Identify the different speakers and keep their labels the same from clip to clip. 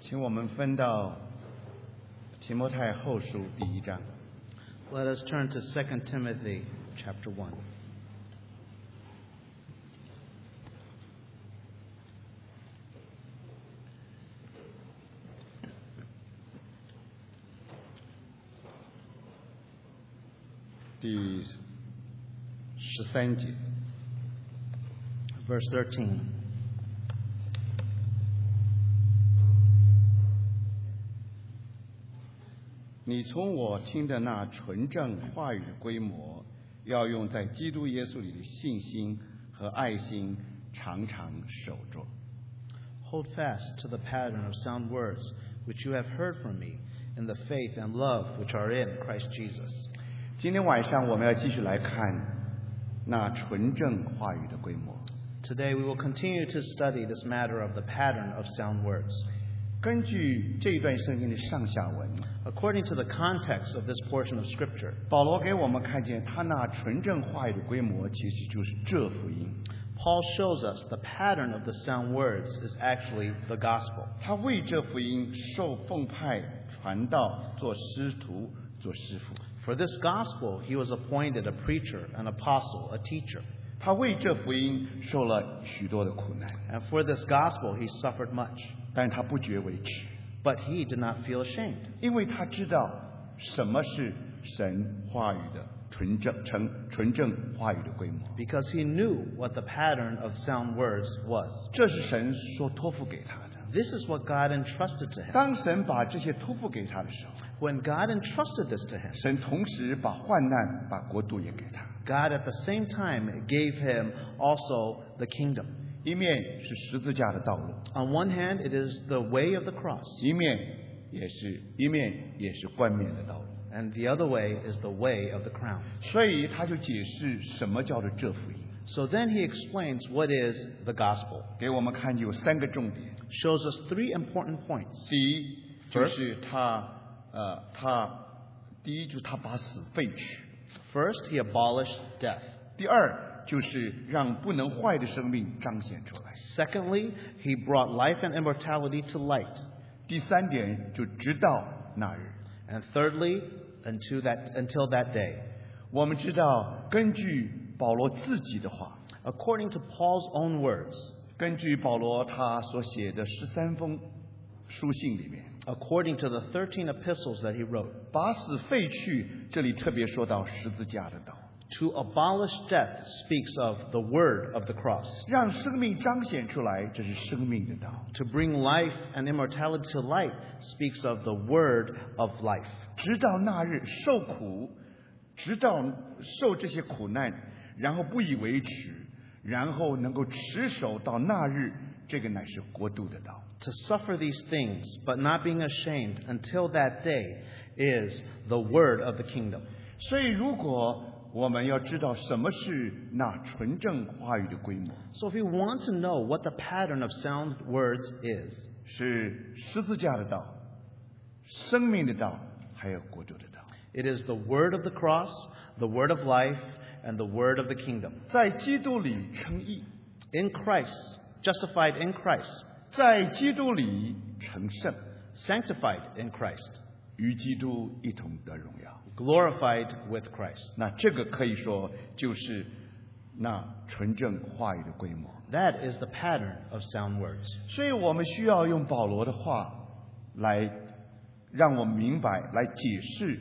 Speaker 1: 请我们分到提摩太后书第一章。
Speaker 2: Let us turn to 2 Timothy chapter 1.
Speaker 1: 第十三节，
Speaker 2: Verse 13.
Speaker 1: 你从我听的那纯正话语规模，要用在基督耶稣里的信心和爱心，常常守住。
Speaker 2: Hold fast to the pattern of sound words which you have heard from me in the faith and love which are in Christ Jesus.
Speaker 1: 今天晚上我们要继续来看那纯正话语的规模。
Speaker 2: Today we will continue to study this matter of the pattern of sound words.
Speaker 1: 根据这一段圣经的上下文，
Speaker 2: According to the context of this portion of Scripture,
Speaker 1: 保罗给我们看见他那纯正话语的规模，其实就是这福音。
Speaker 2: Paul shows us the pattern of the sound words is actually the gospel.
Speaker 1: 他为这福音受奉派传道，做师徒，做师傅。
Speaker 2: For this gospel, he was appointed a preacher, an apostle, a teacher.
Speaker 1: 他为这福音受了许多的苦难，
Speaker 2: And for this gospel, he suffered much.
Speaker 1: 但他不觉为耻，
Speaker 2: But he did not feel ashamed
Speaker 1: 因为他知道什么是神话语的纯正、纯纯正话语的规模。
Speaker 2: because he knew what the pattern of sound words was.
Speaker 1: 这是神所托付给他的。
Speaker 2: This is what God entrusted to him.
Speaker 1: 当神把这些托付给他的时候，
Speaker 2: When God entrusted this to him,
Speaker 1: 神同时把患难、把国度也给他，
Speaker 2: God at the same time gave him also the kingdom.
Speaker 1: 一面是十字架的道路，
Speaker 2: On one hand, it is the way of the cross,
Speaker 1: 一面也是一面也是冠冕的道路。
Speaker 2: and the other way is the way of the crown.
Speaker 1: 所以他就解释什么叫做这福音，
Speaker 2: So then he explains what is the gospel,
Speaker 1: 给我们看有三个重点。
Speaker 2: shows us three important points.
Speaker 1: 第一就是他呃他第一就是他把死废去，
Speaker 2: First, he abolished death.
Speaker 1: 第二就是让不能坏的生命彰显出来，
Speaker 2: Secondly, he brought life and immortality to light.
Speaker 1: 第三点就直到那日。
Speaker 2: And thirdly, unto that, until that day.
Speaker 1: 我们知道，根据保罗自己的话，
Speaker 2: According to Paul's own words,
Speaker 1: 根据保罗他所写的十三封书信里面，
Speaker 2: according to the 13 epistles that he wrote,
Speaker 1: 把死废去，这里特别说到十字架的道，
Speaker 2: to abolish death speaks of the word of the cross.
Speaker 1: 让生命彰显出来，这是生命的道。
Speaker 2: To bring life and immortality to light speaks of the word of life.
Speaker 1: 直到那日受苦，直到受这些苦难，然后不以为耻，然后能够持守到那日，这个乃是国度的道。
Speaker 2: To suffer these things, but not being ashamed until that day, is the word of the kingdom.
Speaker 1: 所以，如果我们要知道什么是那纯正话语的规模，
Speaker 2: So if you want to know what the pattern of sound words is,
Speaker 1: 是十字架的道、生命的道，还有国度的道。
Speaker 2: it is the word of the cross, the word of life, and the word of the kingdom.
Speaker 1: 在基督里称义，
Speaker 2: In Christ, justified in Christ,
Speaker 1: 在基督里成圣，
Speaker 2: sanctified in Christ,
Speaker 1: 与基督一同得荣耀。
Speaker 2: glorified with Christ.
Speaker 1: 那这个可以说就是那纯正话语的规模。
Speaker 2: That is the pattern of sound words.
Speaker 1: 所以我们需要用保罗的话来让我们明白，来解释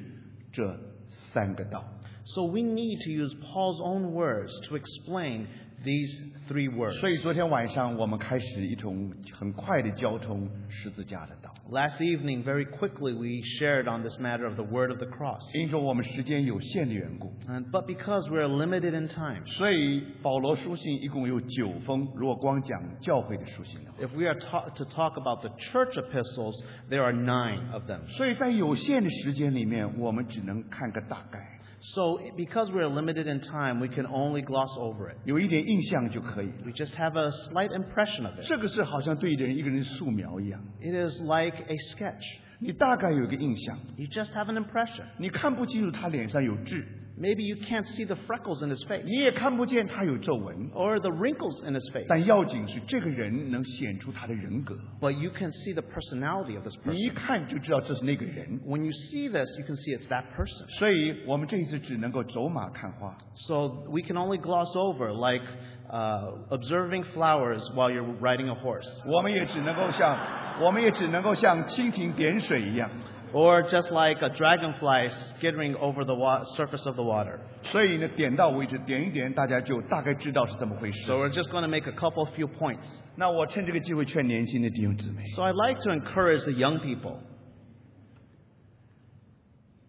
Speaker 1: 这三个道。
Speaker 2: So we need to use Paul's own words to explain these three words.
Speaker 1: 所以昨天晚上我们开始一种很快的交通十字架的道。
Speaker 2: Last evening, very quickly, we shared on this matter of the word of the cross.
Speaker 1: 因说我们时间有限的缘故，
Speaker 2: And, but because we're limited in time,
Speaker 1: 所以保罗书信一共有九封。如果光讲教会的书信的话，
Speaker 2: If we are ta- to talk about the church epistles, there are nine of them.
Speaker 1: 所以在有限的时间里面，我们只能看个大概，
Speaker 2: So, because we're limited in time, we can only gloss over it.
Speaker 1: 有一点印象就可以了。
Speaker 2: We just have a slight impression of it.
Speaker 1: 这个是好像对一个人一个人素描一样，
Speaker 2: It is like a sketch.
Speaker 1: 你大概有一个印象，
Speaker 2: You just have an impression.
Speaker 1: 你看不清楚他脸上有痣，
Speaker 2: Maybe you can't see the freckles in his face
Speaker 1: 你也看不见他有皱纹，
Speaker 2: or the wrinkles in his face,
Speaker 1: 但要紧是这个人能显出他的人格。
Speaker 2: but you can see the personality of this
Speaker 1: 你一
Speaker 2: person.
Speaker 1: 看就知道这是那个人。
Speaker 2: When you see this, you can see it's that person.
Speaker 1: 所以我们这一次只能够走马看花。
Speaker 2: So we can only gloss over, like uh, observing flowers while you're riding a horse,
Speaker 1: 我们也只能够像，我们也只能够像蜻蜓点水一样。
Speaker 2: or just like a dragonfly skittering over the wa- surface of the water.
Speaker 1: 所以呢，点到为止，点一点，大家就大概知道是怎么回事
Speaker 2: So。we're just going to make a couple few points.
Speaker 1: 那我趁这个机会劝年轻的弟兄姊妹，
Speaker 2: So I'd like to encourage the young people.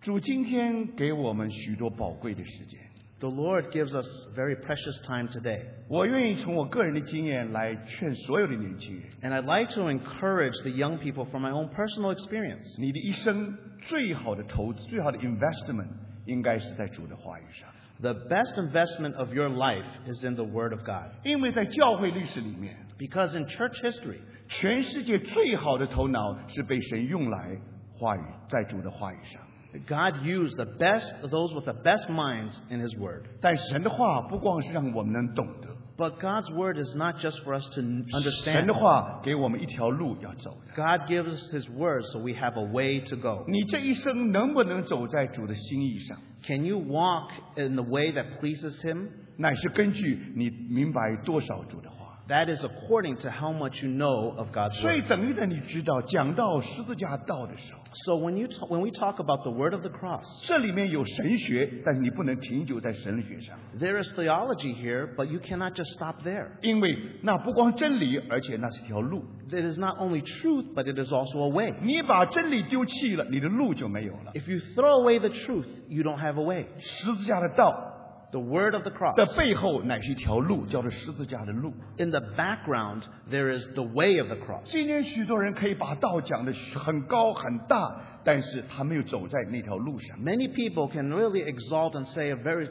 Speaker 1: 主今天给我们许多宝贵的时间，
Speaker 2: The Lord gives us very precious time today,
Speaker 1: 我愿意从我个人的经验来劝所有的年轻人：
Speaker 2: and I'd like to encourage the young people from my own personal experience.
Speaker 1: 你的一生最好的投资、最好的 investment，应该是在主的话语上，
Speaker 2: The best investment of your life is in the Word of God,
Speaker 1: 因为在教会历史里面，
Speaker 2: because in church history,
Speaker 1: 全世界最好的头脑是被神用来话语，在主的话语上。
Speaker 2: God used the best those with the best minds in His Word.
Speaker 1: 但神的话不光是让我们能懂得，
Speaker 2: But God's Word is not just for us to n-
Speaker 1: 神
Speaker 2: understand.
Speaker 1: 的话给我们一条路要走的。
Speaker 2: God gives us His Word so we have a way to go.
Speaker 1: 你这一生能不能走在主的心意上，
Speaker 2: Can you walk in the way that pleases Him?
Speaker 1: 乃是根据你明白多少主的话。
Speaker 2: That is according to how much you know of God's
Speaker 1: 所以
Speaker 2: Word.
Speaker 1: 等于在你知道讲到十字架道的时候，
Speaker 2: So when, you t- when we talk about the Word of the cross,
Speaker 1: 这里面有神学，但是你不能停留在神学上，
Speaker 2: there is theology here, but you cannot just stop there.
Speaker 1: 因为那不光真理，而且那是条路。
Speaker 2: It is not only truth, but it is also a way.
Speaker 1: 你把真理丢弃了，你的路就没有了。
Speaker 2: If you throw away the truth, you don't have a way.
Speaker 1: 十字架的道
Speaker 2: The Word of the cross.
Speaker 1: 的背后乃是一条路，叫做十字架的路。
Speaker 2: In the background, there is the way of the cross.
Speaker 1: 今天许多人可以把道讲的很高很大，但是他没有走在那条路上。
Speaker 2: Many people can really exalt and say a very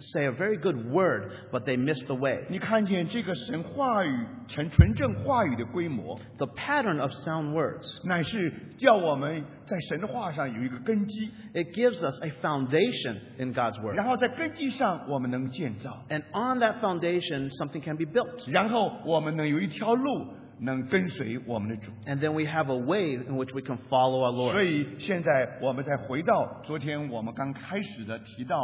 Speaker 2: say a very good word, but they miss the way.
Speaker 1: 你看见这个神话语、纯纯正话语的规模，
Speaker 2: The pattern of sound words.
Speaker 1: 乃是叫我们在神的话上有一个根基，
Speaker 2: It gives us a foundation in God's word.
Speaker 1: 然后在根基上我们能建造，
Speaker 2: And on that foundation, something can be built.
Speaker 1: 然后我们能有一条路能跟随我们的主。
Speaker 2: And then we have a way in which we can follow our
Speaker 1: 所
Speaker 2: Lord.
Speaker 1: 以现在我们再回到昨天我们刚开始的提到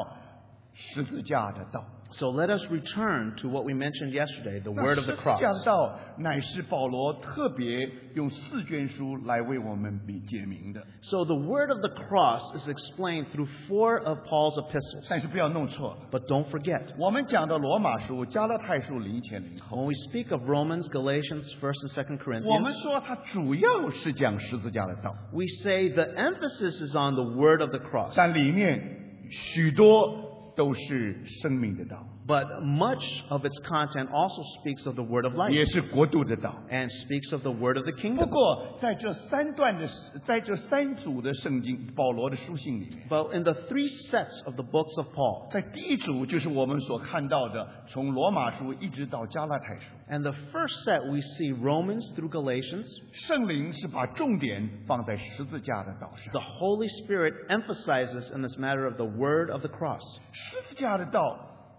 Speaker 1: 十字架的道。
Speaker 2: So let us return to what we mentioned yesterday, the
Speaker 1: 那
Speaker 2: word
Speaker 1: 十
Speaker 2: of
Speaker 1: 字
Speaker 2: the cross.
Speaker 1: 架的道乃是保罗特别用四卷书来为我们明解明的，
Speaker 2: So the word of the cross is explained through four of Paul's epistles.
Speaker 1: 但是不要弄错了。
Speaker 2: But don't forget,
Speaker 1: 我们讲的罗马书、加拉太书零前零后，
Speaker 2: when we speak of Romans, Galatians, 1st and 2nd
Speaker 1: 我们
Speaker 2: Corinthians,
Speaker 1: 说它主要是讲十字架的道，
Speaker 2: we say the emphasis is on the word of the cross,
Speaker 1: 但里面许多都是生命的道，
Speaker 2: but much of its content also speaks of the word of life
Speaker 1: 也是国度的道。
Speaker 2: and speaks of the word of the
Speaker 1: 不
Speaker 2: kingdom.
Speaker 1: 过，在这三段的，在这三组的圣经保罗的书信里面，
Speaker 2: But in the three sets of the books of Paul,
Speaker 1: 在第一组就是我们所看到的，从罗马书一直到加拉太书。
Speaker 2: and the first set we see Romans through Galatians,
Speaker 1: 圣灵是把重点放在十字架的道上
Speaker 2: the。Holy Spirit emphasizes in this matter of the word of the cross.
Speaker 1: 十字架的道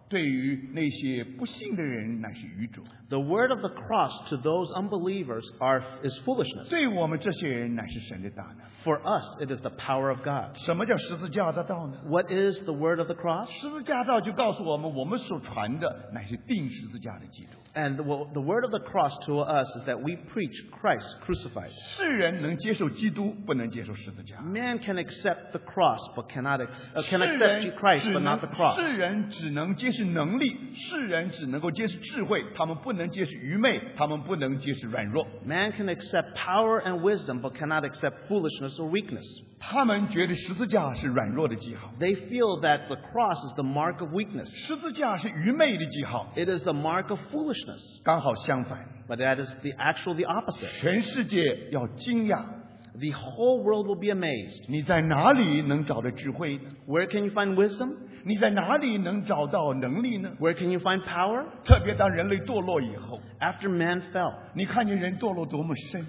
Speaker 1: 对于那些不信的人乃是愚拙，
Speaker 2: The word of the cross to those unbelievers are, is foolishness.
Speaker 1: 对我们这些人乃是神的大能。
Speaker 2: For us, it is the power of God.
Speaker 1: 什么叫十字架的道呢？
Speaker 2: What is the word of the cross?
Speaker 1: 十字架道就告诉我们，我们所传的乃是定十字架的基督。
Speaker 2: And the, well, the word of the cross to us is that we preach Christ crucified.
Speaker 1: 世人能接受基督，不能接受十字架。
Speaker 2: Man can accept the cross, but cannot ex- uh,
Speaker 1: 世
Speaker 2: can
Speaker 1: 人
Speaker 2: accept
Speaker 1: 只
Speaker 2: Christ, but
Speaker 1: 能
Speaker 2: not the cross.
Speaker 1: 世人只能揭示能力，世人只能够揭示智慧，他们不能揭示愚昧，他们不能揭示软弱。
Speaker 2: Man can accept power and wisdom, but cannot accept foolishness or weakness.
Speaker 1: 他们觉得十字架是软弱的记号，
Speaker 2: They feel that the cross is the mark of weakness.
Speaker 1: 十字架是愚昧的记号。
Speaker 2: It is the mark of foolishness,
Speaker 1: 刚好相反，
Speaker 2: but that is the actual the opposite.
Speaker 1: 全世界要惊讶，
Speaker 2: The whole world will be amazed.
Speaker 1: 你在哪里能找到智慧呢？
Speaker 2: Where can you find wisdom?
Speaker 1: 你在哪里能找到能力呢？
Speaker 2: Where can you find power?
Speaker 1: 特别当人类堕落以后，
Speaker 2: After man fell,
Speaker 1: 你看见人堕落多么深，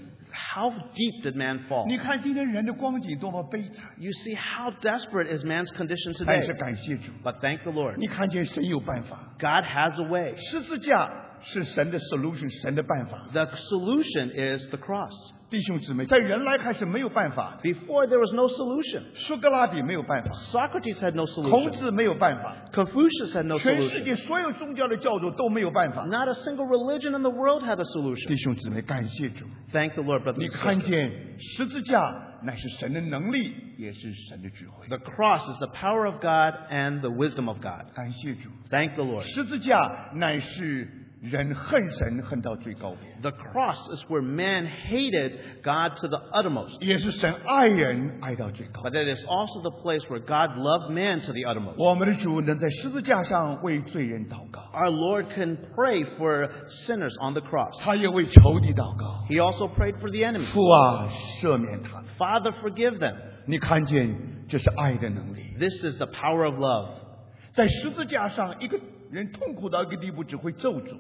Speaker 2: How deep did man fall?
Speaker 1: 你看今天人的光景多么悲惨，
Speaker 2: You see how desperate is man's condition
Speaker 1: 但
Speaker 2: today.
Speaker 1: 是感谢主，
Speaker 2: But thank the Lord.
Speaker 1: 你看见神有办法。
Speaker 2: God has a way.
Speaker 1: 十字架是神的 solution，神的办法。
Speaker 2: The solution is the cross.
Speaker 1: 弟兄姊妹，在人来看是没有办法的，
Speaker 2: Before there was no solution.
Speaker 1: 苏格拉底没有办法，
Speaker 2: Socrates had no
Speaker 1: 孔
Speaker 2: solution.
Speaker 1: 子没有办法，
Speaker 2: Confucius had no
Speaker 1: 全世
Speaker 2: solution.
Speaker 1: 界所有宗教的教主都没有办法。
Speaker 2: Not a single religion in the world had a
Speaker 1: 弟
Speaker 2: solution.
Speaker 1: 兄姊妹，感谢主，
Speaker 2: Thank the Lord, brothers
Speaker 1: 你
Speaker 2: and
Speaker 1: 看
Speaker 2: sisters.
Speaker 1: 见十字架乃是神的能力，也是神的智慧。
Speaker 2: The cross is the power of God and the wisdom of God.
Speaker 1: 感谢主，
Speaker 2: Thank the Lord.
Speaker 1: 十字架乃是人恨神恨到最高点，
Speaker 2: The cross is where man hated God to the uttermost.
Speaker 1: 也是神爱人爱到最高点
Speaker 2: But it is also the place where God loved man to the uttermost.
Speaker 1: 我们的主能在十字架上为罪人祷告，
Speaker 2: Our Lord can pray for sinners on the cross.
Speaker 1: 他也为仇敌祷告。
Speaker 2: He also prayed for the enemy.
Speaker 1: 父啊，赦免他们！
Speaker 2: Father, forgive them.
Speaker 1: 你看见这是爱的能力，
Speaker 2: This is the power of love.
Speaker 1: 在十字架上，一个人痛苦到一个地步，只会咒诅。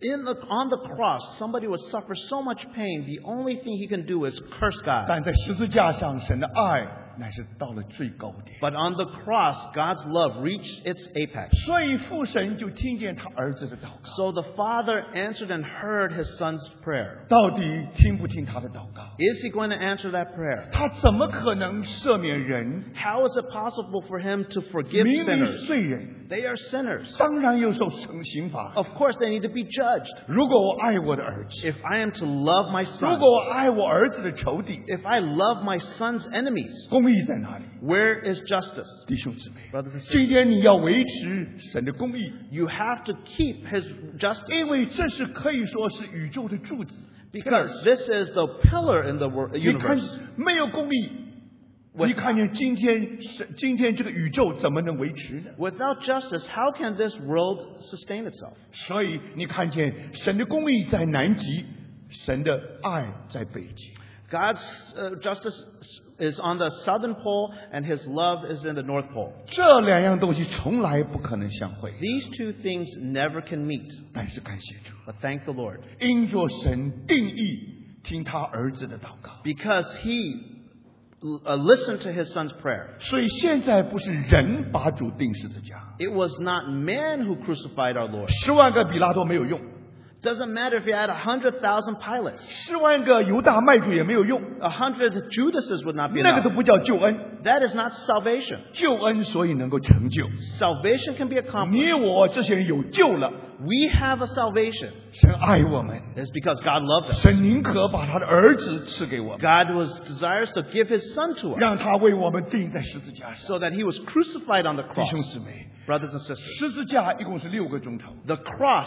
Speaker 2: In the, on the cross, somebody would suffer so much pain, the only thing he can do is curse God.
Speaker 1: 但在十字架上，神的爱乃是到了最高点。
Speaker 2: But on the cross, God's love reached its apex.
Speaker 1: 所以父神就听见他儿子的祷告，
Speaker 2: So the Father answered and heard his son's prayer.
Speaker 1: 到底听不听他的祷告？
Speaker 2: Is he going to answer that prayer?
Speaker 1: 他怎么可能赦免人？
Speaker 2: How is it possible for him to forgive
Speaker 1: 明明是
Speaker 2: sinners?
Speaker 1: 罪人，
Speaker 2: They are sinners.
Speaker 1: 当然要受惩刑罚。
Speaker 2: Of course, they need to be judged.
Speaker 1: 如果我爱我的儿子，
Speaker 2: If I am to love my
Speaker 1: 如
Speaker 2: son,
Speaker 1: 果我爱我儿子的仇敌，
Speaker 2: if I love my son's enemies,
Speaker 1: 公义在哪里？
Speaker 2: where is justice?
Speaker 1: 弟兄姊妹，
Speaker 2: Brothers and sisters.
Speaker 1: 今天你要维持神的公义，
Speaker 2: You have to keep his justice.
Speaker 1: 因为这是可以说是宇宙的柱子。
Speaker 2: Because this is the pillar in the wor-
Speaker 1: 你看
Speaker 2: universe.
Speaker 1: 没有公义，你看见今天是今天这个宇宙怎么能维持呢？
Speaker 2: Without justice, how can this world sustain itself?
Speaker 1: 所以你看见神的公义在南极，神的爱在北极。
Speaker 2: God's uh, justice s- is on the southern pole, and his love is in the north pole.
Speaker 1: 这两样东西从来不可能相会，
Speaker 2: These two things never can meet.
Speaker 1: 但是感谢主，
Speaker 2: But thank the Lord.
Speaker 1: 因着神定义听他儿子的祷告，
Speaker 2: Because he l- uh, listened to his son's prayer.
Speaker 1: 所以现在不是人把主定十字架，
Speaker 2: It was not man who crucified our Lord.
Speaker 1: 十万个比拉多没有用，
Speaker 2: Doesn't matter if you had a hundred thousand Pilates,
Speaker 1: 十万个犹大卖主也没有用，
Speaker 2: a hundred Judases would not be
Speaker 1: 那个
Speaker 2: enough.
Speaker 1: 都不叫救恩，
Speaker 2: That is not salvation.
Speaker 1: 救恩所以能够成就。
Speaker 2: Salvation can be accomplished.
Speaker 1: 你我这些人有救了，
Speaker 2: We have a salvation.
Speaker 1: 神爱我们，
Speaker 2: It's because God loved us.
Speaker 1: 神宁可把他的儿子赐给我们，
Speaker 2: God was desirous to give his son to us
Speaker 1: 让他为我们钉在十字架上。
Speaker 2: so that he was crucified on the
Speaker 1: 弟
Speaker 2: cross.
Speaker 1: 兄姊妹，
Speaker 2: Brothers and sisters,
Speaker 1: 十字架一共是六个钟头，
Speaker 2: the cross,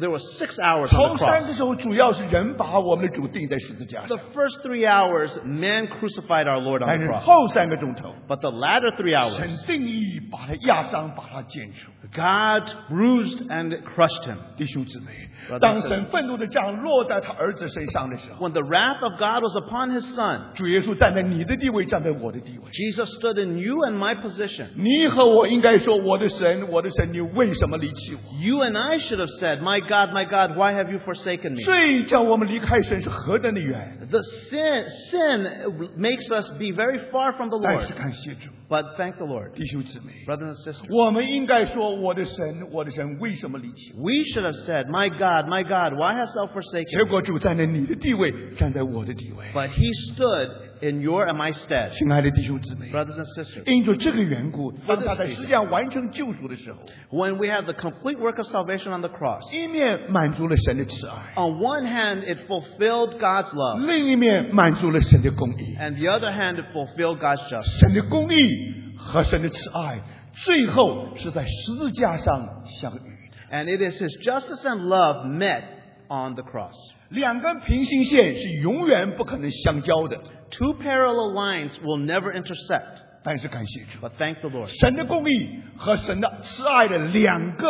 Speaker 2: there were six hours on the
Speaker 1: 头三
Speaker 2: cross.
Speaker 1: 个钟头主要是人把我们的主钉在十字架
Speaker 2: The
Speaker 1: 上，
Speaker 2: first three hours, man crucified our Lord
Speaker 1: 但
Speaker 2: on the
Speaker 1: 是
Speaker 2: cross.
Speaker 1: 后三个钟头，
Speaker 2: But the latter three
Speaker 1: 神
Speaker 2: hours,
Speaker 1: 定义把他压伤，把他剪除。
Speaker 2: God bruised and crushed him.
Speaker 1: 弟兄姊妹
Speaker 2: Brothers and，
Speaker 1: 当神愤怒的杖落在他儿子身上的时候，
Speaker 2: When the wrath of God was upon his son,
Speaker 1: 主耶稣站在你的地位，站在我的地位。
Speaker 2: Jesus stood in you and my position.
Speaker 1: 你和我应该说：“我的神，我的神，你为什么离弃我？”
Speaker 2: You and I should have said, My God, my God, why have you forsaken me?
Speaker 1: 罪叫我们离开神是何等的远！
Speaker 2: The sin, sin makes us be very far from the
Speaker 1: 但是
Speaker 2: Lord.
Speaker 1: 感谢主，
Speaker 2: But thank the Lord.
Speaker 1: 弟兄姊妹，
Speaker 2: Brothers and sisters,
Speaker 1: 我们应该说：“我的神，我的神，为什么离弃我
Speaker 2: we should have said, My God, my God, why hast thou？”
Speaker 1: 结
Speaker 2: forsaken me?
Speaker 1: 果主站在你的地位，站在我的地位。
Speaker 2: But he stood in your and my stead.
Speaker 1: 亲爱的弟兄姊妹，
Speaker 2: Brothers and sisters,
Speaker 1: 因着这个缘故，当他在世界上完成救赎的时候，
Speaker 2: when we have the complete work of salvation on the cross,
Speaker 1: 一面满足了神的慈爱，
Speaker 2: on one hand, it fulfilled God's love,
Speaker 1: 另一面满足了神的公义。
Speaker 2: and the other hand, it fulfilled God's justice.
Speaker 1: 神的公义和神的慈爱，最后是在十字架上相遇的。
Speaker 2: And it is his justice and love met on the cross.
Speaker 1: 两根平行线是永远不可能相交的。
Speaker 2: Two parallel lines will never intersect.
Speaker 1: 但是感谢主，
Speaker 2: But thank the Lord.
Speaker 1: 神的公义和神的慈爱的两个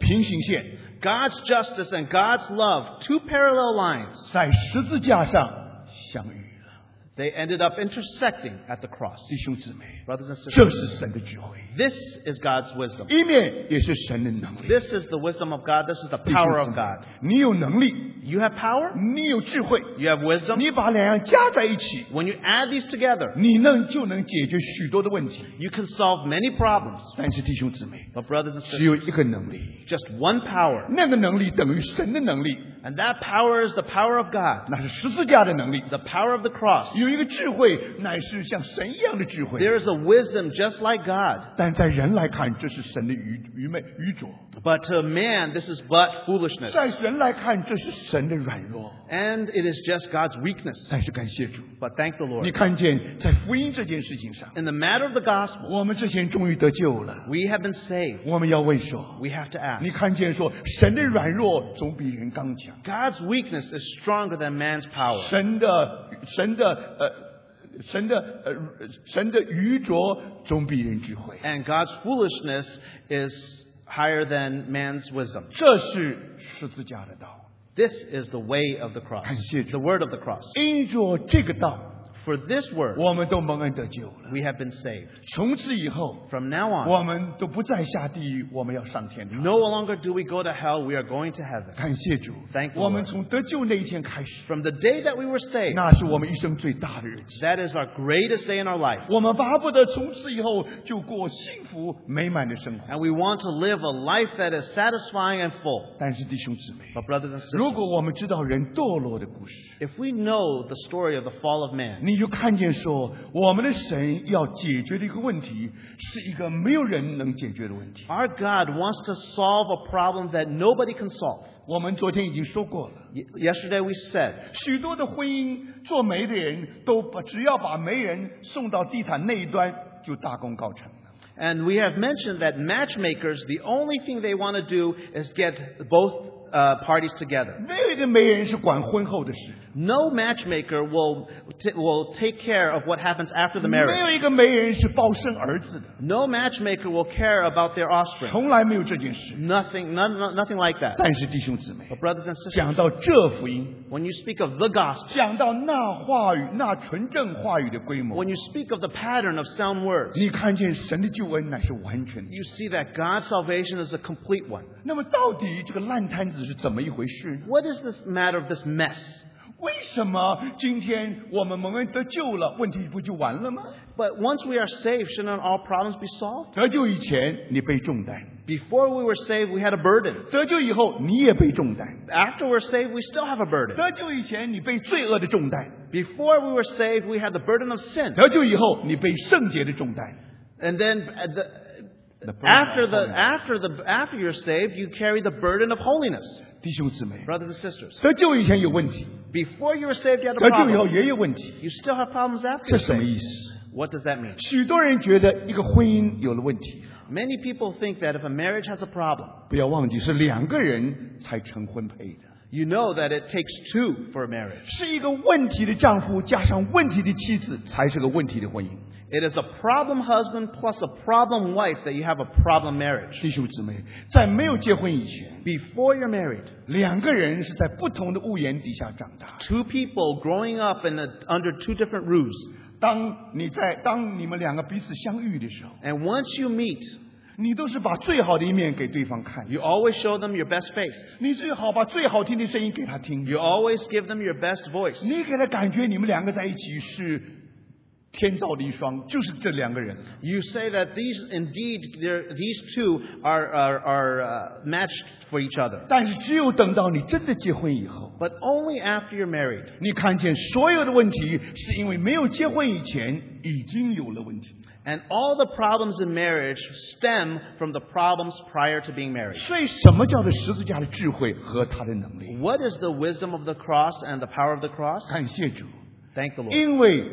Speaker 1: 平行线，
Speaker 2: God's justice and God's love, two parallel lines,
Speaker 1: 在十字架上相遇了。
Speaker 2: They ended up intersecting at the cross.
Speaker 1: 弟兄姊妹，
Speaker 2: Brothers and
Speaker 1: 这
Speaker 2: sisters,
Speaker 1: 是神的智慧，
Speaker 2: this is God's wisdom.
Speaker 1: 一面也是神的能力。
Speaker 2: This is the wisdom of God. This is the
Speaker 1: 弟兄
Speaker 2: power
Speaker 1: 姊
Speaker 2: of
Speaker 1: 妹
Speaker 2: God.
Speaker 1: 你有能力，
Speaker 2: You have power,
Speaker 1: 你有智慧，
Speaker 2: you have wisdom.
Speaker 1: 你把两样加在一起，
Speaker 2: When you add these together,
Speaker 1: 你能就能解决许多的问题。
Speaker 2: you can solve many problems.
Speaker 1: 但是弟兄姊妹，
Speaker 2: But, brothers and
Speaker 1: 只
Speaker 2: sisters,
Speaker 1: 有一个能力，
Speaker 2: just one power.
Speaker 1: 那个能力等于神的能力，
Speaker 2: And that power is the power of God,
Speaker 1: 那是十字架的能力。
Speaker 2: the power of the cross.
Speaker 1: 有一个智慧，乃是像神一样的智慧。
Speaker 2: There is a wisdom just like God.
Speaker 1: 但在人来看，这是神的愚愚昧愚拙；
Speaker 2: But to man, this is but foolishness.
Speaker 1: 在人来看，这是神的软弱。
Speaker 2: And it is just God's weakness.
Speaker 1: 但是感谢主，
Speaker 2: But thank the
Speaker 1: 你
Speaker 2: Lord.
Speaker 1: 看见在福音这件事情上，
Speaker 2: In the matter of the gospel,
Speaker 1: 我们这些人终于得救了。
Speaker 2: we have been saved.
Speaker 1: 我们要为说，
Speaker 2: We have to
Speaker 1: 你
Speaker 2: ask.
Speaker 1: 看见说，神的软弱总比人刚强，
Speaker 2: God's weakness is stronger than man's power.
Speaker 1: 神的神的呃神的呃神的愚拙总比人智慧。
Speaker 2: And God's foolishness is higher than man's wisdom.
Speaker 1: 这是十字架的道。
Speaker 2: This is the way of the cross,
Speaker 1: 感谢主。
Speaker 2: the word of the cross.
Speaker 1: 因着这个道，
Speaker 2: For this word,
Speaker 1: 我们都蒙恩得救了。
Speaker 2: we have been saved.
Speaker 1: 从此以后，
Speaker 2: From now
Speaker 1: 我
Speaker 2: on,
Speaker 1: 们都不再下地狱，我们要上天堂。
Speaker 2: no longer do we go to hell, we are going to heaven.
Speaker 1: 感谢主
Speaker 2: Thank，you,
Speaker 1: 我们
Speaker 2: Lord.
Speaker 1: 从得救那一天开始，
Speaker 2: From the day that we were saved,
Speaker 1: 那是我们一生最大的日子。
Speaker 2: that is our greatest day in our life.
Speaker 1: 我们巴不得从此以后就过幸福美满的生活。
Speaker 2: And we want to live a life that is satisfying and full.
Speaker 1: 但是弟兄姊妹，
Speaker 2: But, brothers and
Speaker 1: 如果
Speaker 2: sisters,
Speaker 1: 我们知道人堕落的故事，
Speaker 2: if we know the story of the fall of man,
Speaker 1: 你就看见说，我们的神要解决的一个问题，是一个没有人能解决的问题。
Speaker 2: our God wants to solve a problem that nobody can solve.
Speaker 1: 我们昨天已经说过了。
Speaker 2: Y- yesterday we said,
Speaker 1: 许多的婚姻做媒的人都把只要把媒人送到地毯那一端，就大功告成了。
Speaker 2: And we have mentioned that matchmakers, the only thing they want to do is get both uh, parties together.
Speaker 1: 那个媒人是管婚后的事，
Speaker 2: No matchmaker will, t- will take care of what happens after the
Speaker 1: 没
Speaker 2: marriage.
Speaker 1: 有一个媒人是包生儿子的，
Speaker 2: No matchmaker will care about their offspring.
Speaker 1: 从来没有这件事。
Speaker 2: Nothing, none, none- nothing like that.
Speaker 1: 但是弟兄姊妹，
Speaker 2: But brothers and sisters,
Speaker 1: 讲到这福音，
Speaker 2: when you speak of the gospel,
Speaker 1: 讲到那话语、那纯正话语的规模
Speaker 2: when，you speak of the pattern of sound words,
Speaker 1: 你看见神的救恩乃是完全的。
Speaker 2: you see that God's salvation is a complete one.
Speaker 1: 那么，到底这个烂摊子是怎么一回事呢？
Speaker 2: What is this matter of this mess?
Speaker 1: 为什么今天我们蒙恩得救了，问题不就完了吗？
Speaker 2: But once we are saved, shouldn't all problems be solved?
Speaker 1: 得救以前你背重担，
Speaker 2: Before we were saved, we had a burden.
Speaker 1: 得救以后你也背重担，
Speaker 2: After we're saved, we still have a burden.
Speaker 1: 得救以前你背罪恶的重担，
Speaker 2: Before we were saved, we had the burden of sin.
Speaker 1: 得救以后你背圣洁的重担。
Speaker 2: And then uh, the,
Speaker 1: The burden
Speaker 2: after
Speaker 1: of
Speaker 2: the
Speaker 1: holiness.
Speaker 2: after the after you're saved, you carry the burden of holiness,
Speaker 1: 弟兄姊妹，
Speaker 2: brothers and sisters.
Speaker 1: 得救以前有问题，
Speaker 2: Before you were saved, you had a
Speaker 1: 得救以后
Speaker 2: problem.
Speaker 1: 也有问题，
Speaker 2: You still have problems after
Speaker 1: 这
Speaker 2: you're
Speaker 1: 什么
Speaker 2: saved.
Speaker 1: 意思？
Speaker 2: What does that mean?
Speaker 1: 许多人觉得一个婚姻有了问题，
Speaker 2: Many people think that if a marriage has a problem,
Speaker 1: 不要忘记是两个人才成婚配的，
Speaker 2: you know that it takes two for a marriage.
Speaker 1: 是一个问题的丈夫加上问题的妻子才是个问题的婚姻。
Speaker 2: It is a problem husband plus a problem wife that you have a problem marriage.
Speaker 1: 弟兄姊妹，在没有结婚以前，
Speaker 2: Before you're married,
Speaker 1: 两个人是在不同的屋檐底下长大。
Speaker 2: two people growing up in a, under two different roofs.
Speaker 1: 当你在当你们两个彼此相遇的时候，
Speaker 2: And once you meet,
Speaker 1: 你都是把最好的一面给对方看，
Speaker 2: you always show them your best face.
Speaker 1: 你最好把最好听的声音给他听，
Speaker 2: You always give them your best voice.
Speaker 1: 你给他感觉你们两个在一起是天造的一双，就是这两个人。
Speaker 2: You say that these indeed they're- these two are are, are uh, matched for each other.
Speaker 1: 但是只有等到你真的结婚以后，
Speaker 2: But only after you're married.
Speaker 1: 你看见所有的问题是因为没有结婚以前已经有了问题，
Speaker 2: And all the problems in marriage stem from the problems prior to being married.
Speaker 1: 所以什么叫做十字架的智慧和他的能力？
Speaker 2: What is the wisdom of the cross and the power of the cross?
Speaker 1: 感谢主，
Speaker 2: Thank the Lord.
Speaker 1: 因为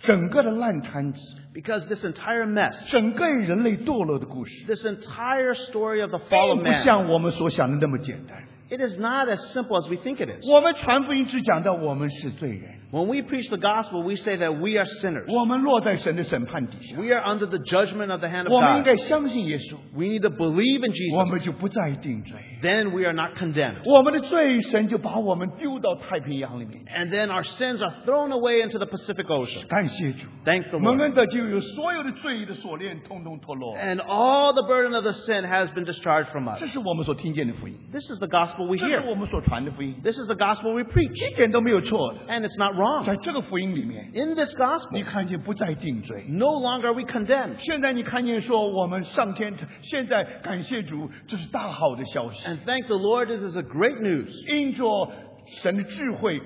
Speaker 1: 整个的烂摊子，
Speaker 2: Because this entire mess,
Speaker 1: 整个人类堕落的故事。
Speaker 2: this entire story of the fall of
Speaker 1: 并不
Speaker 2: man,
Speaker 1: 像我们所想的那么简单。
Speaker 2: it is not as simple as we think it is.
Speaker 1: 我们传福音只讲到我们是罪人，
Speaker 2: When we preach the gospel, we say that we are sinners.
Speaker 1: 我们落在神的审判底下，
Speaker 2: We are under the judgment of the hand of
Speaker 1: 我们应
Speaker 2: God.
Speaker 1: 该相信耶稣，
Speaker 2: We need to believe in
Speaker 1: 我们
Speaker 2: Jesus.
Speaker 1: 就不再定罪。
Speaker 2: Then we are not condemned.
Speaker 1: 我们的罪，神就把我们丢到太平洋里面。
Speaker 2: And then our sins are thrown away into the Pacific Ocean.
Speaker 1: 感谢主，
Speaker 2: Thank the
Speaker 1: 蒙
Speaker 2: Lord.
Speaker 1: 恩得救，有所有的罪的锁链通通脱落。
Speaker 2: And all the burden of the sin has been discharged from us.
Speaker 1: 这是我们所听见的福音，
Speaker 2: This is the gospel we
Speaker 1: 这是
Speaker 2: hear.
Speaker 1: 我们所传的福音，
Speaker 2: This is the gospel we preach.
Speaker 1: 一点都没有错的。
Speaker 2: And it's not wrong.
Speaker 1: 在这个福音里面，
Speaker 2: In this
Speaker 1: 你
Speaker 2: gospel,
Speaker 1: 看见不再定罪。
Speaker 2: no longer are we condemned.
Speaker 1: 现在你看见说我们上天，现在感谢主，这是大好的消息。
Speaker 2: And thank the Lord, this is a great news.
Speaker 1: 因着神的智慧，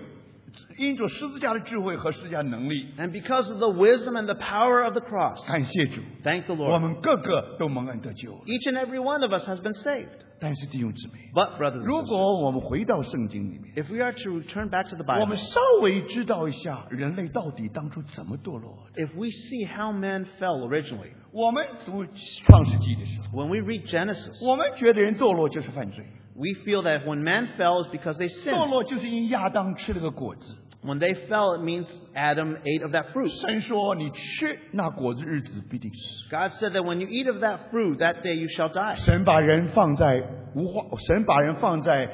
Speaker 1: 因着十字架的智慧和十字架的能力，
Speaker 2: And because of the wisdom and the power of the cross,
Speaker 1: 感谢主，
Speaker 2: thank the
Speaker 1: 我
Speaker 2: Lord.
Speaker 1: 们个个都蒙恩得救。
Speaker 2: Each and every one of us has been saved.
Speaker 1: 但是弟兄姊妹，
Speaker 2: But, brothers and
Speaker 1: 如
Speaker 2: sisters,
Speaker 1: 果我们回到圣经里面，
Speaker 2: if we are to return back to the
Speaker 1: 我
Speaker 2: Bible,
Speaker 1: 们稍微知道一下人类到底当初怎么堕落的。
Speaker 2: if we see how man fell originally,
Speaker 1: 我们读创世纪的时候，
Speaker 2: when we read Genesis,
Speaker 1: 我们觉得人堕落就是犯罪，
Speaker 2: we feel that when man fell, it's because they
Speaker 1: 堕
Speaker 2: sinned.
Speaker 1: 落就是因亚当吃了个果子。
Speaker 2: When they fell, it means Adam ate of that fruit.
Speaker 1: 神说：“你吃那果子，日子必定死。”
Speaker 2: God said that when you eat of that fruit, that day you shall die.
Speaker 1: 神把人放在无花，神把人放在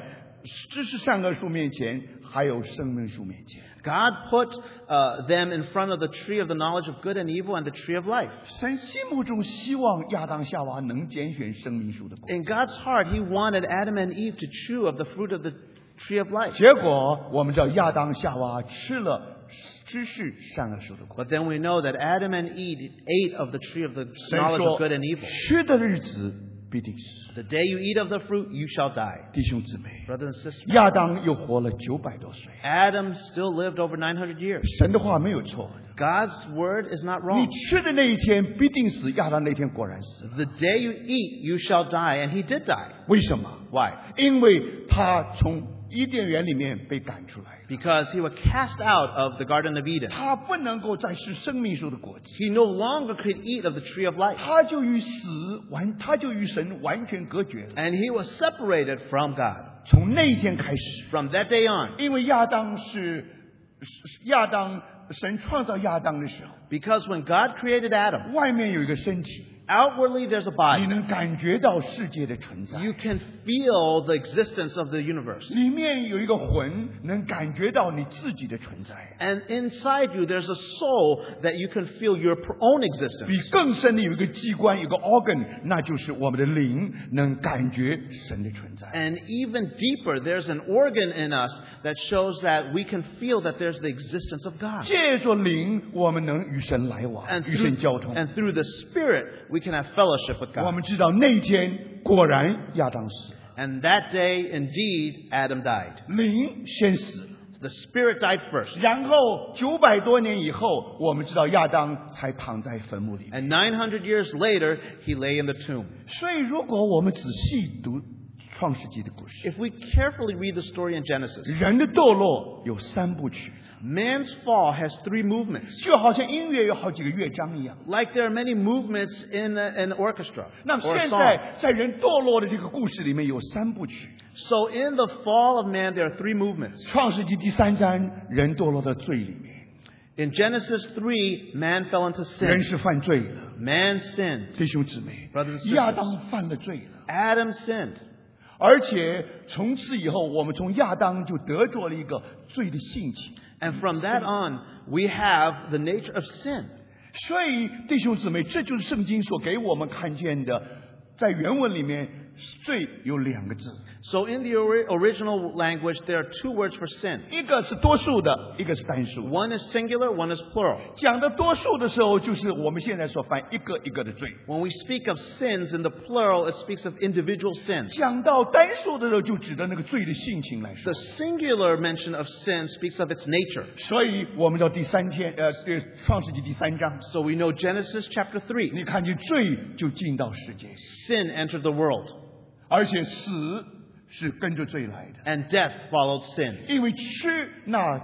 Speaker 1: 知识善恶树面前，还有生命树面前。
Speaker 2: God put uh, them in front of the tree of the knowledge of good and evil and the tree of life.
Speaker 1: 神心目中希望亚当夏娃能拣选生命树的果，
Speaker 2: In God's heart, He wanted Adam and Eve to chew of the fruit of the tree of life.
Speaker 1: 结果我们知道亚当夏娃吃了知识善恶树的果。
Speaker 2: But then we know that Adam and Eve ate of the tree of the
Speaker 1: 神
Speaker 2: knowledge
Speaker 1: 说
Speaker 2: of good and：“ evil.
Speaker 1: 吃的日子必定死。
Speaker 2: The day you eat of the fruit, you shall die. ”
Speaker 1: 弟兄姊妹，
Speaker 2: Brother and sister,
Speaker 1: 亚当又活了九百多岁，
Speaker 2: Adam still lived over 900 years.
Speaker 1: 神的话没有错的。
Speaker 2: God's word is not
Speaker 1: 你
Speaker 2: wrong.
Speaker 1: 吃的那一天必定死，亚当那天果然死。
Speaker 2: The day you eat, you shall die. And He did die.
Speaker 1: 为什么？
Speaker 2: Why?
Speaker 1: 因为他从伊甸园里面被赶出来，
Speaker 2: Because he was cast out of the Garden of Eden.
Speaker 1: 他不能够再吃生命树的果子，
Speaker 2: He no longer could eat of the tree of life.
Speaker 1: 他就与死完，他就与神完全隔绝了。
Speaker 2: And he was separated from God.
Speaker 1: 从那一天开始，
Speaker 2: From that day on,
Speaker 1: 因为亚当是是是亚当，神创造亚当的时候，
Speaker 2: because when God created Adam,
Speaker 1: 外面有一个身体，
Speaker 2: outwardly there's a
Speaker 1: 你
Speaker 2: body.
Speaker 1: 能感觉到世界的存在。
Speaker 2: You can feel the existence of the universe.
Speaker 1: 里面有一个魂，能感觉到你自己的存在。啊
Speaker 2: And inside you, there's a soul that you can feel your pr- own
Speaker 1: 比
Speaker 2: existence.
Speaker 1: 更深的有一个机关，有个 organ，那就是我们的灵，能感觉神的存在。
Speaker 2: And even deeper, there's an organ in us that shows that we can feel that there's the existence of God.
Speaker 1: 借着灵，我们能与神来往
Speaker 2: And，
Speaker 1: 与
Speaker 2: through,
Speaker 1: 神交通。
Speaker 2: and through the Spirit, we can have fellowship with
Speaker 1: 我
Speaker 2: God.
Speaker 1: 们知道那一天果然亚当死了，
Speaker 2: And that day, indeed, Adam died.
Speaker 1: 灵先死了，
Speaker 2: The Spirit died first.
Speaker 1: 然后九百多年以后，我们知道亚当才躺在坟墓里。
Speaker 2: And 900 years later, he lay in the tomb.
Speaker 1: 所以，如果我们仔细读创世纪的故事，
Speaker 2: If we carefully read the story in Genesis,
Speaker 1: 人的堕落有三部曲，
Speaker 2: man's fall has three movements,
Speaker 1: 就好像音乐有好几个乐章一样。
Speaker 2: like there are many movements in a- an orchestra
Speaker 1: 那么
Speaker 2: or a
Speaker 1: 现
Speaker 2: song.
Speaker 1: 在在人堕落的这个故事里面有三部曲，
Speaker 2: So in the fall of man, there are three movements.
Speaker 1: 《创世纪》第三章，人堕落的罪里面，
Speaker 2: In Genesis 3, man fell into sin.
Speaker 1: 人是犯罪的。
Speaker 2: Man sinned.
Speaker 1: 弟兄姊妹
Speaker 2: Brothers and，sisters
Speaker 1: 亚当犯了罪了，
Speaker 2: Adam sinned.
Speaker 1: 而且从此以后，我们从亚当就得着了一个罪的性情。
Speaker 2: And from that on, we have the nature of sin.
Speaker 1: 所以，弟兄姊妹，这就是圣经所给我们看见的，在原文里面，罪有两个字，
Speaker 2: So in the ori- original language, there are two words for sin.
Speaker 1: 一个是多数的，一个是单数。
Speaker 2: One is singular, one is plural.
Speaker 1: 讲的多数的时候，就是我们现在所犯一个一个的罪；
Speaker 2: When we speak of sins in the plural, it speaks of individual sins.
Speaker 1: 讲到单数的时候，就指的那个罪的性情来说
Speaker 2: The。singular mention of sin speaks of its nature.
Speaker 1: 所以，我们到第三天，呃，这创世纪第三章，
Speaker 2: So we know Genesis chapter 3,
Speaker 1: 你看见罪就进到世界。
Speaker 2: sin entered the world,
Speaker 1: 而且死是跟着罪来的，
Speaker 2: and death followed sin.
Speaker 1: 因为吃那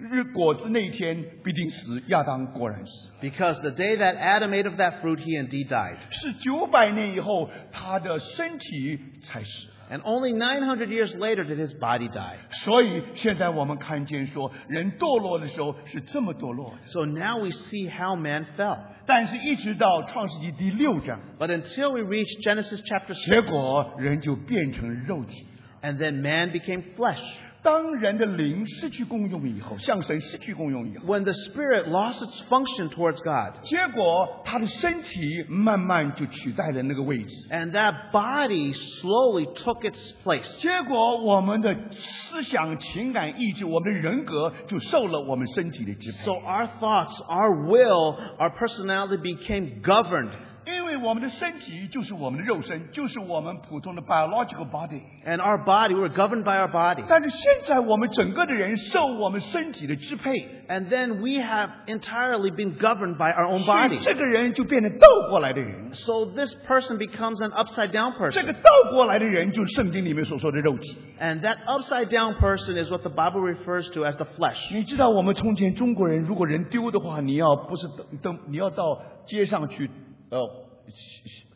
Speaker 1: 日果子那一天必定死。亚当果然死，
Speaker 2: Because the day that Adam ate of that fruit, he indeed died.
Speaker 1: 是九百年以后他的身体才死了。
Speaker 2: And only 900 years later did his body die.
Speaker 1: 所以现在我们看见说，人堕落的时候是这么堕落的，
Speaker 2: So now we see how man fell.
Speaker 1: 但是一直到创世纪第六章，
Speaker 2: But until we reach Genesis chapter
Speaker 1: 结
Speaker 2: 6,
Speaker 1: 果人就变成肉体。
Speaker 2: and then man became flesh.
Speaker 1: 当人的灵失去功用以后，向神失去功用以后，
Speaker 2: When the spirit lost its function towards God,
Speaker 1: 结果他的身体慢慢就取代了那个位置。
Speaker 2: and that body slowly took its place.
Speaker 1: 结果，我们的思想、情感、意志，我们的人格就受了我们身体的支配。
Speaker 2: So our thoughts, our will, our personality became governed.
Speaker 1: 因为我们的身体就是我们的肉身，就是我们普通的 biological body。
Speaker 2: And our body, we were governed by our body.
Speaker 1: 但是现在我们整个的人受我们身体的支配，
Speaker 2: And then we have entirely been governed by our own
Speaker 1: 所以
Speaker 2: body.
Speaker 1: 这个人就变成倒过来的人。
Speaker 2: So this person becomes an upside down
Speaker 1: 这个
Speaker 2: person.
Speaker 1: 倒过来的人，就是圣经里面所说的肉体。
Speaker 2: And that upside down person is what the Bible refers to as the flesh.
Speaker 1: 你知道，我们从前中国人，如果人丢的话，你要不是等等，你要到街上去，呃，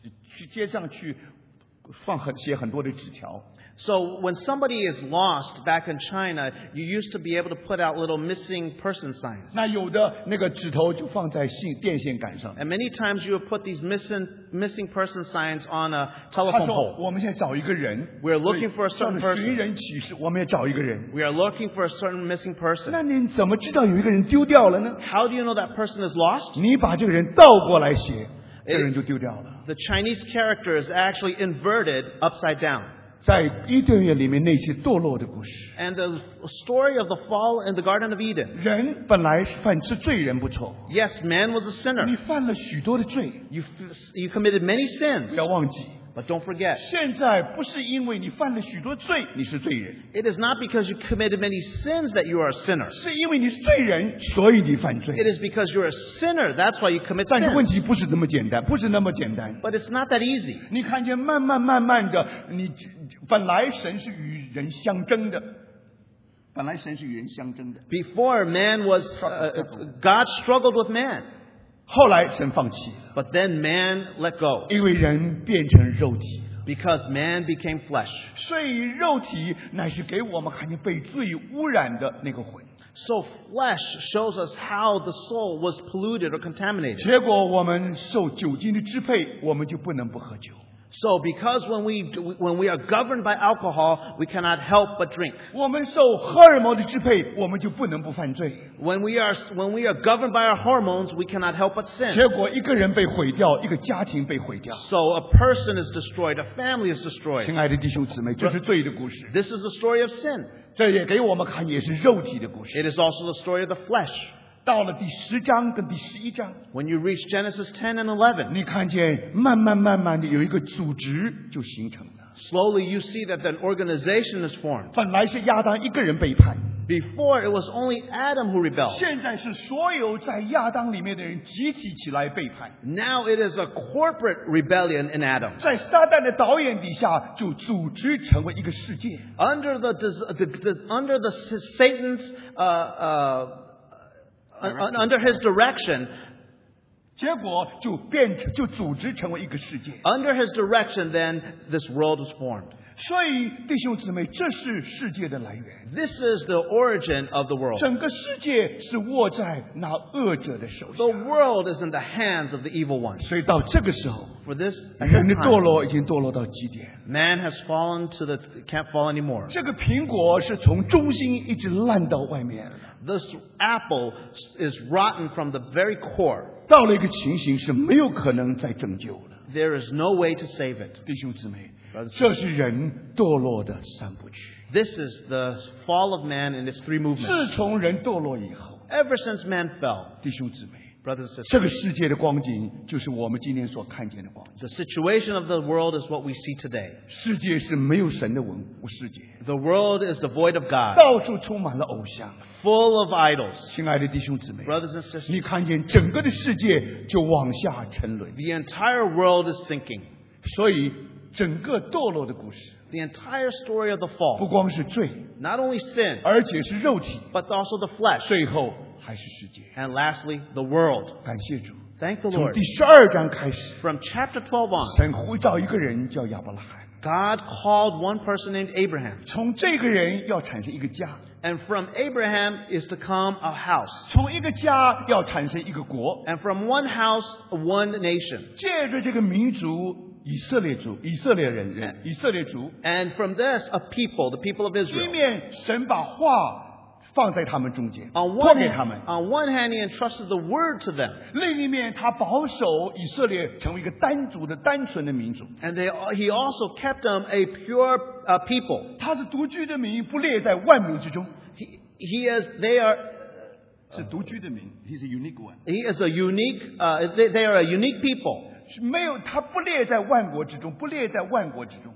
Speaker 1: 去去街上去放很写很多的纸条。
Speaker 2: So when somebody is lost back in China, you used to be able to put out little missing person signs.
Speaker 1: 那有的那个指头就放在线电线杆上。
Speaker 2: And many times you would put these missing, missing person signs on a
Speaker 1: 他
Speaker 2: telephone
Speaker 1: 说
Speaker 2: pole.：“
Speaker 1: 我们现在找一个人
Speaker 2: We're looking for a
Speaker 1: 叫
Speaker 2: certain
Speaker 1: 寻
Speaker 2: person.
Speaker 1: 人启事，我们要找一个人。
Speaker 2: We are looking for a certain missing person.
Speaker 1: 那你怎么知道有一个人丢掉了呢？
Speaker 2: How do you know that person is lost?
Speaker 1: 你把这个人倒过来写，这个人就丢掉了。
Speaker 2: The Chinese character is actually inverted upside down.
Speaker 1: 在伊甸园里面那些堕落的故事，
Speaker 2: And the story of the fall in the Garden of Eden.
Speaker 1: 人本来是犯是罪人不错，
Speaker 2: Yes, man was a
Speaker 1: 你
Speaker 2: sinner.
Speaker 1: 犯了许多的罪，
Speaker 2: You, f- you committed many
Speaker 1: 不
Speaker 2: sins.
Speaker 1: 要忘记，
Speaker 2: But don't forget,
Speaker 1: 现在不是因为你犯了许多罪你是罪人，
Speaker 2: it is not because you committed many sins that you are a sinner.
Speaker 1: 是因为你是罪人，所以你犯罪。
Speaker 2: It is because you're a sinner. That's why you commit
Speaker 1: 但是问
Speaker 2: sins.
Speaker 1: 题不是这么简单，不是那么简单。
Speaker 2: But it's not that easy.
Speaker 1: 你看见慢慢慢慢的，你本来神是与人相争的，本来神是与人相争的，
Speaker 2: Before man was, uh, uh, God struggled with man.
Speaker 1: 后来神放弃了，
Speaker 2: But then man let go
Speaker 1: 因为人变成肉体了。
Speaker 2: because man became flesh.
Speaker 1: 所以肉体乃是给我们看见被罪污染的那个魂。
Speaker 2: So flesh shows us how the soul was polluted or contaminated.
Speaker 1: 结果我们受酒精的支配，我们就不能不喝酒。
Speaker 2: So, because when we when we are governed by alcohol, we cannot help but drink.
Speaker 1: 我们受荷尔蒙的支配，我们就不能不犯罪。
Speaker 2: When we are when we are governed by our hormones, we cannot help but sin.
Speaker 1: 结果一个人被毁掉，一个家庭被毁掉。
Speaker 2: So, a person is destroyed, a family is destroyed.
Speaker 1: 亲爱的弟兄姊妹，这是罪的故事，
Speaker 2: This is the story of sin.
Speaker 1: 这也给我们看也是肉体的故事。
Speaker 2: It is also the story of the flesh.
Speaker 1: 到了第十章跟第十一章，
Speaker 2: When you reach Genesis 10 and 11,
Speaker 1: 你看见慢慢慢慢的有一个组织就形成了。
Speaker 2: slowly you see that an organization is formed.
Speaker 1: 本来是亚当一个人背叛，
Speaker 2: Before it was only Adam who rebelled.
Speaker 1: 现在是所有在亚当里面的人集体起来背叛，
Speaker 2: Now it is a corporate rebellion in Adam.
Speaker 1: 在撒旦的导演底下就组织成为一个世界。
Speaker 2: under the, des- the, the under the s- Satan's uh, uh, un- un- under his direction,
Speaker 1: 结果就变成就组织成为一个世界。
Speaker 2: under his direction, then this world was formed.
Speaker 1: 所以弟兄姊妹，这是世界的来源。
Speaker 2: This is the origin of the world.
Speaker 1: 整个世界是握在那恶者的手
Speaker 2: The
Speaker 1: 上。
Speaker 2: world is in the hands of the evil one.
Speaker 1: 所以到这个时候，
Speaker 2: For this, at
Speaker 1: 人
Speaker 2: this
Speaker 1: 的堕
Speaker 2: time,
Speaker 1: 落已经堕落到极点。
Speaker 2: man has fallen to the can't fall anymore.
Speaker 1: 这个苹果是从中心一直烂到外面了，
Speaker 2: This apple is rotten from the very core.
Speaker 1: 到了一个情形是没有可能再拯救了。
Speaker 2: There is no way to save it.
Speaker 1: 弟兄姊妹
Speaker 2: Brothers，
Speaker 1: 这是人堕落的三部曲。
Speaker 2: This is the fall of man and its three movements.
Speaker 1: 自从人堕落以后，
Speaker 2: Ever since man fell,
Speaker 1: 弟兄姊妹，
Speaker 2: brothers and sisters.
Speaker 1: 这个世界的光景就是我们今天所看见的光景。
Speaker 2: The situation of the world is what we see today.
Speaker 1: 世界是没有神的文物世界，
Speaker 2: The world is devoid of God,
Speaker 1: 到处充满了偶像。
Speaker 2: full of idols.
Speaker 1: 亲爱的弟兄姊妹，
Speaker 2: Brothers and sisters,
Speaker 1: 你看见整个的世界就往下沉沦，
Speaker 2: the entire world is sinking.
Speaker 1: 所以整个堕落的故事
Speaker 2: The entire story of the
Speaker 1: 不
Speaker 2: fall,
Speaker 1: 光是罪，
Speaker 2: not only sin,
Speaker 1: 而且是肉体，
Speaker 2: but also the flesh.
Speaker 1: 最后还是世界。
Speaker 2: And lastly, the world.
Speaker 1: 感谢主，
Speaker 2: Thank the
Speaker 1: 从
Speaker 2: Lord.
Speaker 1: 第十二章开始，
Speaker 2: From chapter 12 on,
Speaker 1: 神呼召一个人叫亚伯拉罕，
Speaker 2: God called one person named Abraham.
Speaker 1: 从这个人要产生一个家，
Speaker 2: And from Abraham is to come a house.
Speaker 1: 从一个家要产生一个国。
Speaker 2: And from one house, one nation.
Speaker 1: 借着这个民族，以色列族、以色列人、人以色列族，
Speaker 2: And from this, a people, the people of
Speaker 1: 一
Speaker 2: Israel.
Speaker 1: 面神把话放在他们中间，
Speaker 2: On
Speaker 1: 托
Speaker 2: one,
Speaker 1: 给他们
Speaker 2: hand,；on one hand, he entrusted the word to them.
Speaker 1: 另一面，他保守以色列成为一个单独的、单纯的民族。
Speaker 2: And they, he also kept them a pure uh, people.
Speaker 1: 他是独居的民，不列在万民之中，
Speaker 2: He, he is, they are,
Speaker 1: 是独居的民。He's a unique one，
Speaker 2: he is a unique, uh, they, they are a unique people.
Speaker 1: 是没有他不列在万国之中，不列在万国之中。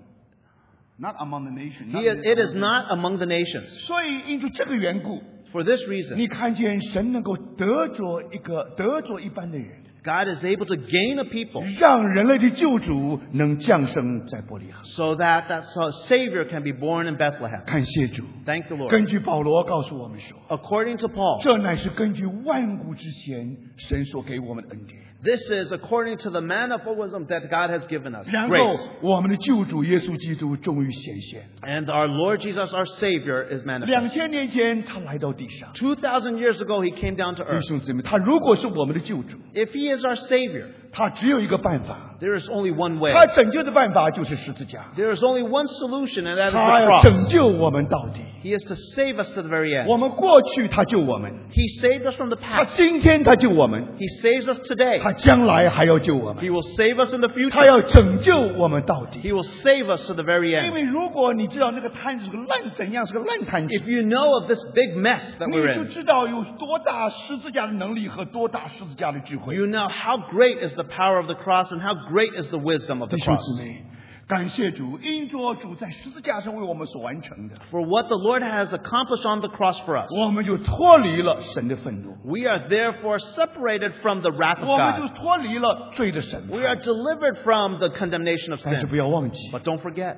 Speaker 1: Not among the
Speaker 2: He
Speaker 1: nation. not
Speaker 2: is,
Speaker 1: among the
Speaker 2: it is
Speaker 1: nations.
Speaker 2: not among the nations.
Speaker 1: 所以因着这个缘故，
Speaker 2: For this reason,
Speaker 1: 你看见神能够得着一个得着一般的人，
Speaker 2: God is able to gain a people
Speaker 1: 让人类的救主能降生在伯利恒。
Speaker 2: so that that so- Savior can be born in Bethlehem.
Speaker 1: 感谢主。
Speaker 2: Thank the Lord.
Speaker 1: 根据保罗告诉我们说，
Speaker 2: According to Paul,
Speaker 1: 这乃是根据万古之前神所给我们的恩典。
Speaker 2: this is according to the manifold wisdom that God has given us
Speaker 1: 然
Speaker 2: grace.
Speaker 1: 后我们的救主耶稣基督终于显现。
Speaker 2: And our Lord Jesus, our Savior, is
Speaker 1: 两
Speaker 2: manifest.
Speaker 1: 千年前他来到地上，
Speaker 2: 2,000 years ago, he came down to
Speaker 1: 弟
Speaker 2: earth.
Speaker 1: 兄姊妹，他如果是我们的救主，
Speaker 2: If he is our Savior,
Speaker 1: 他只有一个办法，
Speaker 2: there is only one way.
Speaker 1: 他拯救的办法就是十字架，
Speaker 2: There is only one solution, and that is
Speaker 1: 他要
Speaker 2: the
Speaker 1: 拯
Speaker 2: cross.
Speaker 1: 救我们到底。
Speaker 2: He is to save us to the very end.
Speaker 1: 我们过去他救我们，
Speaker 2: He saved us from the
Speaker 1: 他
Speaker 2: past.
Speaker 1: 今天他救我们，
Speaker 2: He saves us today.
Speaker 1: 他将来还要救我
Speaker 2: He
Speaker 1: 们，
Speaker 2: will save us in the
Speaker 1: 他
Speaker 2: future.
Speaker 1: 要拯救我们到底。
Speaker 2: He will save us to the very
Speaker 1: 因
Speaker 2: end.
Speaker 1: 为如果你知道那个摊子是个烂怎样是个烂摊子，
Speaker 2: If you know of this big mess that
Speaker 1: 你
Speaker 2: we're
Speaker 1: 就
Speaker 2: in,
Speaker 1: 知道有多大十字架的能力和多大十字架的智慧。
Speaker 2: you know how great is the power of the cross and how great is the wisdom of
Speaker 1: 弟
Speaker 2: the
Speaker 1: 兄
Speaker 2: cross.
Speaker 1: 姊妹，感谢主，因着主在十字架上为我们所完成的，
Speaker 2: For what the Lord has accomplished on the cross for us,
Speaker 1: 我们就脱离了神的愤怒，
Speaker 2: we are therefore separated from the wrath of
Speaker 1: 我们就
Speaker 2: God.
Speaker 1: 脱离了罪的审
Speaker 2: We are
Speaker 1: 判。
Speaker 2: delivered from the condemnation of
Speaker 1: 但是不
Speaker 2: sin.
Speaker 1: 要忘记，
Speaker 2: But don't forget,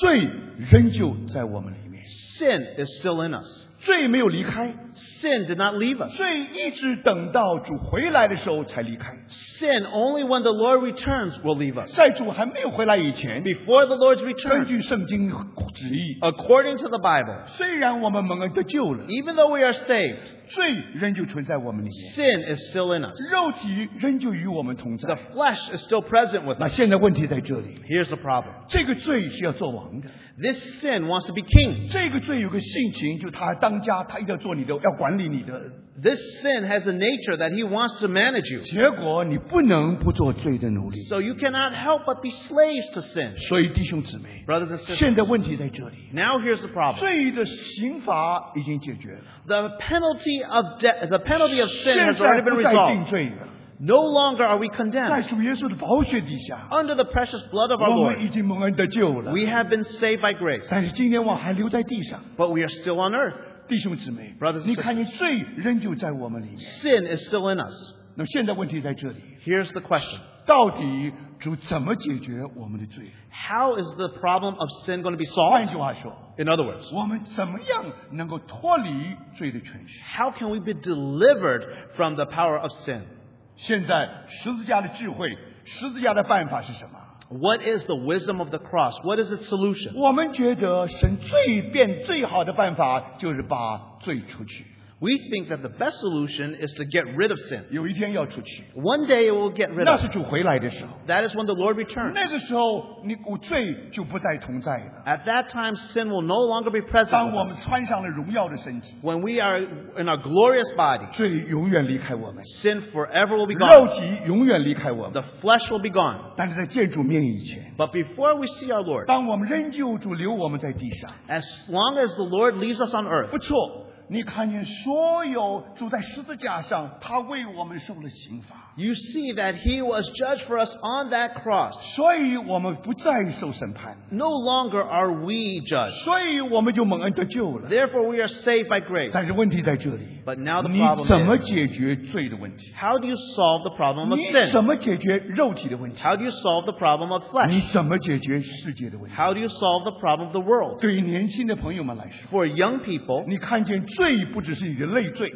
Speaker 1: 罪仍旧在我们里面，
Speaker 2: sin is still in us.
Speaker 1: 罪没有离开，
Speaker 2: Sin did not leave us.
Speaker 1: 罪一直等到主回来的时候才离开。
Speaker 2: Sin only when the Lord returns will leave us.
Speaker 1: 在主还没有回来以前，
Speaker 2: Before the Lord's
Speaker 1: 根
Speaker 2: return,
Speaker 1: 据圣经旨意，
Speaker 2: according to the Bible,
Speaker 1: 虽然我们蒙恩得救了，
Speaker 2: even though we are saved,
Speaker 1: 罪仍旧存在我们里面。
Speaker 2: sin is still in us.
Speaker 1: 肉体仍旧与我们同
Speaker 2: The
Speaker 1: 在。
Speaker 2: flesh is still present with
Speaker 1: 那
Speaker 2: us.
Speaker 1: 现在问题在这里，
Speaker 2: Here's the problem
Speaker 1: 这个罪是要做王的，
Speaker 2: this sin wants to be king.
Speaker 1: 这个罪有个性情，就他当家，他一定要做你的，要管理你的。
Speaker 2: This sin has a nature that he wants to manage you.
Speaker 1: 结果你不能不做罪的奴隶。
Speaker 2: So you cannot help but be slaves to sin.
Speaker 1: 所以弟兄姊妹，
Speaker 2: Brothers and sisters,
Speaker 1: 现在问题在这里，
Speaker 2: now here's the problem.
Speaker 1: 罪的刑罚已经解决了，
Speaker 2: The penalty of de- the penalty of
Speaker 1: 现
Speaker 2: sin
Speaker 1: 在
Speaker 2: has already been
Speaker 1: 不再定
Speaker 2: resolved.
Speaker 1: 罪了。
Speaker 2: No longer are we
Speaker 1: 在
Speaker 2: condemned.
Speaker 1: 主耶稣的宝血底下，
Speaker 2: Under the precious blood of our
Speaker 1: 我
Speaker 2: Lord,
Speaker 1: 们已经蒙恩得救了。
Speaker 2: We have been saved by grace,
Speaker 1: 但是今天我还留在地上，
Speaker 2: but we are still on earth.
Speaker 1: 弟兄姊妹
Speaker 2: Brothers，and
Speaker 1: 你看见罪仍旧在我们里面。
Speaker 2: Sin is still in us.
Speaker 1: 那么现在问题在这里，
Speaker 2: Here's the question
Speaker 1: 到底主怎么解决我们的罪？
Speaker 2: How is the problem of sin going to be
Speaker 1: 换
Speaker 2: solved?
Speaker 1: 句话说，
Speaker 2: In other words,
Speaker 1: 我们怎么样能够脱离罪的权势？
Speaker 2: how can we be delivered from the power of sin?
Speaker 1: 现在十字架的智慧，十字架的办法是什么？
Speaker 2: What is the wisdom of the cross? What is its solution?
Speaker 1: 我们觉得神最变最好的办法就是把罪除去，
Speaker 2: We think that the best solution is to get rid of sin.
Speaker 1: 有一天要除去，
Speaker 2: One day it will get rid
Speaker 1: 那
Speaker 2: of
Speaker 1: 是
Speaker 2: it.
Speaker 1: 主回来的时候，
Speaker 2: That is when the Lord returns.
Speaker 1: 那个时候你我罪就不再同在了。
Speaker 2: At that time, sin will no longer be present
Speaker 1: 当
Speaker 2: with
Speaker 1: 我们
Speaker 2: us.
Speaker 1: 穿上了荣耀的身体，
Speaker 2: When we are in our glorious body,
Speaker 1: 罪永远离开我们，
Speaker 2: sin forever will be
Speaker 1: 肉
Speaker 2: gone.
Speaker 1: 体永远离开我们。
Speaker 2: The flesh will be gone.
Speaker 1: 但是在见主面以前，
Speaker 2: But before we see our Lord,
Speaker 1: 当我们仍旧主留我们在地上，
Speaker 2: as long as the Lord leaves us on earth,
Speaker 1: 不错，你看见所有主在十字架上，他为我们受了刑罚，
Speaker 2: you see that He was judged for us on that cross.
Speaker 1: 所以我们不再受审判，
Speaker 2: No longer are we judged.
Speaker 1: 所以我们就蒙恩得救了。
Speaker 2: Therefore, we are saved by grace.
Speaker 1: 但是问题在这里，
Speaker 2: But now the
Speaker 1: 你怎么
Speaker 2: problem is
Speaker 1: 解决罪的问题？
Speaker 2: how do you solve the problem of
Speaker 1: 你怎
Speaker 2: sin?
Speaker 1: 么解决肉体的问题？
Speaker 2: How do you solve the problem of
Speaker 1: 你
Speaker 2: flesh?
Speaker 1: 怎么解决世界的问题？
Speaker 2: How do you solve the problem of the world?
Speaker 1: 对于年轻的朋友们来说，
Speaker 2: For young people,
Speaker 1: 你看见罪不只是你的累赘，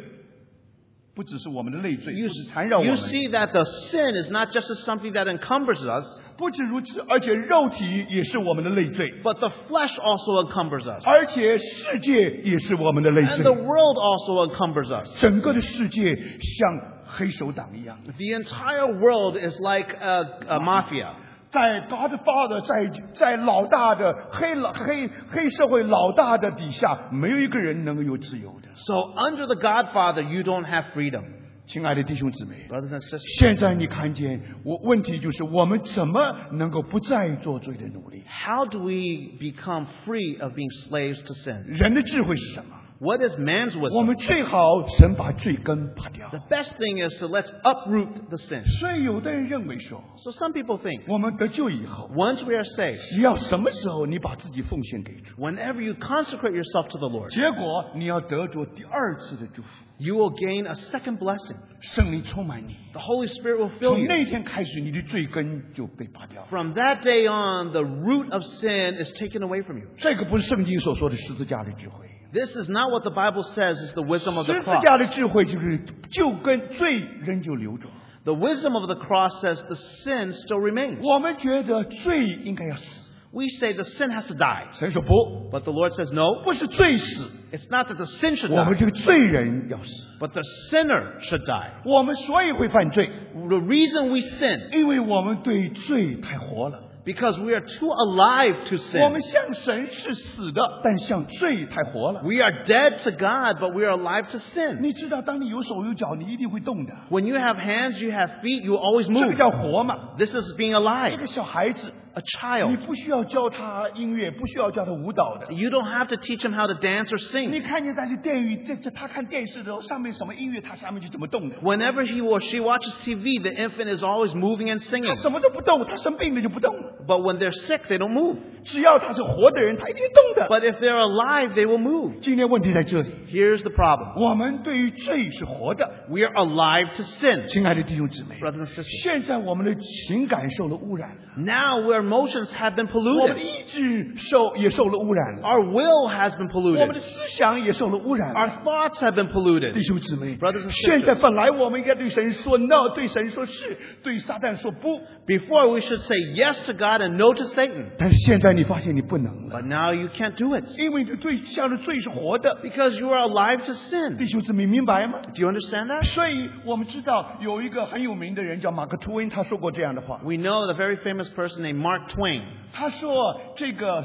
Speaker 1: 不只是我们的累赘，
Speaker 2: You,
Speaker 1: 不只缠绕我
Speaker 2: you
Speaker 1: 们。
Speaker 2: see that the sin is not just something that encumbers us,
Speaker 1: 不止如此，而且肉体也是我们的累赘，
Speaker 2: but the flesh also encumbers us.
Speaker 1: 而且世界也是我们的累
Speaker 2: And the
Speaker 1: 赘。
Speaker 2: world also encumbers us.
Speaker 1: 整个的世界像黑手党一样，
Speaker 2: The entire world is like a, a mafia.
Speaker 1: 在 Godfather 在在老大的黑老黑黑社会老大的底下，没有一个人能够有自由的。
Speaker 2: So under the Godfather, you don't have freedom,
Speaker 1: 亲爱的弟兄姊妹，
Speaker 2: brothers and sisters.
Speaker 1: 现在你看见我问题就是我们怎么能够不再做罪的奴隶？
Speaker 2: How do we become free of being slaves to sin?
Speaker 1: 人的智慧是什么？
Speaker 2: What is man's
Speaker 1: 我
Speaker 2: wisdom?
Speaker 1: 们最好神把罪根拔掉
Speaker 2: The。best thing is to let's uproot the sin.
Speaker 1: 所以有的人认为说，
Speaker 2: So some people think
Speaker 1: 我们得救以后，
Speaker 2: once we are saved,
Speaker 1: 只要什么时候你把自己奉献给主，
Speaker 2: whenever you consecrate yourself to the Lord,
Speaker 1: 结果你要得着第二次的祝福，
Speaker 2: you will gain a second blessing.
Speaker 1: 圣灵充满你。
Speaker 2: The Holy Spirit will fill
Speaker 1: 从
Speaker 2: you.
Speaker 1: 那天开始，你的罪根就被拔掉了。
Speaker 2: From that day on, the root of sin is taken away from you.
Speaker 1: 这个不是圣经所说的十字架的智慧。
Speaker 2: This is not what the Bible says is the wisdom of
Speaker 1: 十
Speaker 2: the
Speaker 1: 字架
Speaker 2: cross.
Speaker 1: 的智慧就是就跟罪仍旧流着。
Speaker 2: The wisdom of the cross says the sin still remains.
Speaker 1: 我们觉得罪应该要死，
Speaker 2: We say the sin has to die.
Speaker 1: 神说不，
Speaker 2: But the Lord says, no,
Speaker 1: 不是罪死，
Speaker 2: it's not that the sin should
Speaker 1: 我
Speaker 2: die,
Speaker 1: 们这个罪人要死。
Speaker 2: but the sinner should die.
Speaker 1: 我们所以会犯罪，
Speaker 2: The reason we sin,
Speaker 1: 因为我们对罪太活了。
Speaker 2: because we are too alive to
Speaker 1: 我们
Speaker 2: sin.
Speaker 1: 向神是死的，但向罪太活了。
Speaker 2: We are dead to God, but we are alive to sin.
Speaker 1: 你知道，当你有手有脚，你一定会动的，
Speaker 2: When you have hands, you have feet, you always
Speaker 1: 这个
Speaker 2: move.
Speaker 1: 叫活嘛。
Speaker 2: This is being
Speaker 1: 这
Speaker 2: alive.
Speaker 1: 个小孩子，
Speaker 2: A
Speaker 1: 你
Speaker 2: child.
Speaker 1: 不需要教他音乐，不需要教他舞蹈的。
Speaker 2: You don't have to teach him how to dance or
Speaker 1: 你
Speaker 2: sing.
Speaker 1: 看见他去电影，这这他看电视的时候，上面什么音乐，他下面就怎么动的。
Speaker 2: Whenever he or she watches TV, the infant is always moving and
Speaker 1: 他
Speaker 2: singing.
Speaker 1: 什么都不动，他生病了就不动了。
Speaker 2: But when they're sick, they don't move.
Speaker 1: 只要他是活的人，他一定动的。
Speaker 2: But if they're alive, they will move.
Speaker 1: 今天问题在这里，
Speaker 2: Here's the problem
Speaker 1: 我们对于罪是活的，
Speaker 2: we are alive to sin,
Speaker 1: 亲爱的弟兄姊妹，
Speaker 2: brothers and sisters.
Speaker 1: 现在我们的情感受了污染了。
Speaker 2: Now our emotions have been
Speaker 1: 我们的
Speaker 2: polluted,
Speaker 1: 意志受也受了污染了，
Speaker 2: our will has been
Speaker 1: 我们
Speaker 2: polluted,
Speaker 1: 的思想也受了污染了。
Speaker 2: our thoughts have been
Speaker 1: 弟
Speaker 2: polluted.
Speaker 1: 兄姊妹
Speaker 2: Brothers and，sisters
Speaker 1: 现在本来我们应该对神说 no，对神说是，对撒旦说不，
Speaker 2: Before we should say yes to God and no to Satan.
Speaker 1: 但是现在你发现你不能了，
Speaker 2: But now you can't do it
Speaker 1: 因为你罪向着罪是活的。
Speaker 2: because you are alive to
Speaker 1: 弟
Speaker 2: sin.
Speaker 1: 兄姊妹，明白吗？
Speaker 2: Do you understand that?
Speaker 1: 所以我们知道有一个很有名的人叫马克吐温，他说过这样的话，
Speaker 2: We know the very famous person named Mark Twain.
Speaker 1: 他说这个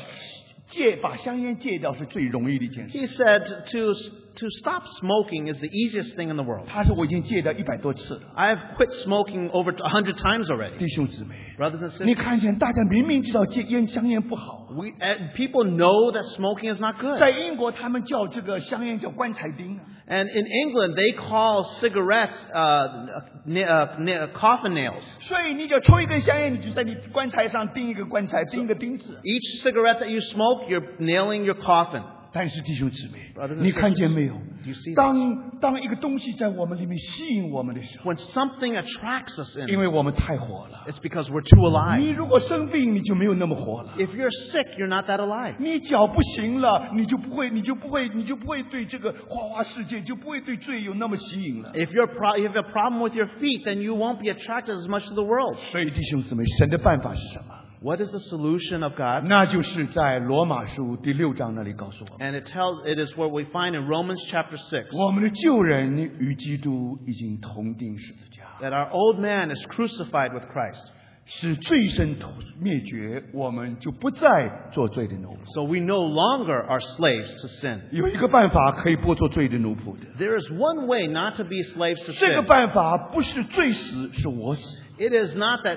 Speaker 1: 戒把香烟戒掉是最容易的一件事。
Speaker 2: He said to, to stop smoking is the easiest thing in the world.
Speaker 1: 他说我已经戒掉一百多次了，
Speaker 2: I have quit smoking over a hundred times already,
Speaker 1: 弟兄姊妹。
Speaker 2: brothers and
Speaker 1: 你
Speaker 2: sisters.
Speaker 1: 看见大家明明知道戒烟香烟不好，
Speaker 2: We, and people know that smoking is not good.
Speaker 1: 在英国，他们叫这个香烟叫棺材钉啊。
Speaker 2: And in England, they call cigarettes uh, n- uh, n- uh, coffin nails.
Speaker 1: 所以你只要抽一根香烟，你就在你棺材上钉一个棺材，钉一个钉子。
Speaker 2: Each cigarette that you smoke, you're nailing your coffin.
Speaker 1: 但是弟兄姊妹
Speaker 2: Brothers，and
Speaker 1: 你看见没有
Speaker 2: you see？this?
Speaker 1: 当当一个东西在我们里面吸引我们的时候，
Speaker 2: When something attracts us
Speaker 1: 因
Speaker 2: in,
Speaker 1: 为我们太活了。
Speaker 2: it's because we're too
Speaker 1: 你
Speaker 2: alive.
Speaker 1: 如果生病，你就没有那么活了。
Speaker 2: If you're sick, you're not that alive.
Speaker 1: 你脚不行了，你就不会，你就不会，你就不会对这个花花世界，就不会对罪有那么吸引了。
Speaker 2: If you're pro- you have a problem with your feet, then you won't be attracted as much to the world.
Speaker 1: 所以弟兄姊妹，神的办法是什么？
Speaker 2: What is the solution of God?
Speaker 1: 那就是在罗马书第六章那里告诉我们。
Speaker 2: And it tells it is what we find in Romans chapter six
Speaker 1: 我们的旧人与基督已经同钉十字架，
Speaker 2: that our old man is crucified with Christ.
Speaker 1: 使罪身灭绝，我们就不再做罪的奴仆。
Speaker 2: So we no longer are slaves to sin.
Speaker 1: 有一个办法可以不做罪的奴仆的，
Speaker 2: There is one way not to be slaves to
Speaker 1: 这个
Speaker 2: sin.
Speaker 1: 办法不是罪死，是我死。
Speaker 2: It is not that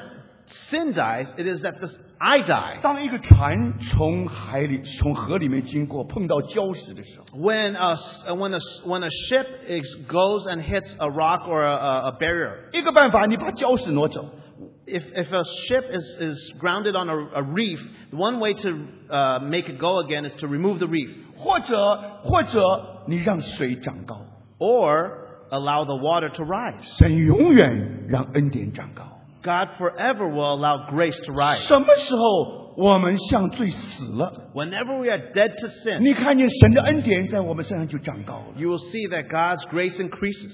Speaker 2: sin dies, it is that the, I die.
Speaker 1: 当一个船从海里、从河里面经过，碰到礁石的时候，
Speaker 2: When a, s- when a, s- when a ship is, goes and hits a rock or a, a a barrier,
Speaker 1: 一个办法，你把礁石挪走，
Speaker 2: If, if a ship is, is grounded on a, a reef, one way to uh, make it go again is to remove the reef
Speaker 1: 或者或者你让水长高，
Speaker 2: or allow the water to rise.
Speaker 1: 神永远让恩典长高。
Speaker 2: God forever will allow grace to rise.
Speaker 1: 什么时候我们向罪死了？
Speaker 2: Whenever we are dead to sin,
Speaker 1: 你看见神的恩典在我们身上就长高了。
Speaker 2: you will see that God's grace increases.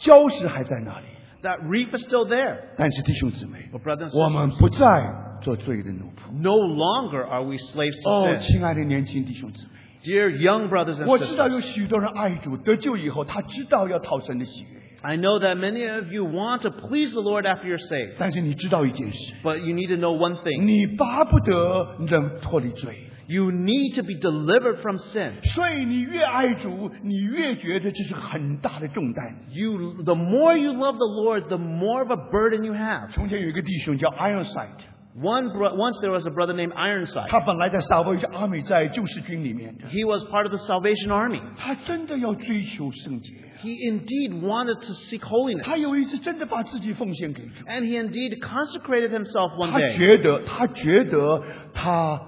Speaker 1: 礁石还在那里。
Speaker 2: That reef is still there.
Speaker 1: 但是弟兄姊妹
Speaker 2: But，brothers and
Speaker 1: 我
Speaker 2: sisters,
Speaker 1: 们不再做罪的奴仆。
Speaker 2: no longer are we slaves to
Speaker 1: 哦，
Speaker 2: sin.
Speaker 1: 亲爱的年轻弟兄姊妹。
Speaker 2: Dear young brothers and
Speaker 1: 我知道
Speaker 2: sisters,
Speaker 1: 有许多人爱主得救以后，他知道要讨神的喜悦，
Speaker 2: I know that many of you want to please the Lord after you're saved,
Speaker 1: 但是你知道一件事，
Speaker 2: but you need to know one thing.
Speaker 1: 你巴不得能脱离罪，
Speaker 2: You need to be delivered from sin.
Speaker 1: 所以你越爱主，你越觉得这是个很大的重担。
Speaker 2: You, the more you love the Lord, the more of a burden you have.
Speaker 1: 从前有一个弟兄叫 Ironside，
Speaker 2: One bro- once there was a brother named Ironside.
Speaker 1: 他本来在 Salvation Army 在救世军里面的，
Speaker 2: He was part of the Salvation Army.
Speaker 1: 他真的要追求圣洁，
Speaker 2: He indeed wanted to seek holiness,
Speaker 1: 他有一次真的把自己奉献给主，
Speaker 2: and he indeed consecrated himself one
Speaker 1: 他
Speaker 2: day.
Speaker 1: 觉得他觉得他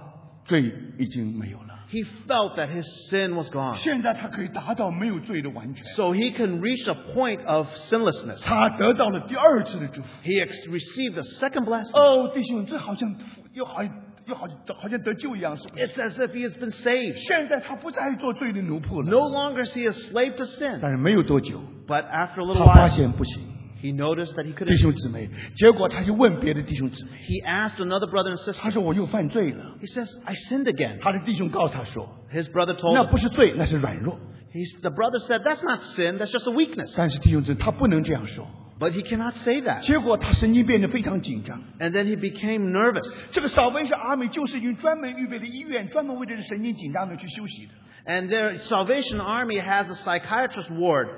Speaker 1: 罪已经没有了，
Speaker 2: He felt that his sin was gone,
Speaker 1: 现在他可以达到没有罪的完全。
Speaker 2: so he can reach a point of sinlessness.
Speaker 1: 他得到了第二次的祝福。
Speaker 2: He ex- received a second blessing.
Speaker 1: 哦，弟兄，这好像又好又好好像得救一样，是不是？
Speaker 2: It's as if he has been saved.
Speaker 1: 现在他不再做罪的奴仆了。
Speaker 2: No longer is he a slave to sin.
Speaker 1: 但是没有多久，
Speaker 2: But after a
Speaker 1: 他
Speaker 2: little
Speaker 1: 发
Speaker 2: while,
Speaker 1: 现不行，
Speaker 2: he noticed that he couldn't.
Speaker 1: 弟兄姊妹。结果他就问别的弟兄姊妹，
Speaker 2: He asked another brother and sister.
Speaker 1: 他说：“我又犯罪了。
Speaker 2: He says, "I sinned again." ”
Speaker 1: 他的弟兄告诉他说
Speaker 2: His brother：“ told
Speaker 1: 那
Speaker 2: him.
Speaker 1: 不是罪，那是软弱。
Speaker 2: He's, the brother said, "That's not sin. That's just a weakness."
Speaker 1: 但是弟兄姊妹，他不能这样说。
Speaker 2: But he cannot say that.
Speaker 1: 结果他神经变得非常紧张。
Speaker 2: And then he became nervous.
Speaker 1: 这个扫温是阿美救世军专门预备的医院，专门为这个神经紧张的去休息的。
Speaker 2: And their Salvation Army has a psychiatrist ward,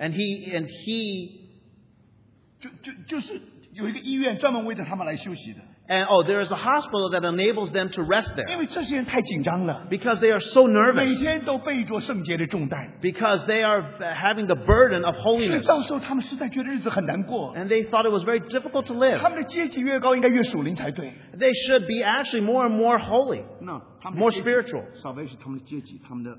Speaker 2: and he and he
Speaker 1: 就就就是有一个医院专门为着他们来休息的，
Speaker 2: and oh, there is a hospital that enables them to rest
Speaker 1: 因
Speaker 2: there
Speaker 1: 为这些人太紧张了，
Speaker 2: because they are so
Speaker 1: 每
Speaker 2: nervous
Speaker 1: 天都背着圣洁的重担，
Speaker 2: because they are having the burden of
Speaker 1: 所以
Speaker 2: holiness,
Speaker 1: 到时候他们实在觉得日子很难过。
Speaker 2: and they thought it was very difficult to live.
Speaker 1: 他们的阶级越高，应该越属灵才对。
Speaker 2: They should be actually more and more holy,
Speaker 1: 那他
Speaker 2: more spiritual.
Speaker 1: 稍微是他们的阶级，他们的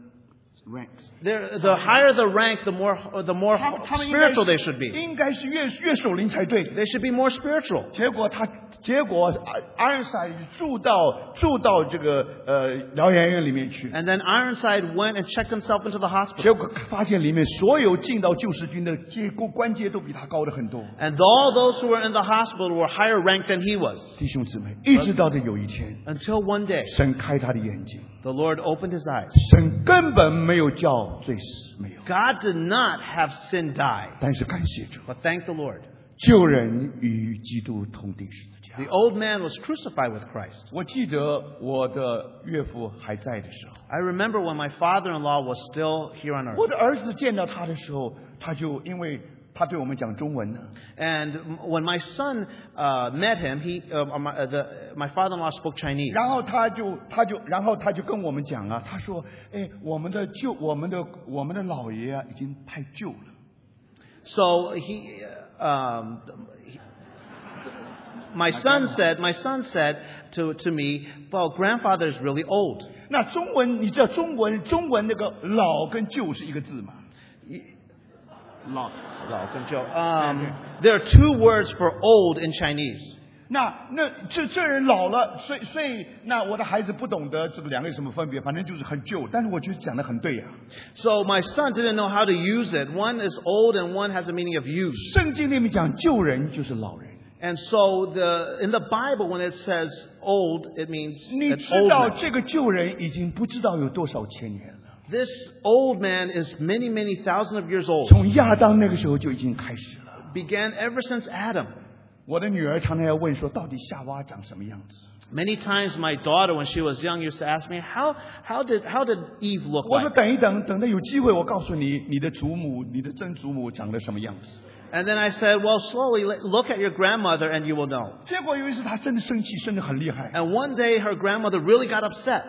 Speaker 1: ranks。
Speaker 2: They're, the higher the rank, the more the more
Speaker 1: 他们他们应该
Speaker 2: spiritual they should be.
Speaker 1: 应该是越越属灵才对。
Speaker 2: They should be more spiritual.
Speaker 1: 结果他结果呃阿尔萨住到住到这个呃疗养院里面去，
Speaker 2: And then Ironside went and checked himself into the hospital.
Speaker 1: 结果发现里面所有进到救世军的阶过关节都比他高的很多。
Speaker 2: And all those who were in the hospital were higher ranked than he was.
Speaker 1: 弟兄姊妹，一直到的有一天，
Speaker 2: Until one day,
Speaker 1: 神开他的眼睛，
Speaker 2: the Lord opened his eyes.
Speaker 1: 神根本没有叫罪死，没有。
Speaker 2: God did not have sin die,
Speaker 1: 但是感谢主，
Speaker 2: but thank the Lord.
Speaker 1: 旧人与基督同钉十字架。
Speaker 2: The old man was crucified with Christ.
Speaker 1: 我记得我的岳父还在的时候，
Speaker 2: I remember when my father in law was still here on earth.
Speaker 1: 我的儿子见到他的时候，他就因为他对我们讲中文呢，
Speaker 2: And m- when my son uh, met him, he, uh, my, uh, the, my father in law spoke Chinese.
Speaker 1: 然后他就他就然后他就跟我们讲啊，他说：“哎，我们的舅我们的我们的老爷啊，已经太旧了。”
Speaker 2: So he, uh, um, he- my son said, my son said to, to me, well, grandfather is really old.
Speaker 1: 那中文你知道中文中文那个老跟旧是一个字吗？老。嗯
Speaker 2: Um, there are two words for old in Chinese.
Speaker 1: 那那这这人老了，所以所以那我的孩子不懂得这个两个有什么分别，反正就是很旧。但是我觉得讲的很对呀、啊
Speaker 2: So my son didn't know how to use it. One is old and one has a meaning of use.
Speaker 1: 圣经里面讲旧人就是老人，
Speaker 2: And so the, in the Bible, when it says old, it means
Speaker 1: 你
Speaker 2: an
Speaker 1: 知
Speaker 2: old
Speaker 1: 道
Speaker 2: man.
Speaker 1: 这个旧人已经不知道有多少千年了，
Speaker 2: This old man is many, many thousands of years old.
Speaker 1: 从亚当那个时候就已经开始了。
Speaker 2: Began ever since Adam.
Speaker 1: 我的女儿常常要问说，到底夏娃长什么样子？
Speaker 2: Many times my daughter, when she was young, used to ask me, how, how, did, how did Eve look
Speaker 1: 我说
Speaker 2: like?
Speaker 1: 等一等，等到有机会我告诉你，你的祖母、你的曾祖母长得什么样子。
Speaker 2: And then I said, well, slowly let- look at your grandmother and you will know.
Speaker 1: 结果有一次她真的生气，生得很厉害。
Speaker 2: And one day her grandmother really got upset.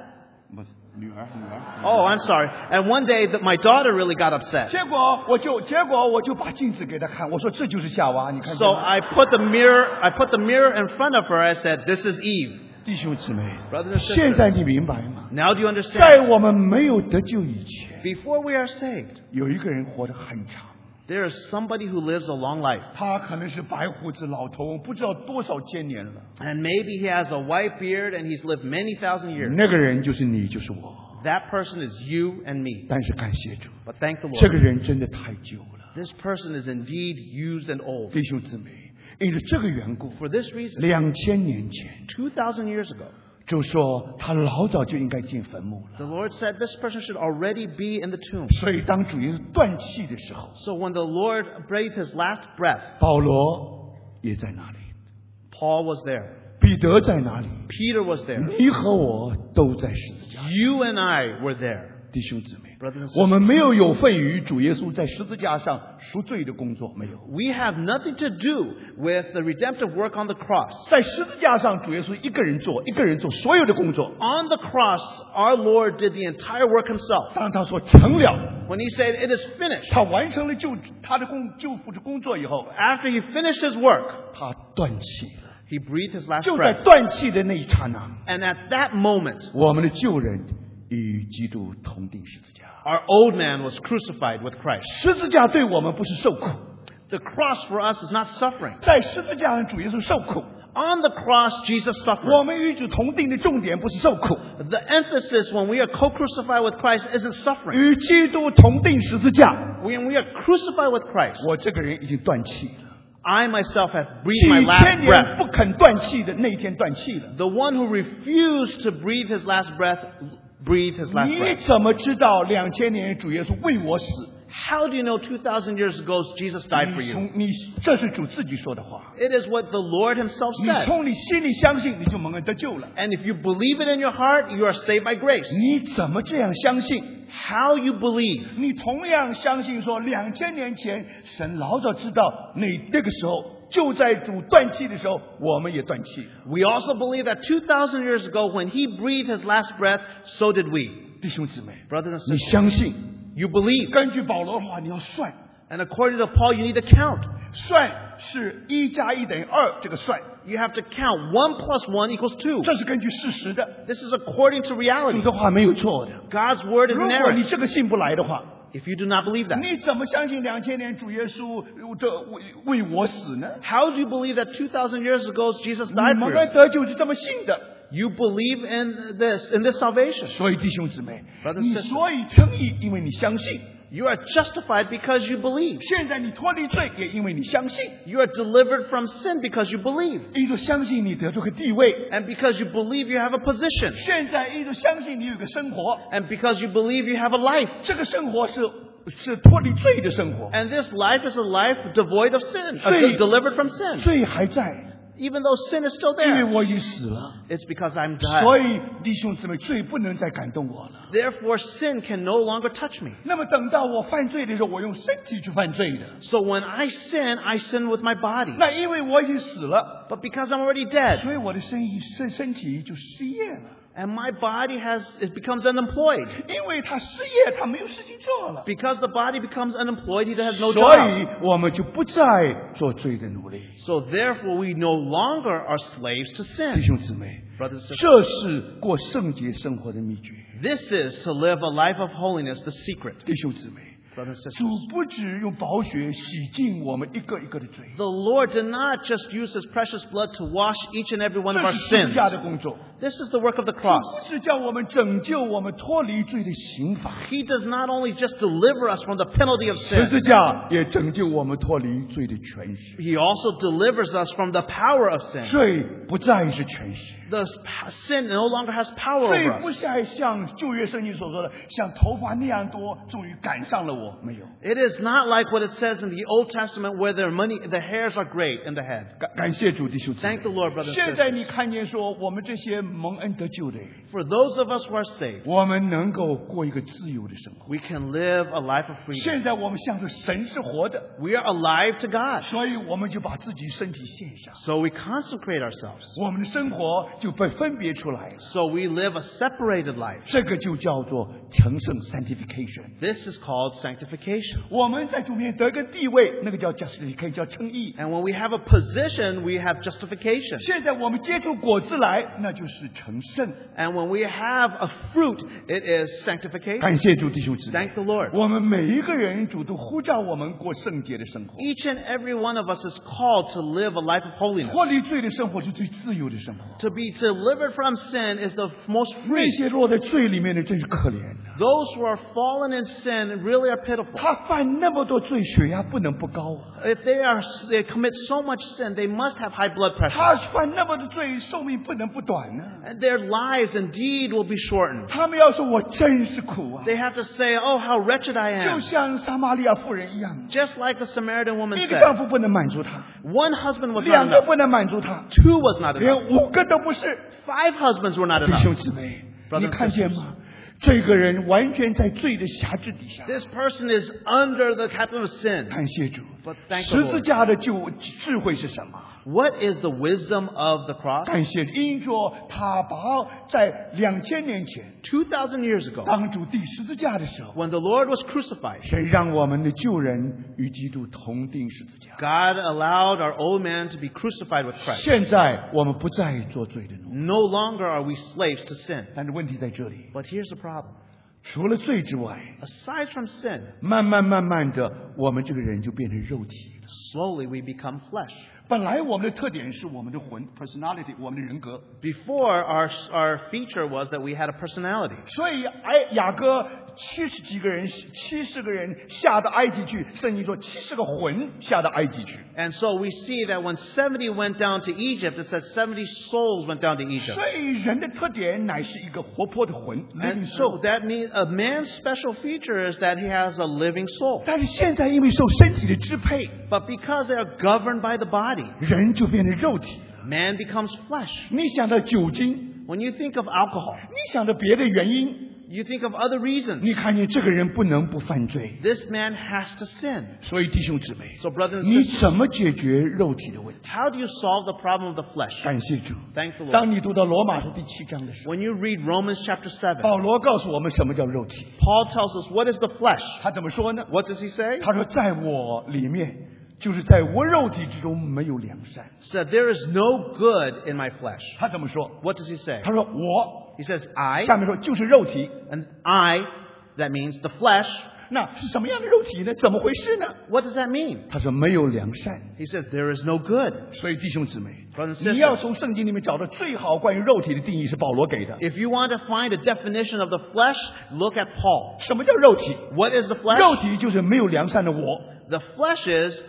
Speaker 1: 不是女儿，女儿。
Speaker 2: Oh, I'm sorry. And one day that my daughter really got upset.
Speaker 1: 哦结果我就结果我就把镜子给她看，我说这就是夏娃，你看
Speaker 2: So
Speaker 1: 见吗。
Speaker 2: I put the mirror I put the mirror in front of her. I said, "This is Eve."
Speaker 1: 弟兄姊妹
Speaker 2: Brothers and，sisters
Speaker 1: 现在你明白吗？
Speaker 2: Now do you understand?
Speaker 1: 在我们没有得救以前，
Speaker 2: Before we are saved,
Speaker 1: 有一个人活得很长，
Speaker 2: there is somebody who lives a long life.
Speaker 1: 他可能是白胡子老头，不知道多少千年了。
Speaker 2: And maybe he has a white beard and he's lived many thousand years.
Speaker 1: 那个人就是你，就是我。
Speaker 2: That person is you and me.
Speaker 1: 但是感谢主，
Speaker 2: But thank the
Speaker 1: 这个
Speaker 2: Lord.
Speaker 1: 人真的太旧了。
Speaker 2: this person is indeed used and old.
Speaker 1: 弟兄姊妹，因着这个缘故，
Speaker 2: For this reason,
Speaker 1: 两千年前
Speaker 2: 2,000 years ago,
Speaker 1: 就说他老早就应该进坟墓了。
Speaker 2: the Lord said this person should already be in the tomb.
Speaker 1: 所以当主耶稣断气的时候，
Speaker 2: So when the Lord breathed his last breath,
Speaker 1: 保罗也在那里，
Speaker 2: Paul was there,
Speaker 1: 彼得在哪里，
Speaker 2: Peter was there,
Speaker 1: 你和我都在十字架。
Speaker 2: you and I were there.
Speaker 1: 弟兄姊妹
Speaker 2: Brothers and，sisters.
Speaker 1: 我们没有有份于主耶稣在十字架上赎罪的工作，没有。
Speaker 2: We have nothing to do with the redemptive work on the cross.
Speaker 1: 在十字架上，主耶稣一个人做，一个人做所有的工作。
Speaker 2: On the cross, our Lord did the entire work himself.
Speaker 1: 当他说成了，
Speaker 2: When he said, It is finished,
Speaker 1: 他完成了救他的工救父的工作以后，
Speaker 2: after he finished his work,
Speaker 1: 他断气了。
Speaker 2: he breathed his last
Speaker 1: 就在
Speaker 2: breath.
Speaker 1: 断气的那一刹那，
Speaker 2: And at that moment,
Speaker 1: 我们的旧人与基督同定十字架。
Speaker 2: our old man was crucified with Christ.
Speaker 1: 十字架对我们不是受苦，
Speaker 2: The cross for us is not suffering.
Speaker 1: 在十字架上主耶稣受苦。
Speaker 2: On the cross, Jesus
Speaker 1: 我
Speaker 2: suffered.
Speaker 1: 们与主同定的重点不是受苦，
Speaker 2: The emphasis when we are co crucified with Christ isn't suffering.
Speaker 1: 与基督同定十字架。
Speaker 2: When we are crucified with Christ,
Speaker 1: 我这个人已经断气了，
Speaker 2: I myself have
Speaker 1: 几
Speaker 2: breathed my
Speaker 1: 千
Speaker 2: last
Speaker 1: 年
Speaker 2: breath.
Speaker 1: 不肯断气的那一天断气了。
Speaker 2: The one who refused to breathe his last breath breathed his last
Speaker 1: 你
Speaker 2: breath.
Speaker 1: 怎么知道两千年主耶稣为我死？
Speaker 2: How do you know 2,000 years ago Jesus died for
Speaker 1: 你
Speaker 2: you?
Speaker 1: 从你这是主自己说的话，
Speaker 2: It is what the Lord Himself
Speaker 1: 你
Speaker 2: said.
Speaker 1: 从你心里相信，你就蒙恩得救了。
Speaker 2: And if you believe it in your heart, you are saved by grace.
Speaker 1: 你怎么这样相信？
Speaker 2: How you believe.
Speaker 1: 你同样相信说，两千年前神老早知道你那个时候就在主断气的时候，我们也断气了。
Speaker 2: We also believe that 2,000 years ago, when He breathed His last breath, so did we.
Speaker 1: 弟兄姊妹，
Speaker 2: Brothers and
Speaker 1: 你
Speaker 2: sisters,
Speaker 1: 相信？
Speaker 2: you believe.
Speaker 1: 根据保罗的话，你要算，
Speaker 2: And according to Paul, you need to count.
Speaker 1: 算是一加一等于二，这个算，
Speaker 2: You have to count. 1 plus 1 equals 2.
Speaker 1: 这是根据事实的。
Speaker 2: This is according to reality.
Speaker 1: 你的话没有错的。
Speaker 2: God's word is
Speaker 1: 如
Speaker 2: an
Speaker 1: 果
Speaker 2: error.
Speaker 1: 你这个信不来的话，
Speaker 2: If you do not believe that,
Speaker 1: 你怎么相信两千年主耶稣呃这为为我死呢？
Speaker 2: how do you believe that 2,000 years ago Jesus
Speaker 1: 你
Speaker 2: died
Speaker 1: 蒙
Speaker 2: for
Speaker 1: 恩
Speaker 2: you?
Speaker 1: 得救是这么信的。
Speaker 2: You believe in this, in this salvation.
Speaker 1: 所以弟兄姊妹
Speaker 2: Brothers and，
Speaker 1: 你
Speaker 2: sisters
Speaker 1: 所以称义，因为你相信；
Speaker 2: You are justified because you believe.
Speaker 1: 现在你脱离罪，也因为你相信。
Speaker 2: You are delivered from sin because you believe.
Speaker 1: 因着相信你得出个地位，
Speaker 2: And because you believe, you have a position.
Speaker 1: 现在因着相信你有个生活，
Speaker 2: And because you believe, you have a life.
Speaker 1: 这个生活是是脱离罪的生活，
Speaker 2: And this life is a life devoid of sin, uh,
Speaker 1: Sin.
Speaker 2: delivered from sin.
Speaker 1: 罪还在，
Speaker 2: Even though sin is still
Speaker 1: 因为
Speaker 2: there,
Speaker 1: 我已经死了。
Speaker 2: it's because I'm dead.
Speaker 1: 所以弟兄姊妹，罪不能再感动我了。
Speaker 2: Therefore, sin can no longer touch me.
Speaker 1: 那么等到我犯罪的时候，我用身体去犯罪的，
Speaker 2: So when I sin, I sin with my body.
Speaker 1: 那因为我已经死了。
Speaker 2: But because I'm already dead,
Speaker 1: 所以我的身体身身体就失业了，
Speaker 2: and my body has it becomes unemployed.
Speaker 1: 因为他失业，他没有事情做了，
Speaker 2: Because the body becomes unemployed, he has no
Speaker 1: 所
Speaker 2: job.
Speaker 1: 以我们就不再做罪的奴隶。
Speaker 2: So therefore, we no longer are slaves to
Speaker 1: 弟
Speaker 2: sin.
Speaker 1: 兄姊妹，
Speaker 2: Brothers and sisters,
Speaker 1: 这是过圣洁生活的秘诀。
Speaker 2: this is to live a life of holiness, the secret.
Speaker 1: 弟兄姊妹，
Speaker 2: Brothers and sisters,
Speaker 1: 主不止用宝血洗净我们一个一个的罪，
Speaker 2: the Lord did not just use his precious blood to wash each and every one of
Speaker 1: 这
Speaker 2: our
Speaker 1: 是十字
Speaker 2: sins.
Speaker 1: 架的工作。
Speaker 2: This is the work of the
Speaker 1: 主
Speaker 2: cross.
Speaker 1: 不是叫我们拯救我们脱离罪的刑罚，
Speaker 2: He does not only just deliver us from the penalty of
Speaker 1: 十
Speaker 2: sin,
Speaker 1: 字架也拯救我们脱离罪的权势。
Speaker 2: he also delivers us from the power of sin.
Speaker 1: 罪不再是权势。
Speaker 2: The s- sin no longer has power
Speaker 1: 罪
Speaker 2: over
Speaker 1: 不
Speaker 2: us.
Speaker 1: 再像旧约圣经所说的，像头发那样多，终于赶上了我。没有，
Speaker 2: It is not like what it says in the Old Testament where their money, the hairs are great in the head.
Speaker 1: 感感谢主弟兄姊妹
Speaker 2: Thank the Lord, brothers and
Speaker 1: 现
Speaker 2: sisters.
Speaker 1: 在你看见说，我们这些蒙恩得救的人，
Speaker 2: For those of us who are saved,
Speaker 1: 我们能够过一个自由的生活。
Speaker 2: we can live a life of freedom.
Speaker 1: 现在我们向着神是活的，
Speaker 2: We are alive to God.
Speaker 1: 所以我们就把自己身体献上，
Speaker 2: So we consecrate ourselves.
Speaker 1: 我们的生活就被分别出来了。
Speaker 2: So we live a separated life.
Speaker 1: 这个就叫做成圣 （sanctification）。
Speaker 2: This is called sanctification.
Speaker 1: 我们在主面得一个地位，那个叫 justification，叫称义。
Speaker 2: And when we have a position, we have justification.
Speaker 1: 现在我们结出果子来，那就是是成圣。
Speaker 2: And when we have a fruit, it is
Speaker 1: 感
Speaker 2: sanctification.
Speaker 1: 谢主弟兄姊妹
Speaker 2: Thank，the Lord.
Speaker 1: 我们每一个人主都呼召我们过圣洁的生活，
Speaker 2: Each and every one of us is called to live a life of
Speaker 1: 脱
Speaker 2: holiness.
Speaker 1: 离罪的生活是最自由的生活。
Speaker 2: To be delivered from sin is the most
Speaker 1: 那
Speaker 2: free.
Speaker 1: 些落在罪里面的真是可怜呐、
Speaker 2: Those who are fallen in sin really are pitiful.
Speaker 1: 他犯那么多罪，血压不能不高啊。
Speaker 2: If they are they commit so much sin, they must have high blood pressure.
Speaker 1: 他犯那么多罪，寿命不能不短呢、
Speaker 2: And their lives indeed will be shortened.
Speaker 1: 他们要说：“我真是苦啊
Speaker 2: They have to say, "Oh, how wretched I！”
Speaker 1: 就
Speaker 2: am."
Speaker 1: 像撒玛利亚妇人一样，
Speaker 2: Just like the Samaritan woman
Speaker 1: 一个
Speaker 2: said,
Speaker 1: 丈夫不能满足她，
Speaker 2: one husband was not
Speaker 1: 两个
Speaker 2: enough,
Speaker 1: 不能满足她，
Speaker 2: two was not
Speaker 1: 连
Speaker 2: enough,
Speaker 1: 五个都不是。
Speaker 2: five husbands were not
Speaker 1: 弟
Speaker 2: enough.
Speaker 1: 兄姊妹，
Speaker 2: Brothers and
Speaker 1: 你看见吗？这个人完全在罪的辖制底下。
Speaker 2: This person is under the captain of sin.
Speaker 1: 感谢主
Speaker 2: But，thank the
Speaker 1: 十
Speaker 2: Lord
Speaker 1: 字架的救智慧是什么？
Speaker 2: What is the wisdom of the cross?
Speaker 1: 感谢，因着他把在两千年前
Speaker 2: Two thousand years ago,
Speaker 1: 当主第十字架的时候，
Speaker 2: when the Lord was crucified,
Speaker 1: 神让我们的旧人与基督同钉十字架。
Speaker 2: God allowed our old man to be crucified with Christ.
Speaker 1: 现在我们不再做罪的奴隶，
Speaker 2: No longer are we slaves to sin.
Speaker 1: 但是问题在这里，
Speaker 2: But here's the problem.
Speaker 1: 除了罪之外，
Speaker 2: Aside from sin,
Speaker 1: 慢慢慢慢的，我们这个人就变成肉体了。
Speaker 2: slowly we become flesh.
Speaker 1: 本来我们的特点是我们的魂 （personality），我们的人格。
Speaker 2: Before, our, our feature was that we had a personality.
Speaker 1: 所以埃雅哥七十几个人，七十个人下到埃及去，圣经说七十个魂下到埃及去。
Speaker 2: And so we see that when 70 went down to Egypt, it says 70 souls went down to Egypt.
Speaker 1: 所以人的特点乃是一个活泼的魂，灵
Speaker 2: And
Speaker 1: 兽
Speaker 2: so。that means a man's special feature is that he has a living soul.
Speaker 1: 但是现在因为受身体的支配，
Speaker 2: But because they are governed by the body,
Speaker 1: 人就变成肉体。
Speaker 2: man becomes flesh.
Speaker 1: 你想到酒精，
Speaker 2: When you think of alcohol,
Speaker 1: 你想到别的原因，
Speaker 2: you think of other reasons.
Speaker 1: 你看见这个人不能不犯罪。
Speaker 2: This man has to sin.
Speaker 1: 所以弟兄姊妹，
Speaker 2: So, brothers and
Speaker 1: 你
Speaker 2: sisters,
Speaker 1: 怎么解决肉体的问题？
Speaker 2: how do you solve the problem of the flesh?
Speaker 1: 感谢主。
Speaker 2: Thank the Lord.
Speaker 1: 当你读到罗马书第七章的时候，
Speaker 2: When you read Romans chapter 7,
Speaker 1: 保罗告诉我们什么叫肉体。
Speaker 2: Paul tells us what is the flesh.
Speaker 1: 他怎么说呢？
Speaker 2: What does he say?
Speaker 1: 他说：“在我里面，就是在我肉体之中没有良善。
Speaker 2: He said, There is no good in my flesh. ”
Speaker 1: 他怎么说？
Speaker 2: What does he say?
Speaker 1: 他说：“我。
Speaker 2: He says, I, ”
Speaker 1: 下面说就是肉体。
Speaker 2: and I, that means the flesh.
Speaker 1: 那是什么样的肉体呢？怎么回事呢？
Speaker 2: What does that mean?
Speaker 1: 他说没有良善。
Speaker 2: He says, There is no good.
Speaker 1: 所以弟兄姊妹
Speaker 2: Brothers and，sisters
Speaker 1: 你要从圣经里面找到最好关于肉体的定义是保罗给的。
Speaker 2: If you want to find a definition of the flesh, look at Paul.
Speaker 1: 什么叫肉体？
Speaker 2: What is the flesh?
Speaker 1: 肉体就是没有良善的我。
Speaker 2: The flesh is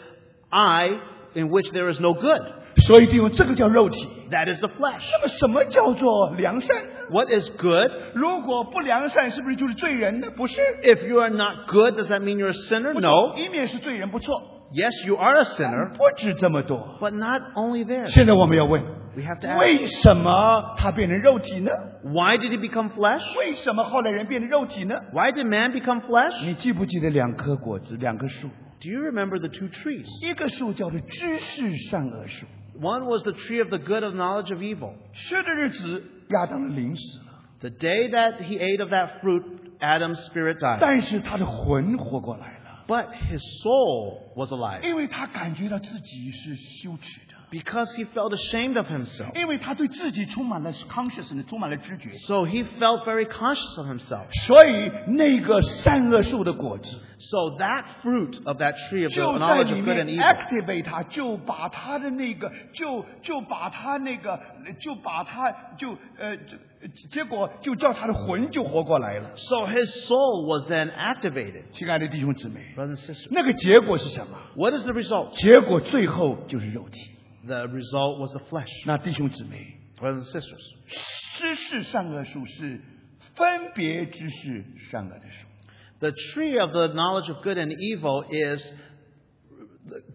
Speaker 2: I, in which there is no good.
Speaker 1: 所以弟兄，这个叫肉体。
Speaker 2: That is the flesh.
Speaker 1: 那么什么叫做良善呢？
Speaker 2: What is good?
Speaker 1: 如果不良善，是不是就是罪人呢？不是。
Speaker 2: If you are not good, does that mean you're a sinner?
Speaker 1: 不
Speaker 2: No.
Speaker 1: 一面是罪人，不错。
Speaker 2: Yes, you are a sinner.
Speaker 1: 不止这么多。
Speaker 2: But not only there.
Speaker 1: 现在我们要问，
Speaker 2: We have to ask,
Speaker 1: 为什么他变成肉体呢？
Speaker 2: why did he become flesh?
Speaker 1: 为什么后来人变成肉体呢？
Speaker 2: Why did man become flesh?
Speaker 1: 你记不记得两颗果子，两棵树？
Speaker 2: Do you remember the two trees?
Speaker 1: 一个树叫做知识善恶树，
Speaker 2: One was the tree of the good of knowledge of evil.
Speaker 1: 吃的日子亚当的灵死了，
Speaker 2: The day that he ate of that fruit, Adam's spirit died.
Speaker 1: 但是他的魂活过来了，
Speaker 2: But his soul was alive
Speaker 1: 因为他感觉到自己是羞耻的，
Speaker 2: because he felt ashamed of himself.
Speaker 1: 因为他对自己充满了 consciousness，充满了知觉，
Speaker 2: So he felt very conscious of himself.
Speaker 1: 所以那个善恶树的果子
Speaker 2: So that fruit of that tree of the
Speaker 1: 就在
Speaker 2: knowledge
Speaker 1: 里
Speaker 2: of good
Speaker 1: 面
Speaker 2: and evil,
Speaker 1: activate 他，就把他的那个，就就把他那个，就把他就呃，就结果就叫他的魂就活过来了。
Speaker 2: so his soul was then activated.
Speaker 1: 亲爱的弟兄姊妹，
Speaker 2: Brothers and sisters,
Speaker 1: 那个结果是什么？
Speaker 2: what is the result?
Speaker 1: 结果最后就是肉体。
Speaker 2: The result was the flesh.
Speaker 1: 那弟兄姊妹，
Speaker 2: Brothers and sisters,
Speaker 1: 知识善恶树是分别知识善恶的树，
Speaker 2: The tree of the knowledge of good and evil is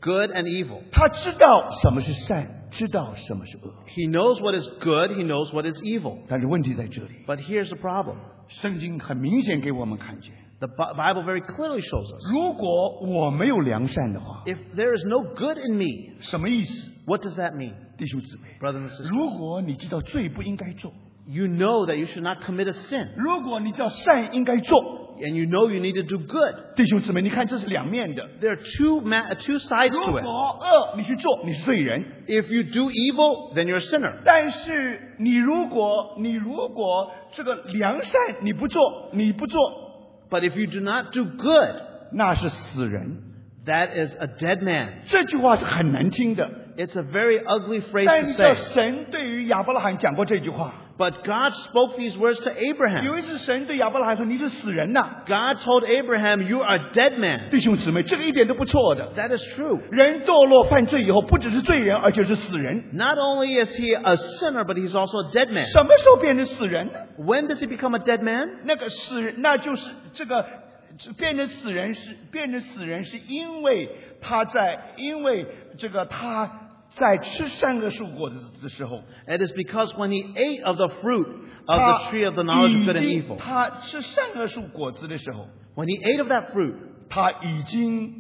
Speaker 2: good and evil.
Speaker 1: 他知道什么是善，知道什么是恶。
Speaker 2: He knows what is good, he knows what is evil.
Speaker 1: 但是问题在这里，
Speaker 2: But here's the problem
Speaker 1: 圣经很明显给我们看见，
Speaker 2: the Bi- Bible very clearly shows us
Speaker 1: 如果我没有良善的话，
Speaker 2: if there is no good in me,
Speaker 1: 什么意思？
Speaker 2: what does that mean,
Speaker 1: 弟兄姊妹，
Speaker 2: brothers and sisters?
Speaker 1: 如果你知道罪不应该做，
Speaker 2: You know that you should not commit a sin.
Speaker 1: 如果你知道善应该做，
Speaker 2: and you know you need to do good.
Speaker 1: 弟兄姊妹，你看这是两面的。
Speaker 2: There are two ma- two sides
Speaker 1: 如
Speaker 2: to
Speaker 1: 果
Speaker 2: it.
Speaker 1: 恶你去做，你是罪人；
Speaker 2: If you do evil, then you're a sinner.
Speaker 1: 但是你如果你如果这个良善你不做，你不做，
Speaker 2: But if you do not do good,
Speaker 1: 那是死人。
Speaker 2: that is a dead man.
Speaker 1: 这句话是很难听的，
Speaker 2: It's a very ugly phrase
Speaker 1: 但
Speaker 2: to
Speaker 1: 是这
Speaker 2: say.
Speaker 1: 神对于亚伯拉罕讲过这句话。
Speaker 2: But God spoke these words to
Speaker 1: 有
Speaker 2: Abraham.
Speaker 1: 一次，神对亚伯拉罕说：“你是死人呐、
Speaker 2: God told Abraham, "You are a dead man."
Speaker 1: 弟兄姊妹，这个一点都不错的。
Speaker 2: That is true.
Speaker 1: 人堕落犯罪以后，不只是罪人，而且是死人。
Speaker 2: Not only is he a sinner, but he's also a dead man.
Speaker 1: 什么时候变成死人呢？
Speaker 2: When does he become a dead man?
Speaker 1: 那个死人，那就是这个这变成死人是变成死人，是因为他在因为这个他在吃善恶树果子的时候，
Speaker 2: It is because when he ate of the fruit of
Speaker 1: 他
Speaker 2: the tree of the knowledge of
Speaker 1: 已
Speaker 2: good and
Speaker 1: 经
Speaker 2: evil,
Speaker 1: 他吃善恶树果子的时候，
Speaker 2: when he ate of that fruit,
Speaker 1: 他已经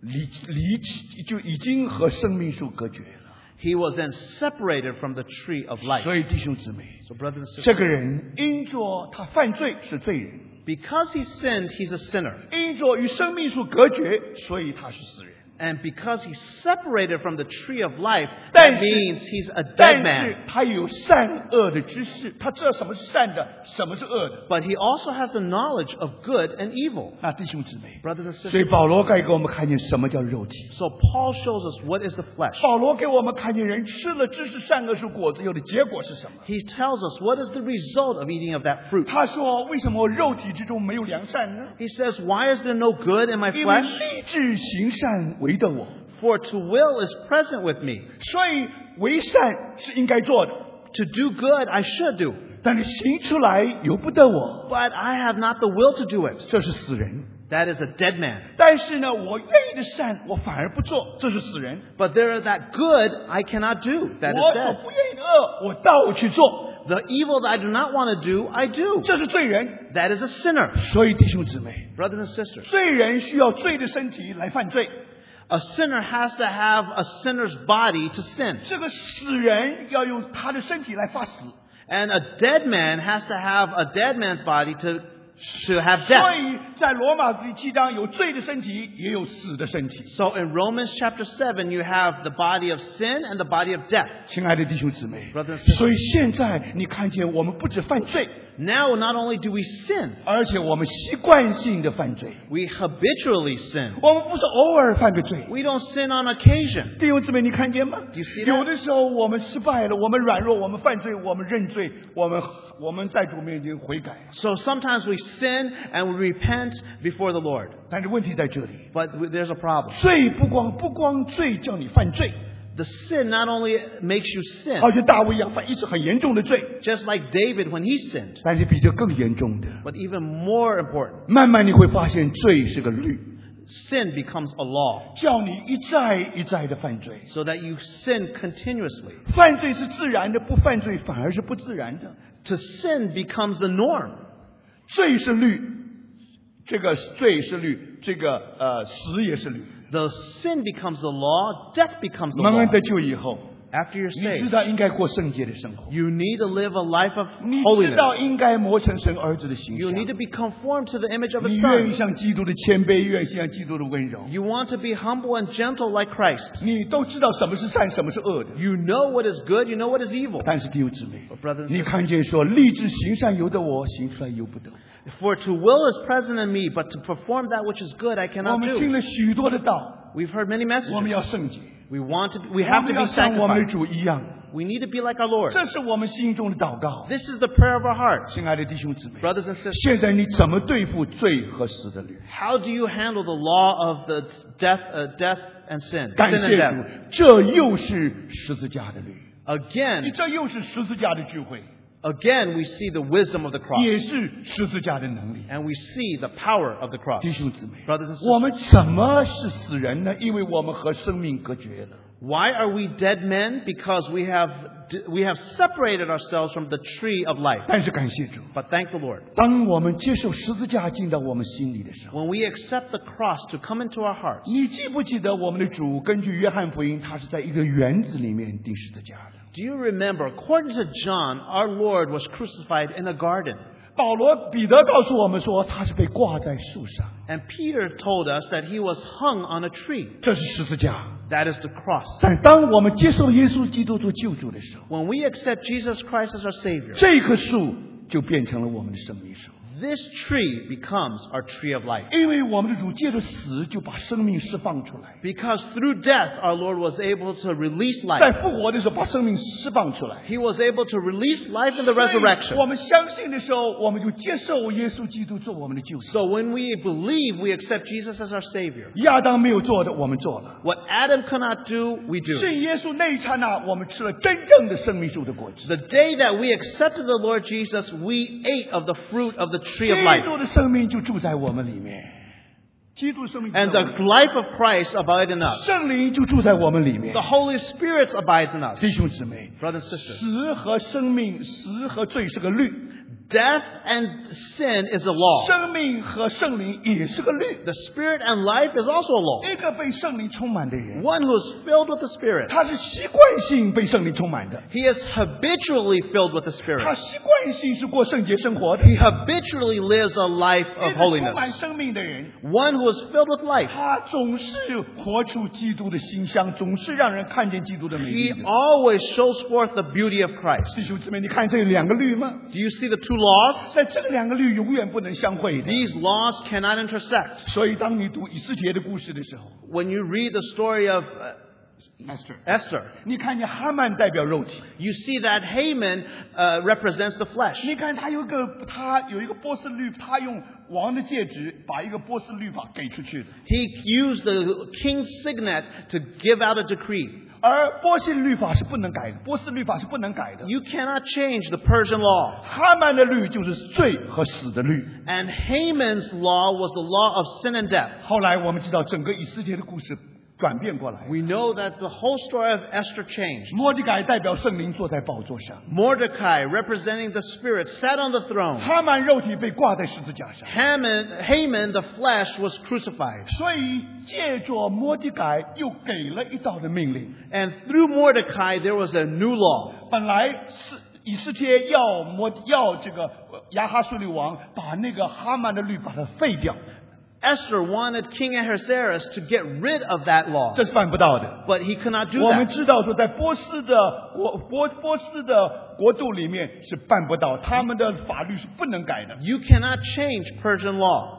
Speaker 1: 离离弃就已经和生命树隔绝了。
Speaker 2: he was then separated from the tree of life.
Speaker 1: 所以弟兄姊妹，
Speaker 2: So, brothers and
Speaker 1: 这
Speaker 2: sisters,
Speaker 1: 个人因着他犯罪是罪人，
Speaker 2: because he sinned, he's a sinner.
Speaker 1: 因着与生命树隔绝，所以他是死人。
Speaker 2: And because he's separated from the tree of life,
Speaker 1: 但
Speaker 2: that
Speaker 1: 是
Speaker 2: means he's a
Speaker 1: 但
Speaker 2: dead
Speaker 1: 是
Speaker 2: man.
Speaker 1: 他有善恶的知识，他知道什么是善的，什么是恶的。
Speaker 2: But he also has the knowledge of good and evil.
Speaker 1: 那弟兄姊妹，
Speaker 2: Brothers and
Speaker 1: 所以
Speaker 2: sisters,
Speaker 1: 保罗该给我们看见什么叫肉体。
Speaker 2: so Paul shows us what is the flesh.
Speaker 1: 保罗给我们看见人吃了知识善恶树果子，有的结果是什么？
Speaker 2: He tells us what is the result of eating of that fruit.
Speaker 1: 他说：“为什么我肉体之中没有良善呢？
Speaker 2: He says, Why is there no good in my
Speaker 1: 因为
Speaker 2: flesh?
Speaker 1: 立志行善为的我，
Speaker 2: For to will is present with me.
Speaker 1: 所以为善是应该做的，
Speaker 2: To do good I should do,
Speaker 1: 但是行出来由不得我，
Speaker 2: but I have not the will to do it.
Speaker 1: 这是死人。
Speaker 2: That is a dead man.
Speaker 1: 但是呢，我愿意的善，我反而不做，这是死人。
Speaker 2: But there is that good I cannot do. That
Speaker 1: 我
Speaker 2: is
Speaker 1: 所
Speaker 2: dead.
Speaker 1: 不愿意的恶，我倒去做，
Speaker 2: The evil that I do not want to do, I do.
Speaker 1: 这是罪人。
Speaker 2: That is a sinner.
Speaker 1: 所以弟兄姊妹，
Speaker 2: Brothers and sisters,
Speaker 1: 罪人需要罪的身体来犯罪，
Speaker 2: a sinner has to have a sinner's body to sin.
Speaker 1: 这个死人要用他的身体来发死。
Speaker 2: And a dead man has to have a dead man's body to, to have
Speaker 1: 所
Speaker 2: death.
Speaker 1: 以在罗马第七章，有罪的身体，也有死的身体。
Speaker 2: So in Romans chapter 7, you have the body of sin and the body of death.
Speaker 1: 亲爱的弟兄姊妹
Speaker 2: Brothers and sisters
Speaker 1: 所以现在你看见我们不止犯罪，
Speaker 2: Now, not only do we sin,
Speaker 1: 而且我们习惯性的犯罪，
Speaker 2: we habitually sin.
Speaker 1: 我们不是偶尔犯个罪。
Speaker 2: We don't sin on occasion.
Speaker 1: 弟兄姊妹，你看见吗
Speaker 2: Do you see？that?
Speaker 1: 有的时候我们失败了，我们软弱，我们犯罪，我们认罪，我们我们在主面前悔改。
Speaker 2: So sometimes we sin and we repent before the Lord.
Speaker 1: 但是问题在这里，
Speaker 2: But w- there's a problem.
Speaker 1: 罪不光不光罪叫你犯罪，
Speaker 2: The sin not only makes you sin,
Speaker 1: 而且大卫一样犯一次很严重的罪，
Speaker 2: just like David when he sinned,
Speaker 1: 但是比这更严重的，
Speaker 2: but even more important,
Speaker 1: 慢慢你会发现罪是个律，
Speaker 2: sin becomes a law,
Speaker 1: 叫你一再一再的犯罪。
Speaker 2: so that you sin continuously.
Speaker 1: 犯罪是自然的，不犯罪反而是不自然的。
Speaker 2: To sin becomes the norm.
Speaker 1: 罪是律，这个罪是律，这个呃死也是律。
Speaker 2: The sin becomes the law, death becomes the
Speaker 1: 慢
Speaker 2: law.
Speaker 1: 慢得救以后，
Speaker 2: After you're
Speaker 1: 你知
Speaker 2: saved,
Speaker 1: 道应该过圣洁的生活，
Speaker 2: you need to live a life of
Speaker 1: 你知
Speaker 2: holiness.
Speaker 1: 道应该磨成神儿子的形
Speaker 2: You
Speaker 1: 象
Speaker 2: need。to be conformed to the image of a
Speaker 1: 你愿
Speaker 2: son.
Speaker 1: 意像基督的谦卑，愿意像基督的温柔。
Speaker 2: You want to be humble and gentle like Christ.
Speaker 1: 你都知道什么是善，什么是恶的。
Speaker 2: You know what is good, you know what is evil.
Speaker 1: 但是弟兄姊妹
Speaker 2: But，brothers and
Speaker 1: 你
Speaker 2: sisters,
Speaker 1: 看见说立志行善由得我，行出来由不得。
Speaker 2: for to will is present in me, but to perform that which is good I
Speaker 1: 我
Speaker 2: cannot
Speaker 1: 们听
Speaker 2: do.
Speaker 1: 了许多的道，
Speaker 2: We've heard many
Speaker 1: 我
Speaker 2: messages.
Speaker 1: 们要圣洁，
Speaker 2: We want to we
Speaker 1: 我
Speaker 2: have
Speaker 1: 们
Speaker 2: to be
Speaker 1: 要像我们
Speaker 2: sanctified.
Speaker 1: 的主一样。
Speaker 2: We need to be like our Lord.
Speaker 1: 这是我们心中的祷告。
Speaker 2: This is the prayer of our heart.
Speaker 1: 亲爱的弟兄姊妹，
Speaker 2: Brothers and sisters,
Speaker 1: 现在你怎么对付罪和死的律？
Speaker 2: how do you handle the law of the death uh, death and sin?
Speaker 1: 感
Speaker 2: Sin
Speaker 1: 谢
Speaker 2: and death.
Speaker 1: 主，这又是十字架的律，你
Speaker 2: Again,
Speaker 1: 这又是十字架的聚会，
Speaker 2: again we see the wisdom of the cross
Speaker 1: 也是十字架的能力。
Speaker 2: and we see the power of the cross.
Speaker 1: 弟兄姊妹，
Speaker 2: Brothers and sisters,
Speaker 1: 我们怎么是死人呢？因为我们和生命隔绝了。
Speaker 2: Why are we dead men? Because we have, we have separated ourselves from the tree of life.
Speaker 1: 但是感谢主，
Speaker 2: But thank the Lord.
Speaker 1: 当我们接受十字架进到我们心里的时候，
Speaker 2: When we accept the cross to come into our hearts,
Speaker 1: 你记不记得我们的主根据约翰福音，他是在一个园子里面钉十字架的。
Speaker 2: do you remember, according to John, our Lord was crucified in a garden.
Speaker 1: 保罗、彼得告诉我们说，他是被挂在树上，
Speaker 2: And Peter told us that he was hung on a tree.
Speaker 1: 这是十字架。
Speaker 2: That is the cross.
Speaker 1: 但当我们接受耶稣基督做救主的时候，
Speaker 2: When we accept Jesus Christ as our Savior,
Speaker 1: 这棵树就变成了我们的生命树，
Speaker 2: this tree becomes our tree of life.
Speaker 1: 因为我们的主借着死就把生命释放出来，
Speaker 2: Because through death, our Lord was able to release
Speaker 1: 在
Speaker 2: life.
Speaker 1: 复活的时候把生命释放出来。
Speaker 2: He was able to release life in the resurrection.
Speaker 1: 我们相信的时候，我们就接受耶稣基督做我们的救主。
Speaker 2: So when we believe, we accept Jesus as our Savior.
Speaker 1: 亚当没有做的，我们做了。
Speaker 2: What Adam could not do, we do.
Speaker 1: 信耶稣那一刹那，我们吃了真正的生命树的果子。
Speaker 2: The day that we accepted the Lord Jesus, we ate of the fruit of the
Speaker 1: 基
Speaker 2: tree of life.
Speaker 1: 督的生命就住在我们里面，基督生命就
Speaker 2: And
Speaker 1: 在我们
Speaker 2: the life of Christ abided in us.
Speaker 1: 圣灵就住在我们里面
Speaker 2: The。Holy Spirit abides in us.
Speaker 1: 弟兄姊妹，
Speaker 2: Brothers and sisters,
Speaker 1: 死和生命，死和罪是个律，
Speaker 2: death and sin is a law.
Speaker 1: 生命和圣灵也是个律。
Speaker 2: The Spirit and life is also a law.
Speaker 1: 一个被圣灵充满的人，
Speaker 2: One who is filled with the Spirit,
Speaker 1: 他是习惯性被圣灵充满的，
Speaker 2: he is habitually filled with the Spirit.
Speaker 1: 他习惯性是过圣洁生活的。
Speaker 2: He habitually lives a life
Speaker 1: 一
Speaker 2: of
Speaker 1: 个充
Speaker 2: holiness.
Speaker 1: 满生命的人，
Speaker 2: One who is filled with life.
Speaker 1: 他总是活出基督的馨香，总是让人看见基督的美丽
Speaker 2: He
Speaker 1: 的。
Speaker 2: always shows forth the beauty of Christ.
Speaker 1: 弟兄姊妹，你看这两个律吗？
Speaker 2: Do you see the two laws?
Speaker 1: 在这两个律永远不能相会的。
Speaker 2: These laws cannot intersect.
Speaker 1: 所以，当你读以斯帖的故事的时候，
Speaker 2: When you read the story of uh, Esther,
Speaker 1: 你看见哈曼代表肉体，
Speaker 2: you see that Haman uh, represents the flesh.
Speaker 1: 你看他有一个他有一个波斯律，他用王的戒指把一个波斯律法给出去的，
Speaker 2: He used the king's signet to give out a decree.
Speaker 1: 而波斯律法是不能改的，波斯律法是不能改的。
Speaker 2: You cannot change the Persian law.
Speaker 1: 哈曼的律就是罪和死的律。
Speaker 2: And Haman's law was the law of sin and death.
Speaker 1: 后来我们知道，整个以斯帖的故事转变过来，
Speaker 2: We know that the whole story of Esther changed.
Speaker 1: 摩迪改代表圣灵坐在宝座上，
Speaker 2: Mordecai, representing the Spirit, sat on the throne.
Speaker 1: 哈曼肉体被挂在十字架上。
Speaker 2: Haman, Haman, the flesh, was crucified.
Speaker 1: 所以借着摩迪改又给了一道的命令，
Speaker 2: And through Mordecai, there was a new law.
Speaker 1: 本来是以斯帖要摩要这个呃亚哈苏利王把那个哈曼的律把它废掉，
Speaker 2: Esther wanted King Ahasuerus to get rid of that law,
Speaker 1: 这是办不到的。
Speaker 2: but he could not do
Speaker 1: 我们
Speaker 2: that.
Speaker 1: 知道说，在波斯的国波波斯的国度里面是办不到，他们的法律是不能改的。
Speaker 2: You cannot change Persian law.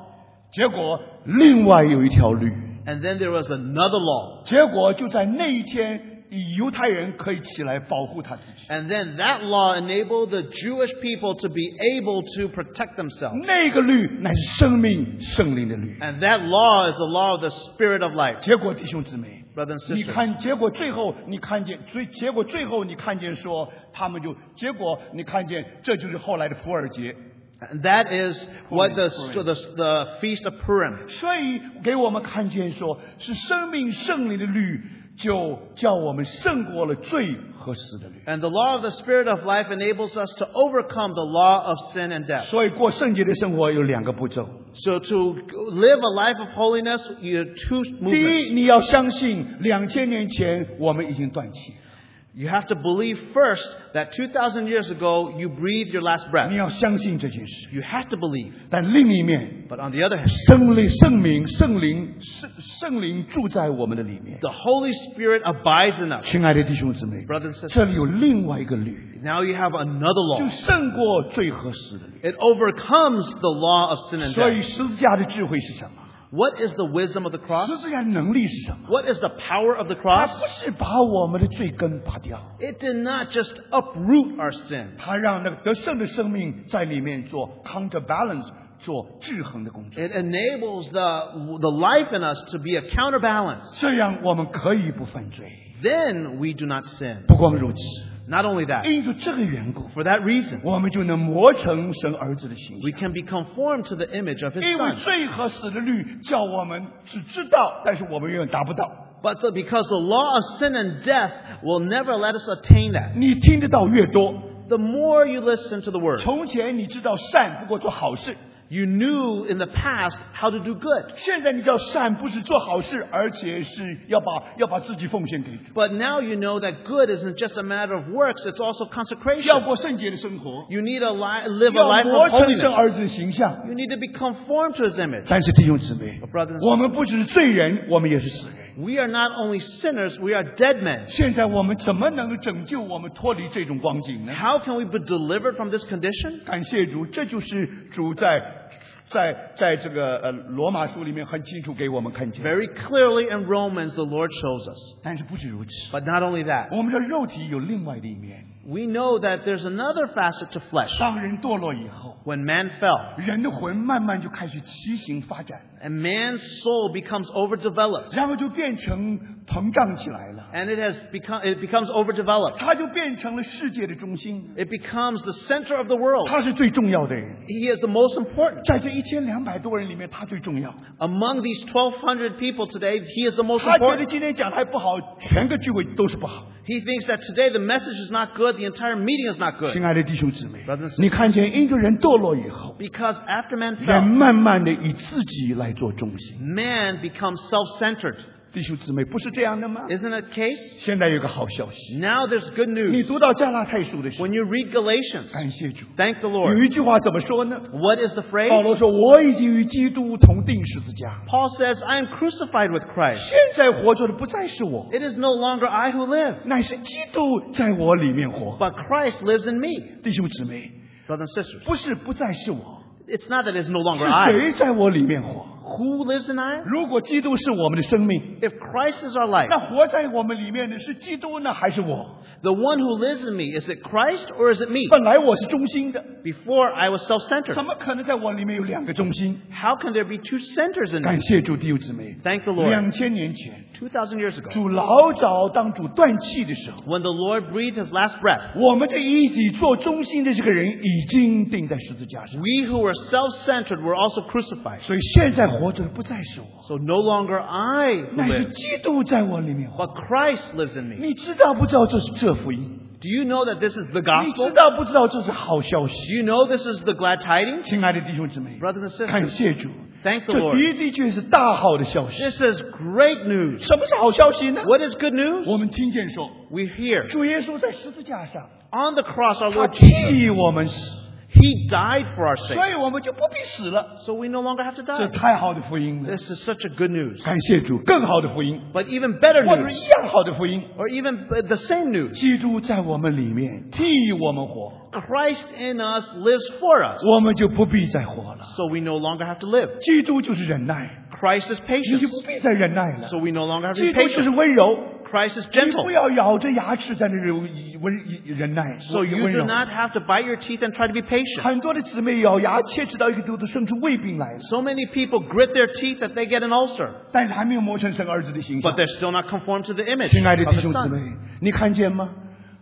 Speaker 1: 结果另外有一条律，
Speaker 2: And then there was another law.
Speaker 1: 结果就在那一天，以犹太人可以起来保护他自己。
Speaker 2: And then that law enabled the Jewish people to be able to protect themselves.
Speaker 1: 那个律乃是生命圣灵的律。
Speaker 2: And that law is the law of the spirit of life.
Speaker 1: 结果弟兄姊妹，
Speaker 2: Brothers and
Speaker 1: 你
Speaker 2: sisters,
Speaker 1: 看，结果最后你看见，最结果最后你看见说，他们就结果你看见，这就是后来的普尔节。
Speaker 2: And that is what the,
Speaker 1: Purim.
Speaker 2: the, the feast of Purim
Speaker 1: 所以给我们看见说，是生命圣灵的律，就叫我们胜过了罪和死的律。
Speaker 2: And the law of the Spirit of life enables us to overcome the law of sin and death.
Speaker 1: 所以过圣洁的生活有两个步骤：
Speaker 2: So to live a life of holiness, you have two
Speaker 1: 第
Speaker 2: movements.
Speaker 1: 一，你要相信两千年前我们已经断气；
Speaker 2: You have to believe first that 2,000 years ago you breathed your last
Speaker 1: 你
Speaker 2: breath.
Speaker 1: 要相信这件事。
Speaker 2: You have to believe.
Speaker 1: 但另一面，
Speaker 2: But on the other hand,
Speaker 1: 圣灵、圣灵、圣灵、圣圣灵住在我们的里面。
Speaker 2: the Holy Spirit abides in us.
Speaker 1: 亲爱的弟兄姊妹，
Speaker 2: Brothers and
Speaker 1: 这
Speaker 2: sisters,
Speaker 1: 里有另外一个律，
Speaker 2: now you have another law.
Speaker 1: 就胜过罪和死的律。
Speaker 2: It overcomes the law of sin and
Speaker 1: 所以
Speaker 2: death.
Speaker 1: 十字架的智慧是什么？
Speaker 2: What is the wisdom of the
Speaker 1: 十
Speaker 2: cross?
Speaker 1: 字架的能力是什么？
Speaker 2: What is the power of the
Speaker 1: 它
Speaker 2: cross?
Speaker 1: 不是把我们的罪根拔掉，
Speaker 2: It did not just uproot our sin.
Speaker 1: 它让那个得胜的生命在里面做 counterbalance，做制衡的工作。
Speaker 2: It enables the, the life in us to be a counterbalance.
Speaker 1: 这样我们可以不犯罪。
Speaker 2: Then we do not sin.
Speaker 1: 不光如此，
Speaker 2: Not only that,
Speaker 1: 因着这个缘故，
Speaker 2: for that reason,
Speaker 1: 我们就能磨成神儿子的形
Speaker 2: we
Speaker 1: 象。
Speaker 2: can be conformed to the image of His
Speaker 1: 因为
Speaker 2: Son.
Speaker 1: 罪和死的律叫我们只知道，但是我们永远达不到。
Speaker 2: But the, because the law of sin and death will never let us attain that.
Speaker 1: 你听得到越多，
Speaker 2: The more you listen to the Word,
Speaker 1: 从前你知道善不过做好事，
Speaker 2: You knew in the past how to do good.
Speaker 1: 现在你叫善，不是做好事，而且是要把要把自己奉献给主，
Speaker 2: But now you know that good isn't just a matter of works, it's also consecration.
Speaker 1: 要过圣洁的生活，
Speaker 2: You need to li- live a
Speaker 1: 要
Speaker 2: life
Speaker 1: 活
Speaker 2: of
Speaker 1: 成神
Speaker 2: holiness.
Speaker 1: 儿子的形象。
Speaker 2: You need to be conformed to his image.
Speaker 1: 但是弟兄姊妹
Speaker 2: But，brothers and
Speaker 1: 我们不只是罪人，我们也是死人。
Speaker 2: We are not only sinners, we are dead men.
Speaker 1: 现在我们怎么能够拯救我们脱离这种光景呢？
Speaker 2: How can we be delivered from this condition?
Speaker 1: 感谢主，这就是主在在在这个呃罗马书里面很清楚给我们看见。
Speaker 2: Very clearly in Romans, the Lord shows us.
Speaker 1: 但是不止如此，
Speaker 2: But not only that,
Speaker 1: 我们的肉体有另外的一面。
Speaker 2: we know that there's another facet to flesh.
Speaker 1: 当人堕落以后，
Speaker 2: When man fell,
Speaker 1: 人的魂慢慢就开始畸形发展，
Speaker 2: and man's soul becomes overdeveloped,
Speaker 1: 然后就变成膨胀起来了，
Speaker 2: and it has become it becomes overdeveloped.
Speaker 1: 他就变成了世界的中心，
Speaker 2: It becomes the center of the world.
Speaker 1: 他是最重要的人。
Speaker 2: He is the most important.
Speaker 1: 在这一千两百多人里面，他最重要。
Speaker 2: Among these 1,200 people today, he is the most
Speaker 1: 他觉得
Speaker 2: important.
Speaker 1: 今天讲的还不好，全个聚会都是不好。
Speaker 2: He thinks that today the message is not good, the entire meeting is not good.
Speaker 1: 亲爱的弟兄姊妹
Speaker 2: Brothers and，sisters
Speaker 1: 你看见一个人堕落以后，
Speaker 2: Because after man
Speaker 1: 人
Speaker 2: fell,
Speaker 1: 慢慢的以自己来做中心。
Speaker 2: man becomes self centered.
Speaker 1: 弟兄姊妹，不是这样的吗？
Speaker 2: Isn't that the case?
Speaker 1: 现在有个好消息，
Speaker 2: Now there's good
Speaker 1: 你
Speaker 2: news.
Speaker 1: 读到加拉太书的时候，
Speaker 2: When you read Galatians,
Speaker 1: 感谢主。
Speaker 2: thank the
Speaker 1: 有
Speaker 2: Lord.
Speaker 1: 一句话怎么说呢？
Speaker 2: What is the
Speaker 1: 保罗
Speaker 2: phrase?
Speaker 1: 说：“我已经与基督同定十字架，
Speaker 2: Paul says, I am crucified with Christ.
Speaker 1: 现在活着的不再是我，
Speaker 2: It is no longer I who live,
Speaker 1: 乃是基督在我里面活。
Speaker 2: but Christ lives in me. ”
Speaker 1: 弟兄姊妹，
Speaker 2: Brothers and sisters,
Speaker 1: 不是不再是我，
Speaker 2: it's not that it's no
Speaker 1: 是
Speaker 2: longer I.
Speaker 1: 谁在我里面活？
Speaker 2: Who lives in I?
Speaker 1: 如果基督是我们的生命，
Speaker 2: If Christ is our life,
Speaker 1: 那活在我们里面的是基督呢，还是我？
Speaker 2: the one who lives in me, is it Christ or is it me?
Speaker 1: 本来我是中心的，
Speaker 2: Before I was self centered.
Speaker 1: 怎么可能在我里面有两个中心？
Speaker 2: How can there be two centers in me?
Speaker 1: 感谢主，弟兄姊妹。
Speaker 2: Thank the 嗯 Lord.
Speaker 1: 两千年前，
Speaker 2: 2,000 years ago,
Speaker 1: 主老早当主断气的时候，
Speaker 2: when the Lord breathed his last breath,
Speaker 1: 我们这一起做中心的这个人已经钉在十字架上。
Speaker 2: we who were self centered were also crucified.
Speaker 1: 所以现在活着的不再是我，
Speaker 2: So no longer I who
Speaker 1: 乃是
Speaker 2: live,
Speaker 1: 基督在我里面活。
Speaker 2: but Christ lives in me.
Speaker 1: 你知道不知道这是这福音？
Speaker 2: Do you know that this is the
Speaker 1: 你
Speaker 2: gospel?
Speaker 1: 知道不知道这是好消息？
Speaker 2: Do you know this is the glad tidings?
Speaker 1: 亲爱的弟兄姊妹，
Speaker 2: Brothers and
Speaker 1: 感
Speaker 2: sisters,
Speaker 1: 谢主，
Speaker 2: thank the
Speaker 1: 这
Speaker 2: Lord.
Speaker 1: 的的确是大好的消息。
Speaker 2: This is great news.
Speaker 1: 什么是好消息呢？
Speaker 2: What is good news?
Speaker 1: 我们听见说，
Speaker 2: We hear
Speaker 1: 主耶稣在十字架上，
Speaker 2: on the cross our
Speaker 1: 他
Speaker 2: Lord Jesus,
Speaker 1: 替我们死，
Speaker 2: He died for our
Speaker 1: 所
Speaker 2: sake.
Speaker 1: 以我们就不必死了。
Speaker 2: So we no longer have to
Speaker 1: 这
Speaker 2: die.
Speaker 1: 太好的福音了！
Speaker 2: This is such a good news.
Speaker 1: 感谢主，更好的福音，
Speaker 2: But even better
Speaker 1: 或者
Speaker 2: news,
Speaker 1: 一样好的福音，
Speaker 2: or even b- the same news,
Speaker 1: 基督在我们里面替我们活，
Speaker 2: Christ in us lives for us.
Speaker 1: 我们就不必再活了。
Speaker 2: So we no longer have to live.
Speaker 1: 基督就是忍耐，
Speaker 2: Christ is
Speaker 1: 你
Speaker 2: patient.
Speaker 1: 就不必再忍耐了
Speaker 2: So。we no longer have to
Speaker 1: 基
Speaker 2: be
Speaker 1: 督就是
Speaker 2: patient.
Speaker 1: 温柔，
Speaker 2: Christ is
Speaker 1: 你不
Speaker 2: gentle.
Speaker 1: 要咬着牙齿在那里温忍耐，
Speaker 2: So you
Speaker 1: 温
Speaker 2: do
Speaker 1: 柔。
Speaker 2: not have to bite your teeth and try to be patient.
Speaker 1: 很多的姊妹咬牙切齿到一个地步，都生出胃病来了，
Speaker 2: So many people grit their teeth that they get an ulcer,
Speaker 1: 但是还没有磨成神儿子的形象
Speaker 2: but。they're still not conformed to the image
Speaker 1: 亲爱的
Speaker 2: of the
Speaker 1: 弟兄姊
Speaker 2: Son.
Speaker 1: 妹，你看见吗？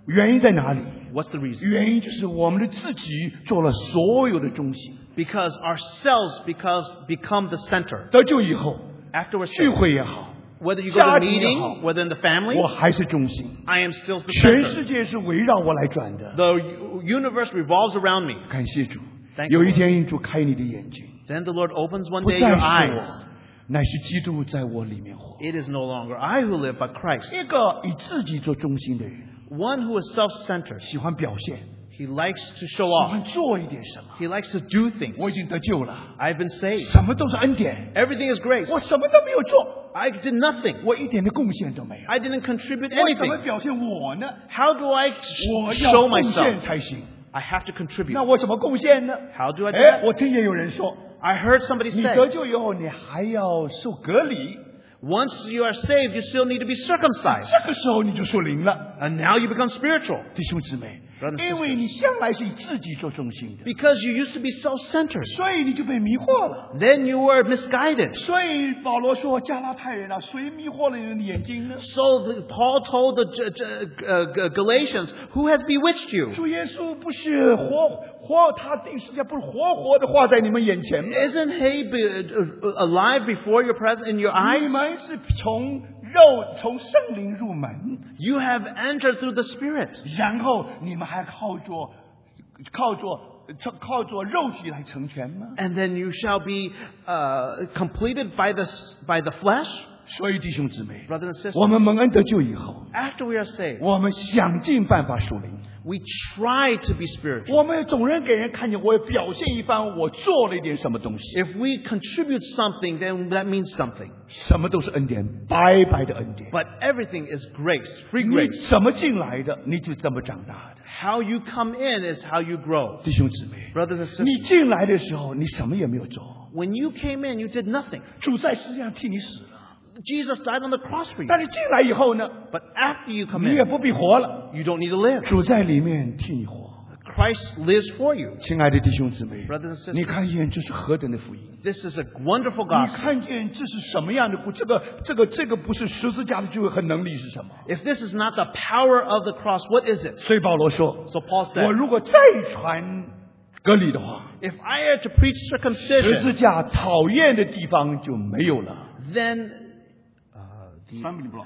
Speaker 1: 原因在哪里？
Speaker 2: What's the reason?
Speaker 1: 原因就是我们的自己做了所有的中心。
Speaker 2: Because ourselves because become the center.
Speaker 1: 得救以后，
Speaker 2: Afterwards,
Speaker 1: 聚会也好，
Speaker 2: whether you go to a
Speaker 1: 家庭也好，
Speaker 2: meeting, whether in the family,
Speaker 1: 我还是中心，
Speaker 2: I am still the
Speaker 1: 全
Speaker 2: center.
Speaker 1: 世界是围绕我来转的。
Speaker 2: The u- universe revolves around me.
Speaker 1: 感谢主，
Speaker 2: Thank you,
Speaker 1: 有一天主开你的眼睛，
Speaker 2: Then the Lord opens one
Speaker 1: 不
Speaker 2: day
Speaker 1: 再是
Speaker 2: your eyes.
Speaker 1: 我，乃是基督在我里面活。
Speaker 2: It is no longer I who live, but Christ.
Speaker 1: 一个以自己做中心的人，
Speaker 2: One who is self-centered.
Speaker 1: 喜欢表现，喜
Speaker 2: He likes to show off.
Speaker 1: 欢做一点什么。
Speaker 2: He likes to do things.
Speaker 1: 我已经得救了，
Speaker 2: I've been saved.
Speaker 1: 什么都是恩典，
Speaker 2: Everything is grace.
Speaker 1: 我什么都没有做，
Speaker 2: I did nothing.
Speaker 1: 我一点的贡献都没有。
Speaker 2: I didn't contribute
Speaker 1: 我怎么
Speaker 2: anything.
Speaker 1: 表现我呢？
Speaker 2: How do I
Speaker 1: 我
Speaker 2: sh-
Speaker 1: 要
Speaker 2: show
Speaker 1: 贡献
Speaker 2: myself?
Speaker 1: 才行。
Speaker 2: I have to
Speaker 1: 那
Speaker 2: contribute.
Speaker 1: 我怎么贡献呢？
Speaker 2: How do I do
Speaker 1: 哎，
Speaker 2: that?
Speaker 1: 我听见有人说，
Speaker 2: I heard somebody
Speaker 1: 你
Speaker 2: say,
Speaker 1: 得救以后你还要受隔离，
Speaker 2: once you are saved, you still need to be circumcised.
Speaker 1: 这个时候你就属灵了，
Speaker 2: And now you become spiritual
Speaker 1: 弟兄姊妹
Speaker 2: Brothers and，sisters
Speaker 1: 因为你向来是以自己做中心的，
Speaker 2: because you used to be self-centered.
Speaker 1: 所以你就被迷惑了。
Speaker 2: Then you were misguided.
Speaker 1: 所以保罗说：“加拉太人啊，谁迷惑了你们的眼睛呢
Speaker 2: So the, Paul told the J- J- uh, G- Galatians, who has bewitched？”you?
Speaker 1: 主耶稣不是活活他定时间不是活活的画在你们眼前吗？
Speaker 2: Isn't he be, uh, uh, alive before your presence in your
Speaker 1: 你
Speaker 2: eyes?
Speaker 1: 们是从肉从圣灵入门，
Speaker 2: You have entered through the Spirit,
Speaker 1: 然后你们还靠着靠着靠靠着肉体来成全吗？
Speaker 2: and then you shall be uh, completed by the, by the flesh.
Speaker 1: 所以弟兄姊妹，
Speaker 2: Brothers and sisters,
Speaker 1: 我们蒙恩得救以后，
Speaker 2: after we are saved,
Speaker 1: 我们想尽办法属灵。
Speaker 2: we try to be spiritual.
Speaker 1: 我们总能给人看见，我表现一番，我做了一点什么东西，
Speaker 2: If we contribute something, then that means something.
Speaker 1: 什么都是恩典，白白的恩典。
Speaker 2: But everything is grace, free
Speaker 1: 你
Speaker 2: grace.
Speaker 1: 怎么进来的，你就怎么长大的，
Speaker 2: How you come in is how you grow.
Speaker 1: 弟兄姊妹。
Speaker 2: Brothers and
Speaker 1: 你
Speaker 2: sisters,
Speaker 1: 进来的时候，你什么也没有做，
Speaker 2: when you came in, you did nothing.
Speaker 1: 主在世界上替你死了。
Speaker 2: Jesus died on the cross for you.
Speaker 1: 但你进来以后呢，
Speaker 2: But after you come
Speaker 1: 你也
Speaker 2: in,
Speaker 1: 不必活了，
Speaker 2: you don't need to live.
Speaker 1: 主在里面替你活。
Speaker 2: Christ lives for you.
Speaker 1: 亲爱的弟兄姊妹，
Speaker 2: Brothers and sisters
Speaker 1: 你看见这是何等的福音？
Speaker 2: This is a wonderful
Speaker 1: 你
Speaker 2: gospel.
Speaker 1: 看见这是什么样的故？这个、这个、这个不是十字架的聚会和能力是什么？
Speaker 2: If this is not the power of the cross, what is it?
Speaker 1: 所以保罗说
Speaker 2: So Paul：“ said,
Speaker 1: 我如果再传隔离的话，
Speaker 2: if I are to preach
Speaker 1: 十字
Speaker 2: circumcision,
Speaker 1: 架讨厌的地方就没有了。
Speaker 2: then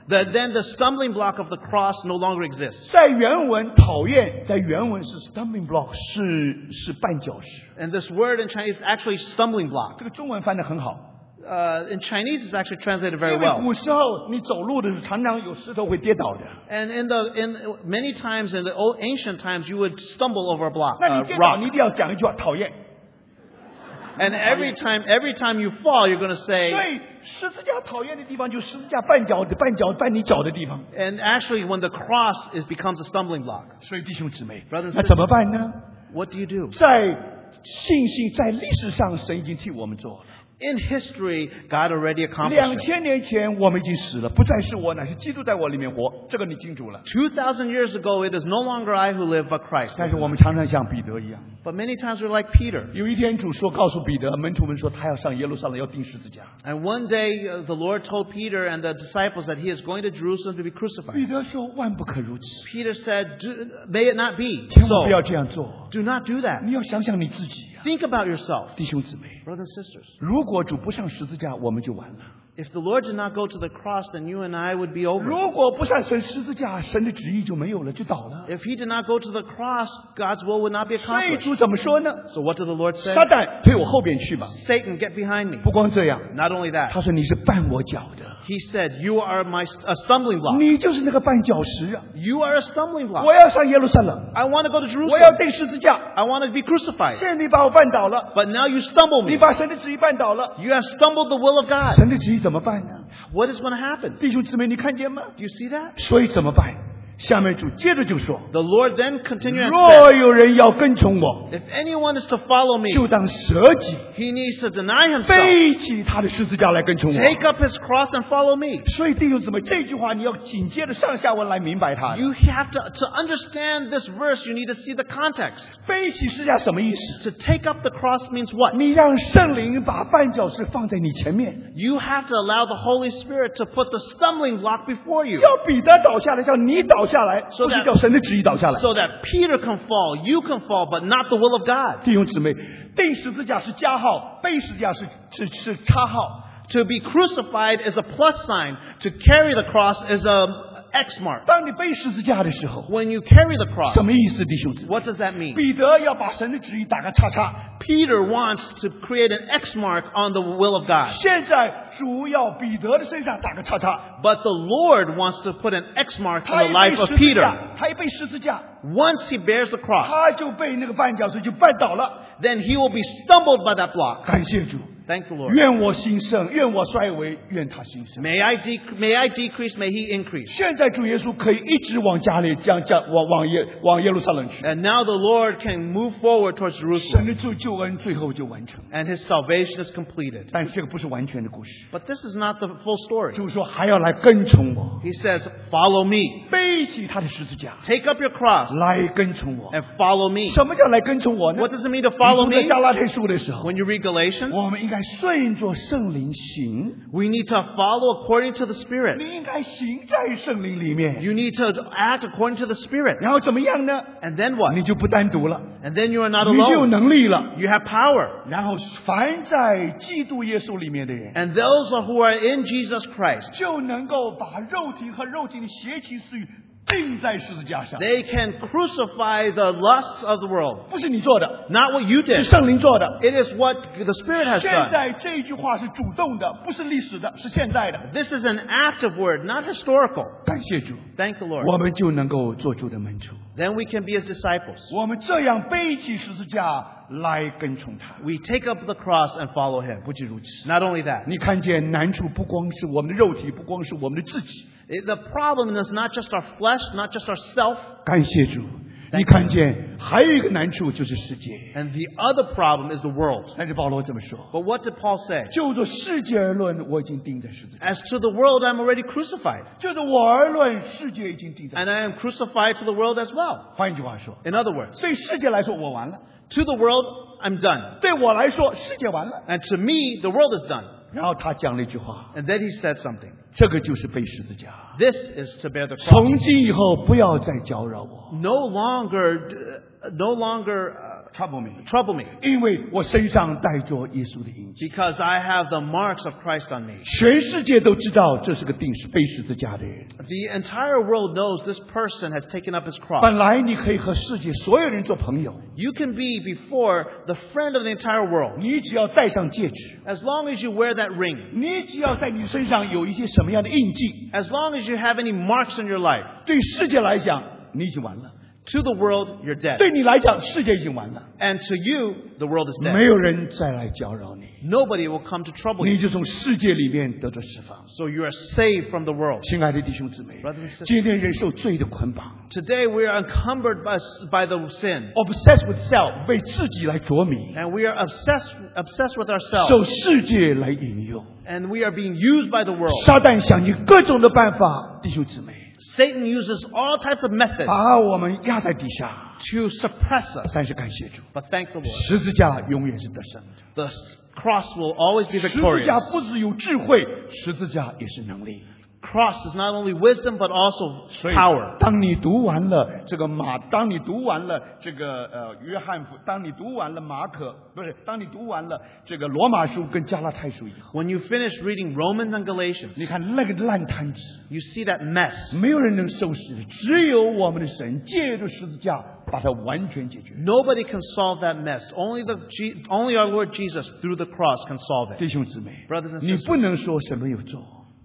Speaker 2: the, then the stumbling block of the cross no longer exists.
Speaker 1: 在原文，讨厌在原文是 stumbling block，是是绊脚石。
Speaker 2: And this word in Chinese is actually stumbling block.
Speaker 1: 这个中文翻得很好，
Speaker 2: Uh, in Chinese, it's actually translated
Speaker 1: 因
Speaker 2: very
Speaker 1: 为
Speaker 2: well.
Speaker 1: 古时候你走路的时候，常常有石头会跌倒的。
Speaker 2: And in the in many times in the old ancient times, you would stumble over a block,
Speaker 1: 那
Speaker 2: uh,
Speaker 1: 你跌倒，你一
Speaker 2: rock.
Speaker 1: 定要讲一句话：讨厌。
Speaker 2: And every time, every time you fall, you're going to say.
Speaker 1: 所以十字架讨厌的地方，就是十字架绊脚的、绊脚、绊你脚的地方。
Speaker 2: And actually, when the cross is, becomes a stumbling block,
Speaker 1: 所以弟兄姊妹
Speaker 2: Brothers and，
Speaker 1: 那怎么办呢？
Speaker 2: what do you do?
Speaker 1: 在信心在历史上，神已经替我们做了。
Speaker 2: In history, God already
Speaker 1: 两
Speaker 2: accomplished it.
Speaker 1: 千年前我们已经死了，不再是我，乃是基督在我里面活，这个你清楚了。
Speaker 2: 2,000 years ago, it is no longer I who live, but Christ.
Speaker 1: 但是我们常常像彼得一样，
Speaker 2: But many times we're like Peter.
Speaker 1: 有一天主说告诉彼得门徒们说他要上耶路撒冷要钉十字架。
Speaker 2: And one day, uh, the Lord told Peter and the disciples that he is going to Jerusalem to be
Speaker 1: 彼
Speaker 2: crucified.
Speaker 1: 得说万不可如此，
Speaker 2: Peter said, "Do- May it not be.
Speaker 1: 千万不要
Speaker 2: So,
Speaker 1: 这样做。
Speaker 2: do not do that.
Speaker 1: 你要想想你自己呀、
Speaker 2: Think about yourself,
Speaker 1: 弟兄姊妹，
Speaker 2: brothers and sisters.
Speaker 1: 如果主不上十字架，我们就完了。
Speaker 2: If the Lord did not go to the cross, then you and I would be over.
Speaker 1: 如果不上神十字架，神的旨意就没有了，就倒了。
Speaker 2: If he did not go to the cross, God's will would not be
Speaker 1: 所以
Speaker 2: accomplished.
Speaker 1: 主怎么说呢？
Speaker 2: So what did the Lord say?
Speaker 1: 撒旦推我后边去吧。
Speaker 2: Satan, get behind me.
Speaker 1: 不光这样，
Speaker 2: Not only
Speaker 1: 他
Speaker 2: that,
Speaker 1: 说你是绊我脚的。
Speaker 2: he said, You are my st- a stumbling block.
Speaker 1: 你就是那个绊脚石啊！
Speaker 2: You are a stumbling
Speaker 1: 我
Speaker 2: block.
Speaker 1: 要上耶路撒冷，
Speaker 2: I want to go to
Speaker 1: 我要
Speaker 2: Jerusalem.
Speaker 1: 钉十字架。
Speaker 2: I want to be crucified.
Speaker 1: 现在你把我绊倒了，
Speaker 2: But now you stumble
Speaker 1: 你
Speaker 2: me.
Speaker 1: 把神的旨意绊倒了，
Speaker 2: You have stumbled the will of God.
Speaker 1: 神的旨意怎么办呢？
Speaker 2: What is going to happen?
Speaker 1: 弟兄姊妹，你看见吗？
Speaker 2: Do you see that?
Speaker 1: 所以怎么办？下面主接着就说
Speaker 2: The Lord then：“ continued and
Speaker 1: 若有人要跟从我，
Speaker 2: said, If anyone is to follow me,
Speaker 1: 就当舍己，
Speaker 2: he needs to deny himself,
Speaker 1: 背起他的十字架来跟从我。
Speaker 2: take up his cross, and follow me. ”
Speaker 1: 所以弟兄姊妹，这句话你要紧接着上下文来明白它。
Speaker 2: You have to, to understand this verse, you need to see the context.
Speaker 1: 背起十字架什么意思？
Speaker 2: To take up the cross means what?
Speaker 1: 你让圣灵把绊脚石放在你前面，
Speaker 2: You have to allow the Holy Spirit to put the stumbling block before you
Speaker 1: 叫彼得倒下来，叫你倒下来，
Speaker 2: So
Speaker 1: 不
Speaker 2: that-
Speaker 1: 是叫神的旨意倒下来。
Speaker 2: so that Peter can fall, you can fall, but not the will of God.
Speaker 1: 弟兄姊妹，钉十字架是加号，背十字架是是是叉号。
Speaker 2: To be crucified is a plus sign, to carry the cross is a X mark.
Speaker 1: 当你背十字架的时候，
Speaker 2: When you carry the cross,
Speaker 1: 什么意思，弟兄姊妹？
Speaker 2: what does that mean?
Speaker 1: 彼得要把神的旨意打个叉叉。
Speaker 2: Peter wants to create an X mark on the will of God,
Speaker 1: 现在主要彼得的身上打个叉叉，
Speaker 2: but the Lord wants to put an X mark
Speaker 1: 他
Speaker 2: on the
Speaker 1: 一背
Speaker 2: life
Speaker 1: 十
Speaker 2: of
Speaker 1: 字
Speaker 2: Peter.
Speaker 1: 架，他一背十字架，
Speaker 2: Once he bears the cross,
Speaker 1: 他就被那个绊脚石就绊倒了。
Speaker 2: then he will be stumbled by that block.
Speaker 1: 感谢主，
Speaker 2: Thank the Lord.
Speaker 1: 愿我兴盛，愿我衰微，愿他兴盛。
Speaker 2: May I, dec may I decrease, may he increase.
Speaker 1: 现在主耶稣可以一直往家里将将往往耶往耶路撒冷去，
Speaker 2: And now the Lord can move forward towards
Speaker 1: 神
Speaker 2: Jerusalem,
Speaker 1: 的救救恩最后就完成了。
Speaker 2: and his salvation is completed.
Speaker 1: 但是这个不是完全的故事。
Speaker 2: But this is not the full story.
Speaker 1: 主说还要来跟从我，
Speaker 2: He says, Follow me.
Speaker 1: 背起他的十字架
Speaker 2: Take up your cross
Speaker 1: 来跟从我。
Speaker 2: and follow me.
Speaker 1: 什么叫来跟从我呢？
Speaker 2: What does it mean to follow
Speaker 1: 你读
Speaker 2: me?
Speaker 1: 在加拉太书的时候，
Speaker 2: When you read Galatians,
Speaker 1: 我们应该顺着圣灵行，
Speaker 2: we need to follow according to the Spirit.
Speaker 1: 你应该行在圣灵里面。
Speaker 2: You need to act according to the Spirit.
Speaker 1: 然后怎么样呢？
Speaker 2: And then what?
Speaker 1: 你就不单独了，
Speaker 2: And then you are not
Speaker 1: 你就有
Speaker 2: alone.
Speaker 1: 能力了。
Speaker 2: You have power.
Speaker 1: 然后凡在基督耶稣里面的人，
Speaker 2: And those who are in Jesus Christ
Speaker 1: 就能够把肉体和肉体的邪情私欲钉在十字架上，
Speaker 2: They can crucify the lusts of the world.
Speaker 1: 不是你做的，
Speaker 2: Not what you
Speaker 1: 是
Speaker 2: did.
Speaker 1: 圣灵做的。
Speaker 2: It is what the Spirit has
Speaker 1: 现
Speaker 2: done.
Speaker 1: 在这一句话是主动的，不是历史的，是现在的。
Speaker 2: This is an active word, not historical.
Speaker 1: 感谢主，
Speaker 2: Thank the Lord.
Speaker 1: 我们就能够做主的门徒。
Speaker 2: Then we can be his disciples.
Speaker 1: 我们这样背起十字架来跟从他。
Speaker 2: We take up the cross and follow him.
Speaker 1: 不仅如此，
Speaker 2: Not only that,
Speaker 1: 你看见难处不光是我们的肉体，不光是我们的自己。
Speaker 2: it- the problem is not just our flesh, not just ourself,
Speaker 1: 感谢主，你看见还有一个难处就是世界。
Speaker 2: and the other problem is the world.
Speaker 1: 但是保罗这么说？
Speaker 2: But what did Paul say?
Speaker 1: 就着世界而论，我已经钉在十字架；
Speaker 2: As to the world, I'm already crucified,
Speaker 1: 就着我而论，世界已经钉在。
Speaker 2: and I am crucified to the world as well.
Speaker 1: 换一句话说，
Speaker 2: In other words,
Speaker 1: 对世界来说我完了，
Speaker 2: to the world, I'm done.
Speaker 1: 对我来说世界完了。
Speaker 2: And to me, the world is done.
Speaker 1: 然后他讲了一句话，
Speaker 2: And then he said something.
Speaker 1: 这个就是背十字架。
Speaker 2: This is to bear the cross.
Speaker 1: 从今以后，不要再搅扰我
Speaker 2: No longer, uh, no longer uh,
Speaker 1: ，trouble me，
Speaker 2: trouble me,
Speaker 1: 因为我身上带着耶稣的印记。
Speaker 2: because I have the marks of Christ on me.
Speaker 1: 全世界都知道这是个定是背十字架的人。
Speaker 2: The entire world knows this person has taken up his cross.
Speaker 1: 本来你可以和世界所有人做朋友，
Speaker 2: You can be before the friend of the entire world
Speaker 1: 你只要戴上戒指，
Speaker 2: as long as you wear that ring,
Speaker 1: 你只要在你身上有一些什么样的印记，
Speaker 2: as long as you have any marks in your life.
Speaker 1: 对世界来讲你已经完了，
Speaker 2: To the world, you're dead.
Speaker 1: 对你来讲世界已经完了，
Speaker 2: And to you, the world is
Speaker 1: 没
Speaker 2: dead.
Speaker 1: 有人再来搅扰你，
Speaker 2: Nobody will come to trouble
Speaker 1: 你
Speaker 2: you.
Speaker 1: 就从世界里面得到释放。
Speaker 2: So you are saved from the world.
Speaker 1: 亲爱的弟兄姊妹
Speaker 2: Brothers and，sisters
Speaker 1: 今天人受罪的捆绑
Speaker 2: Today we are encumbered by, by the sin.
Speaker 1: ，obsessed with self，为自己来着迷，
Speaker 2: And we are obsessed, obsessed with
Speaker 1: 受
Speaker 2: ourselves.
Speaker 1: 世界来引诱，
Speaker 2: And we are being used by the world.
Speaker 1: 撒旦想尽各种的办法，弟兄姊妹，
Speaker 2: Satan uses all types of methods
Speaker 1: 把我们压在地下。
Speaker 2: to suppress us.
Speaker 1: 但是感谢主，
Speaker 2: But thank the Lord.
Speaker 1: 十字架永远是得胜的。
Speaker 2: The s- cross will always be
Speaker 1: 十字
Speaker 2: victorious.
Speaker 1: 架不只有智慧，十字架也是能力。
Speaker 2: Cross is not only wisdom, but also power.
Speaker 1: 当你读完了这个马，当你读完了这个呃约翰福，当你读完了马可，不是，当你读完了这个罗马书跟加拉太书以后，
Speaker 2: When you finish reading Romans and Galatians,
Speaker 1: 你看那个烂摊子，
Speaker 2: you see that mess.
Speaker 1: 没有人能收拾的，只有我们的神借着十字架把它完全解决。
Speaker 2: Nobody can solve that mess. Only, the, Je- only our Lord Jesus through the cross can solve it.
Speaker 1: 弟兄姊妹
Speaker 2: Brothers and，
Speaker 1: 你
Speaker 2: sisters
Speaker 1: 不能说神没有做，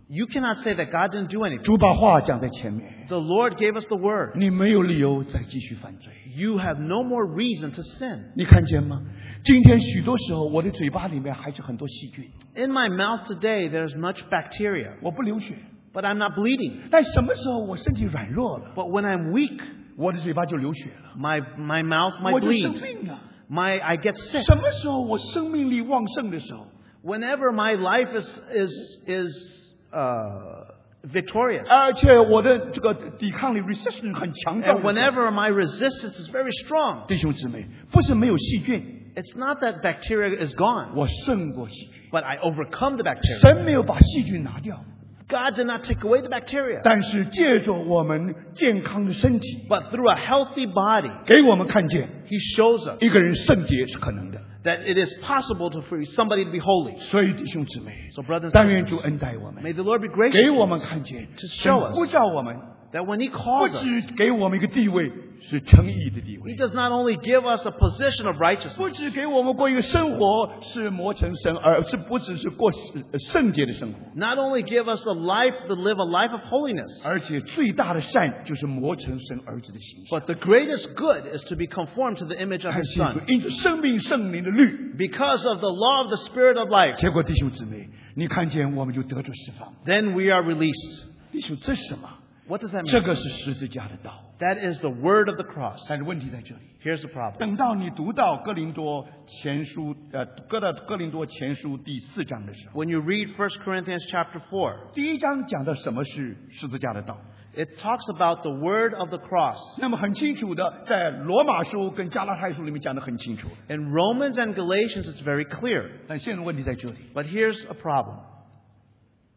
Speaker 2: You cannot say that God didn't do anything.
Speaker 1: 主把话讲在前面，
Speaker 2: The Lord gave us the word.
Speaker 1: 你没有理由再继续犯罪。
Speaker 2: You have no more reason to sin.
Speaker 1: 你看见吗？今天许多时候，我的嘴巴里面还是很多细菌，
Speaker 2: In my mouth today, there's much bacteria,
Speaker 1: 我不流血。
Speaker 2: but I'm not bleeding.
Speaker 1: 但什么时候我身体软弱了，
Speaker 2: But when I'm weak,
Speaker 1: 我的嘴巴就流血了，
Speaker 2: my, my mouth might
Speaker 1: 我就生
Speaker 2: bleed.
Speaker 1: 病了。
Speaker 2: My, I get sick.
Speaker 1: 什么时候我生命力旺盛的时候，
Speaker 2: Whenever my life is, is, is uh, victorious,
Speaker 1: 而且我的这个抵抗力 resistance 很强壮
Speaker 2: and
Speaker 1: 的时候。
Speaker 2: whenever my resistance is very strong,
Speaker 1: 弟兄姊妹，不是没有细菌，
Speaker 2: it's not that bacteria is gone,
Speaker 1: 我胜过细菌。
Speaker 2: but I overcome the bacteria.
Speaker 1: 神没有把细菌拿掉，
Speaker 2: God did not take away the bacteria,
Speaker 1: 但是借着我们健康的身体，
Speaker 2: but through a healthy body,
Speaker 1: 给我们看见
Speaker 2: He shows us
Speaker 1: 一个人圣洁是可能的。
Speaker 2: that it is possible to, for somebody to be holy.
Speaker 1: 所以弟兄姊妹，
Speaker 2: So, brothers
Speaker 1: 但
Speaker 2: and
Speaker 1: 愿
Speaker 2: sisters,
Speaker 1: 主恩待我们。
Speaker 2: may the Lord be gracious
Speaker 1: 给
Speaker 2: to
Speaker 1: 我
Speaker 2: us,
Speaker 1: 们看见，
Speaker 2: To
Speaker 1: 神
Speaker 2: show us
Speaker 1: 呼召我们，
Speaker 2: that when He
Speaker 1: 不
Speaker 2: calls us,
Speaker 1: 只给我们一个地位，是称义的地
Speaker 2: He
Speaker 1: 位；
Speaker 2: does not only give us a position of righteousness,
Speaker 1: 不只给我们过一个生活是磨成神，而是不只是过呃圣洁的生活，
Speaker 2: not only give us a life to live a life of holiness,
Speaker 1: 而且最大的善就是磨成神儿子的形象。
Speaker 2: but the greatest good is to be conformed to the image of
Speaker 1: 感
Speaker 2: His
Speaker 1: 谢主
Speaker 2: Son
Speaker 1: 因着生命圣灵的律，
Speaker 2: because of the law of the Spirit of life.
Speaker 1: 结果弟兄姊妹，你看见我们就得着释放。
Speaker 2: Then we are released.
Speaker 1: 弟兄，这是什么？
Speaker 2: What does that
Speaker 1: 这
Speaker 2: mean?
Speaker 1: 个是十字架的道。
Speaker 2: That is the word of the cross.
Speaker 1: 但是问题在这里，
Speaker 2: Here's the problem.
Speaker 1: 等到你读到哥林多前书，呃，哥的哥林多前书第四章的时候。
Speaker 2: When you read 1 Corinthians chapter 4,
Speaker 1: 第一章讲的什么是十字架的道，
Speaker 2: it talks about the word of the cross.
Speaker 1: 那么很清楚的，在罗马书跟加拉太书里面讲的很清楚。
Speaker 2: In Romans and Galatians, it's very clear.
Speaker 1: 但现在问题在这里，
Speaker 2: But here's a problem.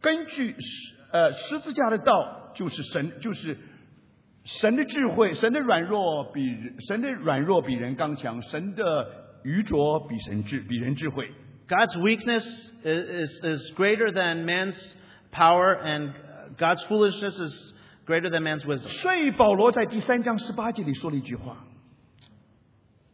Speaker 1: 根据十呃十字架的道就是神就是神的智慧，神的软弱比神的软弱比人刚强，神的愚拙比神智比人智慧。
Speaker 2: God's weakness i- is, is greater than man's power, and uh, God's foolishness is greater than man's wisdom.
Speaker 1: 所以保罗在第三章十八节里说了一句话，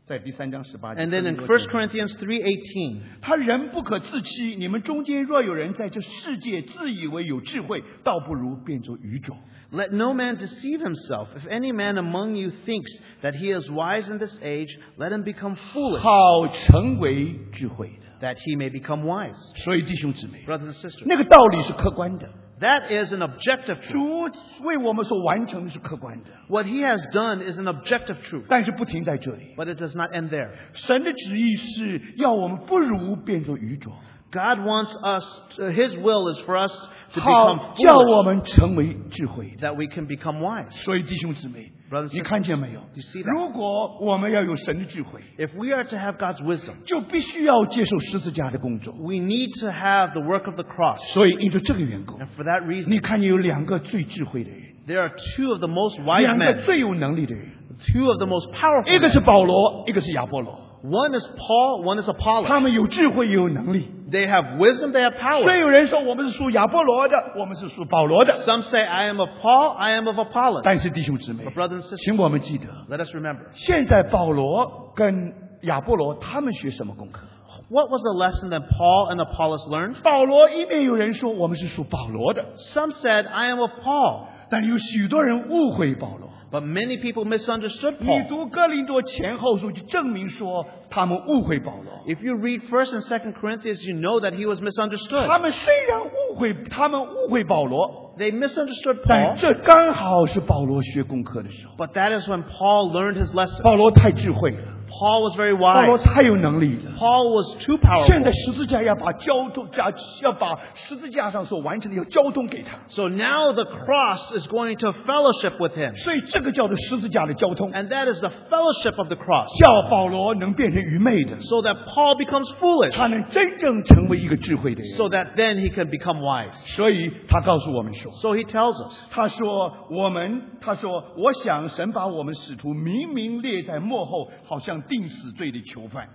Speaker 1: 在第三章十八节。
Speaker 2: And then in 1 Corinthians 3:18,
Speaker 1: 他人不可自欺，你们中间若有人在这世界自以为有智慧，倒不如变作愚拙。
Speaker 2: let no man deceive himself. If any man among you thinks that he is wise in this age, let him become foolish
Speaker 1: 好成为智慧的。
Speaker 2: that he may become wise.
Speaker 1: 所以弟兄姊妹，
Speaker 2: Brothers and sisters,
Speaker 1: 那个道理是客观的，
Speaker 2: that is an objective truth.
Speaker 1: 主为我们所完成的是客观的，
Speaker 2: What he has done is an objective truth,
Speaker 1: 但是不停在这里。
Speaker 2: but it does not end there.
Speaker 1: 神的旨意是要我们不如变作愚拙，
Speaker 2: God wants us, to, his will is for us to
Speaker 1: 好
Speaker 2: become
Speaker 1: 叫
Speaker 2: foolish
Speaker 1: 我们成为智慧的。
Speaker 2: that we can become wise.
Speaker 1: 所以弟兄姊妹
Speaker 2: Brothers and，sisters,
Speaker 1: 你看见没有
Speaker 2: you see？that?
Speaker 1: 如果我们要有神的智慧，
Speaker 2: If we are to have God's wisdom,
Speaker 1: 就必须要接受十字架的工作。
Speaker 2: we need to have the work of the cross.
Speaker 1: 所以因着这个缘故，
Speaker 2: And for that
Speaker 1: 你
Speaker 2: reason,
Speaker 1: 看见有两个最智慧的人，
Speaker 2: there are two of the most wise
Speaker 1: 两个
Speaker 2: men,
Speaker 1: 最有能力的人，
Speaker 2: two of the most powerful
Speaker 1: 一个
Speaker 2: men.
Speaker 1: 是保罗，一个是亚波罗。
Speaker 2: One is Paul, one is
Speaker 1: 他
Speaker 2: Apollos.
Speaker 1: 们有智慧也有能力。
Speaker 2: They have wisdom, they have
Speaker 1: 所以
Speaker 2: power.
Speaker 1: 有人说我们是属亚波罗的，我们是属保罗的。
Speaker 2: Some say, I am of Paul, I am of Apollos.
Speaker 1: 但是弟兄姊妹
Speaker 2: But，brothers and sisters,
Speaker 1: 请我们记得，
Speaker 2: let us remember.
Speaker 1: 现在保罗跟亚波罗他们学什么功课？
Speaker 2: What was the lesson that Paul and Apollos learned?
Speaker 1: 保罗一面有人说我们是属保罗的，
Speaker 2: Some said, I am of Paul.
Speaker 1: 但有许多人误会保罗。
Speaker 2: But many people misunderstood
Speaker 1: 你
Speaker 2: Paul.
Speaker 1: 读哥林多前后书就证明说他们误会保罗。
Speaker 2: If you read 1st and 2nd Corinthians, you know that he was misunderstood.
Speaker 1: 他们虽然误会，他们误会保罗，
Speaker 2: They misunderstood
Speaker 1: 但
Speaker 2: Paul,
Speaker 1: 这刚好是保罗学功课的时候。
Speaker 2: but that is when Paul learned his lesson.
Speaker 1: 保罗太智慧了，
Speaker 2: Paul was very
Speaker 1: 保罗
Speaker 2: wise.
Speaker 1: 太有能力了。
Speaker 2: Paul was too
Speaker 1: 现在
Speaker 2: powerful.
Speaker 1: 十字架要把交通架要把十字架上所完成的要交通给他，
Speaker 2: So now the cross is going to fellowship with him.
Speaker 1: 所以这个叫做十字架的交通，
Speaker 2: And that is the fellowship of the cross.
Speaker 1: 叫保罗能变成愚昧的，
Speaker 2: So that Paul becomes foolish,
Speaker 1: 他能真正成为一个智慧的人。
Speaker 2: so that then he can become wise.
Speaker 1: 所以他告诉我们说，
Speaker 2: So he tells us.
Speaker 1: 他说：“我们，他说，我想神把我们使徒明明列在幕后，好像定死罪的囚犯。”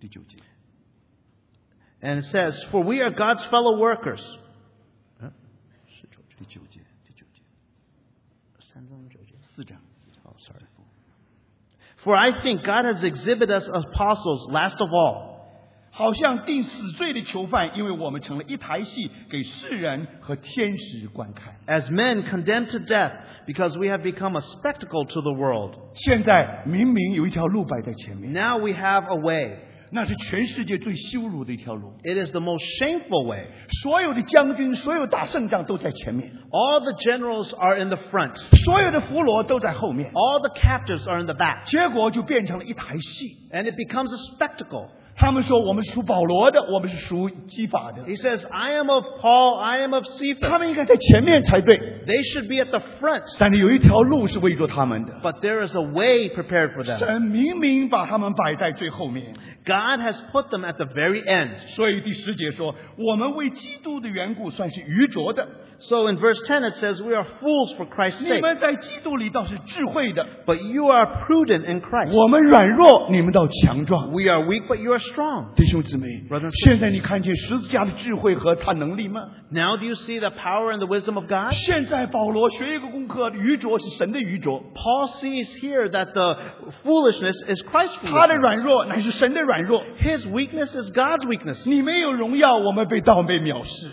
Speaker 1: 第九节，
Speaker 2: And it says, For we are God's fellow workers.
Speaker 1: 第九节，第九节，四章。哦，sorry，
Speaker 2: For I think God has exhibited us apostles last of all,
Speaker 1: 好像定死罪的囚犯，因为我们成了一台戏，给世人和天使观看。
Speaker 2: as men condemned to death, because we have become a spectacle to the world.
Speaker 1: 现在明明有一条路摆在前面，
Speaker 2: Now we have a way.
Speaker 1: 那是全世界最羞辱的一条路。
Speaker 2: It is the most shameful way.
Speaker 1: 所有的将军，所有打胜仗都在前面，
Speaker 2: All the generals are in the front,
Speaker 1: 所有的俘虏都在后面，
Speaker 2: all the captives are in the back,
Speaker 1: 结果就变成了一台戏。
Speaker 2: and it becomes a spectacle.
Speaker 1: 他们说我们属保罗的，我们是属基法的。
Speaker 2: He says, I am of Paul, I am of
Speaker 1: 他
Speaker 2: Cephas.
Speaker 1: 们应该在前面才对，
Speaker 2: They should be at the front,
Speaker 1: 但是有一条路是围着他们的。
Speaker 2: but there is a way prepared for them.
Speaker 1: 神明明把他们摆在最后面，
Speaker 2: God has put them at the very end.
Speaker 1: 所以第十节说，我们为基督的缘故算是愚拙的，
Speaker 2: So in verse 10 it says, We are fools for Christ's
Speaker 1: 你
Speaker 2: sake,
Speaker 1: 们在基督里倒是智慧的。
Speaker 2: but you are prudent in Christ.
Speaker 1: 我们软弱，你们倒强壮。
Speaker 2: We are weak, but you are strong.
Speaker 1: 弟兄姊妹
Speaker 2: Brothers and，sisters
Speaker 1: 现在你看见十字架的智慧和他能力吗？
Speaker 2: Now do you see the power and the wisdom of God?
Speaker 1: 现在保罗学一个功课，愚拙是神的愚拙，
Speaker 2: Paul sees here that the foolishness is Christ's
Speaker 1: 他的
Speaker 2: foolishness.
Speaker 1: 软弱乃是神的软弱。
Speaker 2: 嗯 His weakness is God's weakness.
Speaker 1: 你没有荣耀，我们被盗被藐视。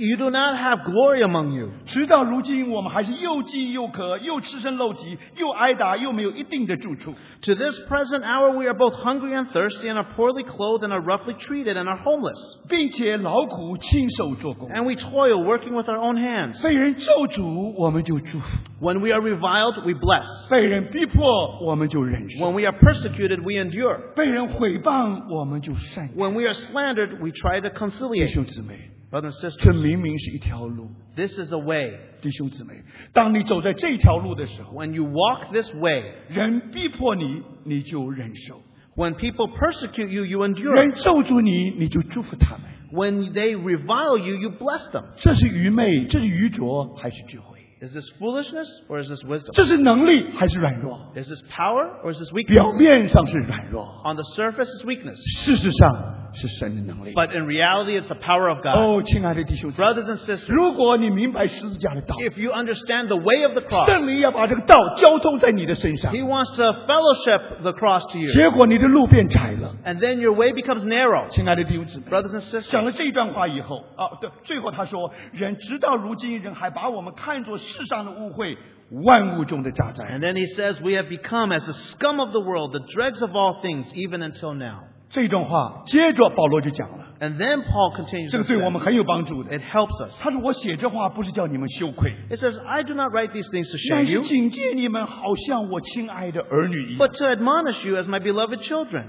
Speaker 2: You do not have glory among you.
Speaker 1: 直到如今，我们还是又饥又渴，又赤身露体，又挨打，又没有一定的住处。
Speaker 2: To this present hour, we are both hungry and thirsty, and are poorly clothed, and are roughly treated, and are homeless.
Speaker 1: 并且劳苦亲手做工。
Speaker 2: And we toil, working with our own hands.
Speaker 1: 被人咒诅，我们就祝福；
Speaker 2: When we are reviled, we bless.
Speaker 1: 被人逼迫，我们就忍受；
Speaker 2: When we are persecuted, we endure.
Speaker 1: 被人毁谤，我们就善良。
Speaker 2: When we are slandered, we try to
Speaker 1: 弟
Speaker 2: conciliate.
Speaker 1: 兄姊妹，
Speaker 2: Brothers and
Speaker 1: 这
Speaker 2: sisters,
Speaker 1: 明明是一条路。
Speaker 2: this is a way.
Speaker 1: 弟兄姊妹，当你走在这条路的时候，
Speaker 2: When you walk this way,
Speaker 1: 人逼迫你，你就忍受；
Speaker 2: when people persecute you, you endure.
Speaker 1: 人咒诅你，你就祝福他们。
Speaker 2: When they revile you, you bless them.
Speaker 1: 这是愚昧，这是愚拙，还是智慧？
Speaker 2: Is this foolishness or is this wisdom?
Speaker 1: 这是能力还是软弱？
Speaker 2: Is this power or is this
Speaker 1: 表
Speaker 2: weakness?
Speaker 1: 面上是软弱，
Speaker 2: On the surface is weakness,
Speaker 1: 事实上上是神的能力。
Speaker 2: But uh, in reality, it's the power of God.
Speaker 1: 哦，亲爱的弟兄姊妹，
Speaker 2: Brothers and sisters,
Speaker 1: 如果你明白十字架的道，
Speaker 2: if you understand the way of the cross,
Speaker 1: 圣灵要把这个道交通在你的身上，
Speaker 2: He wants to fellowship the cross to you.
Speaker 1: 结果你的路变窄了。
Speaker 2: And then your way becomes narrow.
Speaker 1: 亲爱的弟兄姊妹，
Speaker 2: Brothers and
Speaker 1: 讲
Speaker 2: sisters,
Speaker 1: 了这一段话以后，啊，对，最后他说：“人直到如今，人还把我们看作世上的污秽，万物中的渣滓。
Speaker 2: and then He says, We have become as the scum of the world, the dregs of all things, even until now. ”
Speaker 1: 这段话，接着保罗就讲了，
Speaker 2: And then Paul continues
Speaker 1: 这
Speaker 2: and
Speaker 1: 个对
Speaker 2: says,
Speaker 1: 我们很有帮助的
Speaker 2: It。helps us.
Speaker 1: 他说：“我写这话不是叫你们羞愧，
Speaker 2: It says, I do not write these things to shame
Speaker 1: 乃是
Speaker 2: you,
Speaker 1: 警戒你们，好像我亲爱的儿女一样。
Speaker 2: but to admonish you as my beloved children.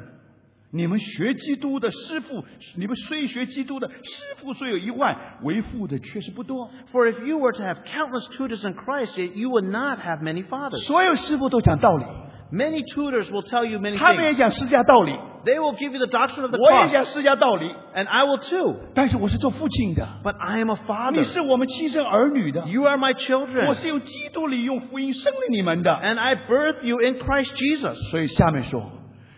Speaker 1: 你们学基督的师傅，你们虽学基督的师傅虽有一万，为父的却是不多。
Speaker 2: For if you were to have countless tutors in Christ, yet you would not have many fathers.
Speaker 1: 所有师傅都讲道理，
Speaker 2: Many tutors will tell you many
Speaker 1: 他们也
Speaker 2: things.
Speaker 1: 讲施加道理，
Speaker 2: They will give you the doctrine of the
Speaker 1: 我也讲
Speaker 2: cross,
Speaker 1: 施加道理。
Speaker 2: and I will too.
Speaker 1: 但是我是做父亲的。”
Speaker 2: But I am a
Speaker 1: 你
Speaker 2: father.
Speaker 1: 是我们亲生儿女的，
Speaker 2: You are my
Speaker 1: 我
Speaker 2: children,
Speaker 1: 是用基督里用福音生了你们的。
Speaker 2: and I birth you in Christ Jesus.
Speaker 1: 所以下面说，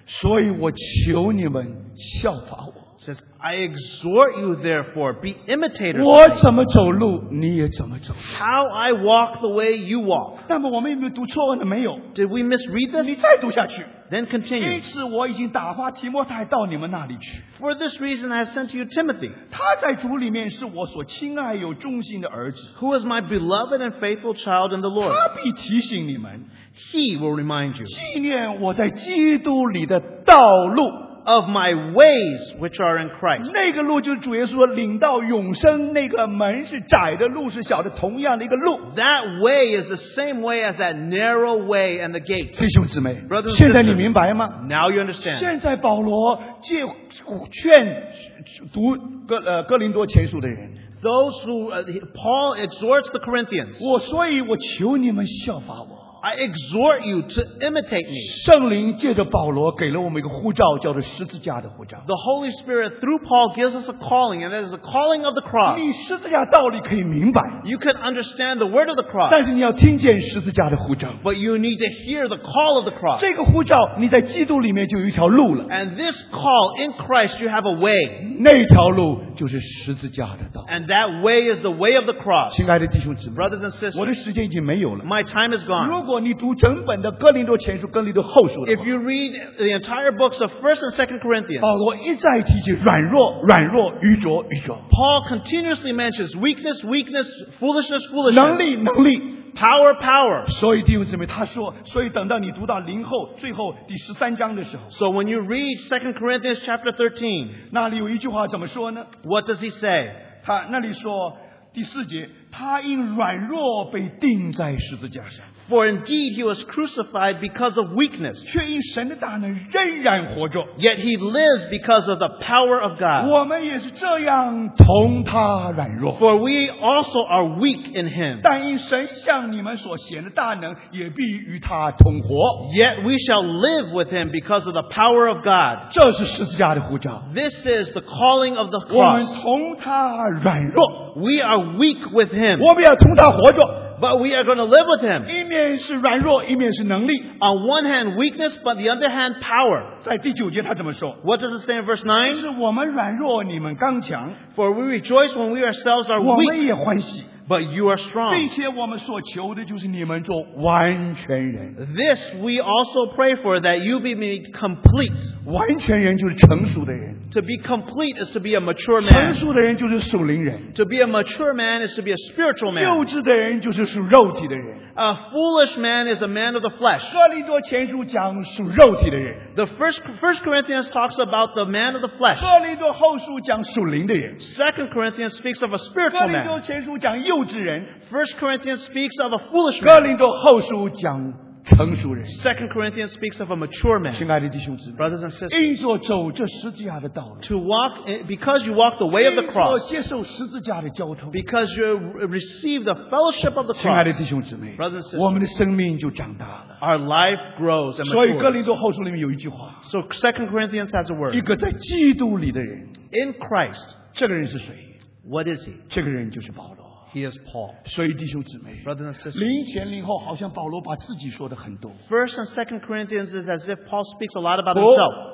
Speaker 1: 所以我求你们效法我，
Speaker 2: It says, I exhort you, therefore, be imitators.
Speaker 1: 我
Speaker 2: Of me.
Speaker 1: 怎么走路你也怎么走。
Speaker 2: How I walk the way you walk.
Speaker 1: 那么我们有没有读错呢？没有。
Speaker 2: Did we misread
Speaker 1: 你
Speaker 2: this?
Speaker 1: 再读下去，
Speaker 2: Then
Speaker 1: 因
Speaker 2: continue.
Speaker 1: 此我已经打发提摩太到你们那里去，
Speaker 2: For this reason I have sent to you Timothy,
Speaker 1: 他在主里面是我所亲爱有忠心的儿子，
Speaker 2: who is my beloved and faithful child in the Lord.
Speaker 1: 他必提醒你们，
Speaker 2: He will remind you
Speaker 1: 纪念我在基督里的道路。
Speaker 2: of my ways which are in Christ.
Speaker 1: 那个路就是主耶稣说领到永生，那个门是窄的，路是小的，同样的一个路。
Speaker 2: That way is the same way as that narrow way and the gate.
Speaker 1: 弟兄姊妹
Speaker 2: Brothers and，sisters
Speaker 1: 现在你明白吗？
Speaker 2: Now you understand.
Speaker 1: 现在保罗借劝读哥呃哥林多前书的人，
Speaker 2: Those who, uh, Paul exhorts the Corinthians.
Speaker 1: 我所以我求你们效法我。
Speaker 2: I exhort you to imitate me.
Speaker 1: 圣灵借着保罗给了我们一个呼召，叫做十字架的呼召。
Speaker 2: The Holy Spirit, through Paul, gives us a calling, and that is the calling of the cross.
Speaker 1: 你十字架道理可以明白，
Speaker 2: You can understand the word of the
Speaker 1: 但
Speaker 2: cross,
Speaker 1: 是你要听见十字架的呼召。
Speaker 2: but you need to hear the call of the cross.
Speaker 1: 这个呼召，你在基督里面就有一条路了，
Speaker 2: And this call in Christ, you have a way.
Speaker 1: 那条路就是十字架的道。
Speaker 2: And that way is the way of the cross.
Speaker 1: 亲爱的弟兄姊妹，啊
Speaker 2: Brothers and sisters,
Speaker 1: 我的时间已经没有了。
Speaker 2: my time is
Speaker 1: 如
Speaker 2: gone.
Speaker 1: 果你读整本的哥林多前书、哥林多后书的话
Speaker 2: If you read the entire books of 1st and 2nd Corinthians,
Speaker 1: 保罗一再提及软弱、软弱、愚拙、愚拙，
Speaker 2: Paul continuously mentions weakness, weakness, foolishness,
Speaker 1: 能
Speaker 2: foolishness,
Speaker 1: 力、能力。
Speaker 2: power, power.
Speaker 1: 所以弟兄姊妹，他说，所以等到你读到零后最后第十三章的时候，
Speaker 2: So when you read 2 Corinthians chapter 13,
Speaker 1: 那里有一句话怎么说呢？
Speaker 2: What does he say?
Speaker 1: 他那里说第四节，他因软弱被钉在十字架上，
Speaker 2: For indeed he was crucified because of weakness,
Speaker 1: 却因神的大能仍然活着。
Speaker 2: yet he lives because of the power of God.
Speaker 1: 我们也是这样同他软弱。
Speaker 2: For we also are weak in him,
Speaker 1: 但因神向你们所显的大能，也必与他同活。
Speaker 2: yet we shall live with him because of the power of God.
Speaker 1: 这是十字架的护照。
Speaker 2: This is the calling of the
Speaker 1: 我们
Speaker 2: cross.
Speaker 1: 同他软弱，
Speaker 2: We are weak with him,
Speaker 1: 我们要同他活着。
Speaker 2: but we are going to live with him.
Speaker 1: 一面是软弱，一面是能力。
Speaker 2: On one hand, weakness, but the other hand, power.
Speaker 1: 在第九节他这么说
Speaker 2: What does it say in verse？“9?
Speaker 1: 是我们软弱，你们刚强；
Speaker 2: For we rejoice when we ourselves are
Speaker 1: 我们
Speaker 2: weak,
Speaker 1: 也欢喜，
Speaker 2: but you are
Speaker 1: 并
Speaker 2: strong.
Speaker 1: 且我们所求的就是你们做完全人。
Speaker 2: This we also pray for, that you be made complete.
Speaker 1: 完全人就是成熟的人，
Speaker 2: To be complete is to be a mature
Speaker 1: 成
Speaker 2: man.
Speaker 1: 熟的人就是属灵人，
Speaker 2: To be a mature man is to be a spiritual
Speaker 1: 幼
Speaker 2: man.
Speaker 1: 稚的人就是属肉体的人。
Speaker 2: A foolish man is a man of the flesh.
Speaker 1: 哥林多前书讲属肉体的人。
Speaker 2: The first, first Corinthians talks about the man of the flesh.
Speaker 1: 哥林多后书讲属灵的人，
Speaker 2: Second Corinthians speaks of a
Speaker 1: 哥
Speaker 2: spiritual
Speaker 1: 林多
Speaker 2: man.
Speaker 1: 前书讲幼稚人，
Speaker 2: First Corinthians speaks of a foolish
Speaker 1: 哥
Speaker 2: man.
Speaker 1: 林多后书讲成熟人。
Speaker 2: Second Corinthians speaks of a mature
Speaker 1: 亲
Speaker 2: man.
Speaker 1: 爱的弟兄姊妹，
Speaker 2: Brothers and sisters,
Speaker 1: 因着走这十字架的道路，
Speaker 2: to walk because you walk the way of
Speaker 1: 因
Speaker 2: the
Speaker 1: 着
Speaker 2: cross,
Speaker 1: 接受十字架的交通，
Speaker 2: because you receive the fellowship of the
Speaker 1: 亲爱的
Speaker 2: cross,
Speaker 1: 弟兄姊妹
Speaker 2: Brothers and，sisters
Speaker 1: 我们的生命就长大了。
Speaker 2: our life grows and
Speaker 1: 所以哥
Speaker 2: matures.
Speaker 1: 林多后书里面有一句话：
Speaker 2: So Second Corinthians has a
Speaker 1: 一
Speaker 2: word.
Speaker 1: 个在基督里的人，
Speaker 2: In Christ,
Speaker 1: 这个人是谁？
Speaker 2: what is he?
Speaker 1: 这个人就是保罗。
Speaker 2: He is Paul.
Speaker 1: 所以弟兄姊妹，
Speaker 2: Brothers and sisters,
Speaker 1: 零前零后，好像保罗把自己说的很多。
Speaker 2: First and Second Corinthians is as if Paul speaks a lot about
Speaker 1: 我
Speaker 2: himself.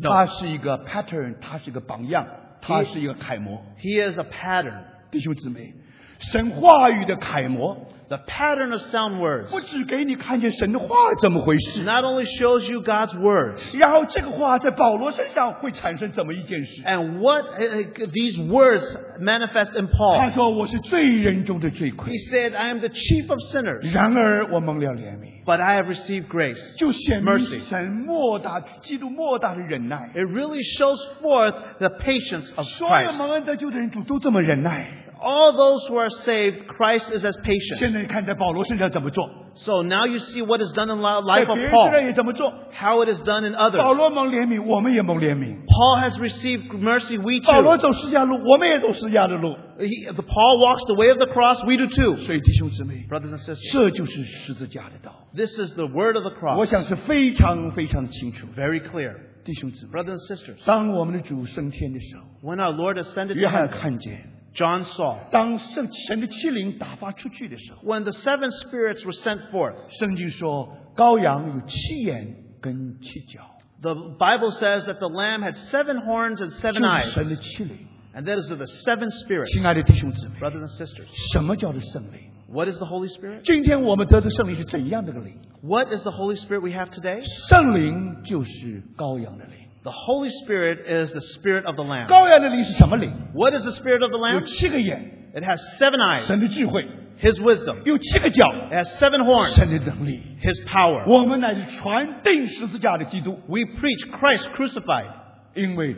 Speaker 2: No.
Speaker 1: 他是一个 pattern，他是一个榜样，他是一个楷模。
Speaker 2: He is a pattern,
Speaker 1: 弟兄姊妹，神话语的楷模，
Speaker 2: the pattern of sound words.
Speaker 1: 不只给你看见神的话怎么回事，
Speaker 2: Not only shows you God's words
Speaker 1: 然后这个话在保罗身上会产生怎么一件事？
Speaker 2: and what uh, uh, these words manifest in
Speaker 1: 他
Speaker 2: Paul.
Speaker 1: 说：“我是罪人中的罪魁
Speaker 2: He，said, I am the chief of sinners,
Speaker 1: 然而我蒙了怜悯。”
Speaker 2: but I have received grace.
Speaker 1: 就显明
Speaker 2: Mercy
Speaker 1: 神莫大基督莫大的忍耐。
Speaker 2: It really shows forth the patience of
Speaker 1: 所有
Speaker 2: Christ.
Speaker 1: 蒙恩得救的人主都这么忍耐。
Speaker 2: All those who are saved, Christ is as patient.
Speaker 1: 现在看在保罗身上怎么做，
Speaker 2: So now you see what is done in the
Speaker 1: 在
Speaker 2: life
Speaker 1: 别
Speaker 2: of
Speaker 1: 人身上
Speaker 2: Paul,
Speaker 1: 也怎么做。
Speaker 2: how it is done in
Speaker 1: 保
Speaker 2: others.
Speaker 1: 罗蒙怜悯，我们也蒙怜悯。
Speaker 2: Paul has received mercy, we
Speaker 1: 保罗
Speaker 2: too.
Speaker 1: 走十字架路，我们也走十字架的路。
Speaker 2: He, the Paul walks the way of the cross, we do too.
Speaker 1: 所以弟兄姊妹，
Speaker 2: Brothers and sisters,
Speaker 1: 这就是十字架的道。
Speaker 2: this is the word of the
Speaker 1: 我
Speaker 2: cross.
Speaker 1: 想是非常非常清楚的，
Speaker 2: 啊 Very clear.
Speaker 1: 弟兄姊妹。
Speaker 2: Brothers and sisters,
Speaker 1: 当我们的主升天的时候，
Speaker 2: when our Lord ascended
Speaker 1: 约
Speaker 2: to
Speaker 1: 翰
Speaker 2: heaven,
Speaker 1: 看见，
Speaker 2: John saw.
Speaker 1: 当圣神的欺凌打发出去的时候，
Speaker 2: When the seven spirits were sent forth,
Speaker 1: 圣经说羔羊有七眼跟七角。
Speaker 2: the Bible says that the Lamb had seven horns and seven
Speaker 1: 就是
Speaker 2: eyes.
Speaker 1: 神的欺凌。
Speaker 2: And that is of the seven spirits.
Speaker 1: 亲爱的弟兄姊妹，
Speaker 2: Brothers and sisters,
Speaker 1: 什么叫做圣灵？
Speaker 2: what is the Holy Spirit?
Speaker 1: 今天我们得的圣灵是怎样的个灵？
Speaker 2: What is the Holy Spirit we have today?
Speaker 1: 圣灵就是羔羊的灵。
Speaker 2: The Holy Spirit is the Spirit of the Lamb.
Speaker 1: 羔羊的灵是什么灵？
Speaker 2: What is the Spirit of the
Speaker 1: 有
Speaker 2: Lamb?
Speaker 1: 七个眼，
Speaker 2: It has seven
Speaker 1: 神
Speaker 2: eyes,
Speaker 1: 的智慧；
Speaker 2: His wisdom.
Speaker 1: 有七个角，
Speaker 2: It has seven horns,
Speaker 1: 神的能力。
Speaker 2: His power.
Speaker 1: 我们乃是传定十字架的基督，
Speaker 2: We preach Christ crucified
Speaker 1: 因为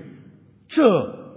Speaker 1: 这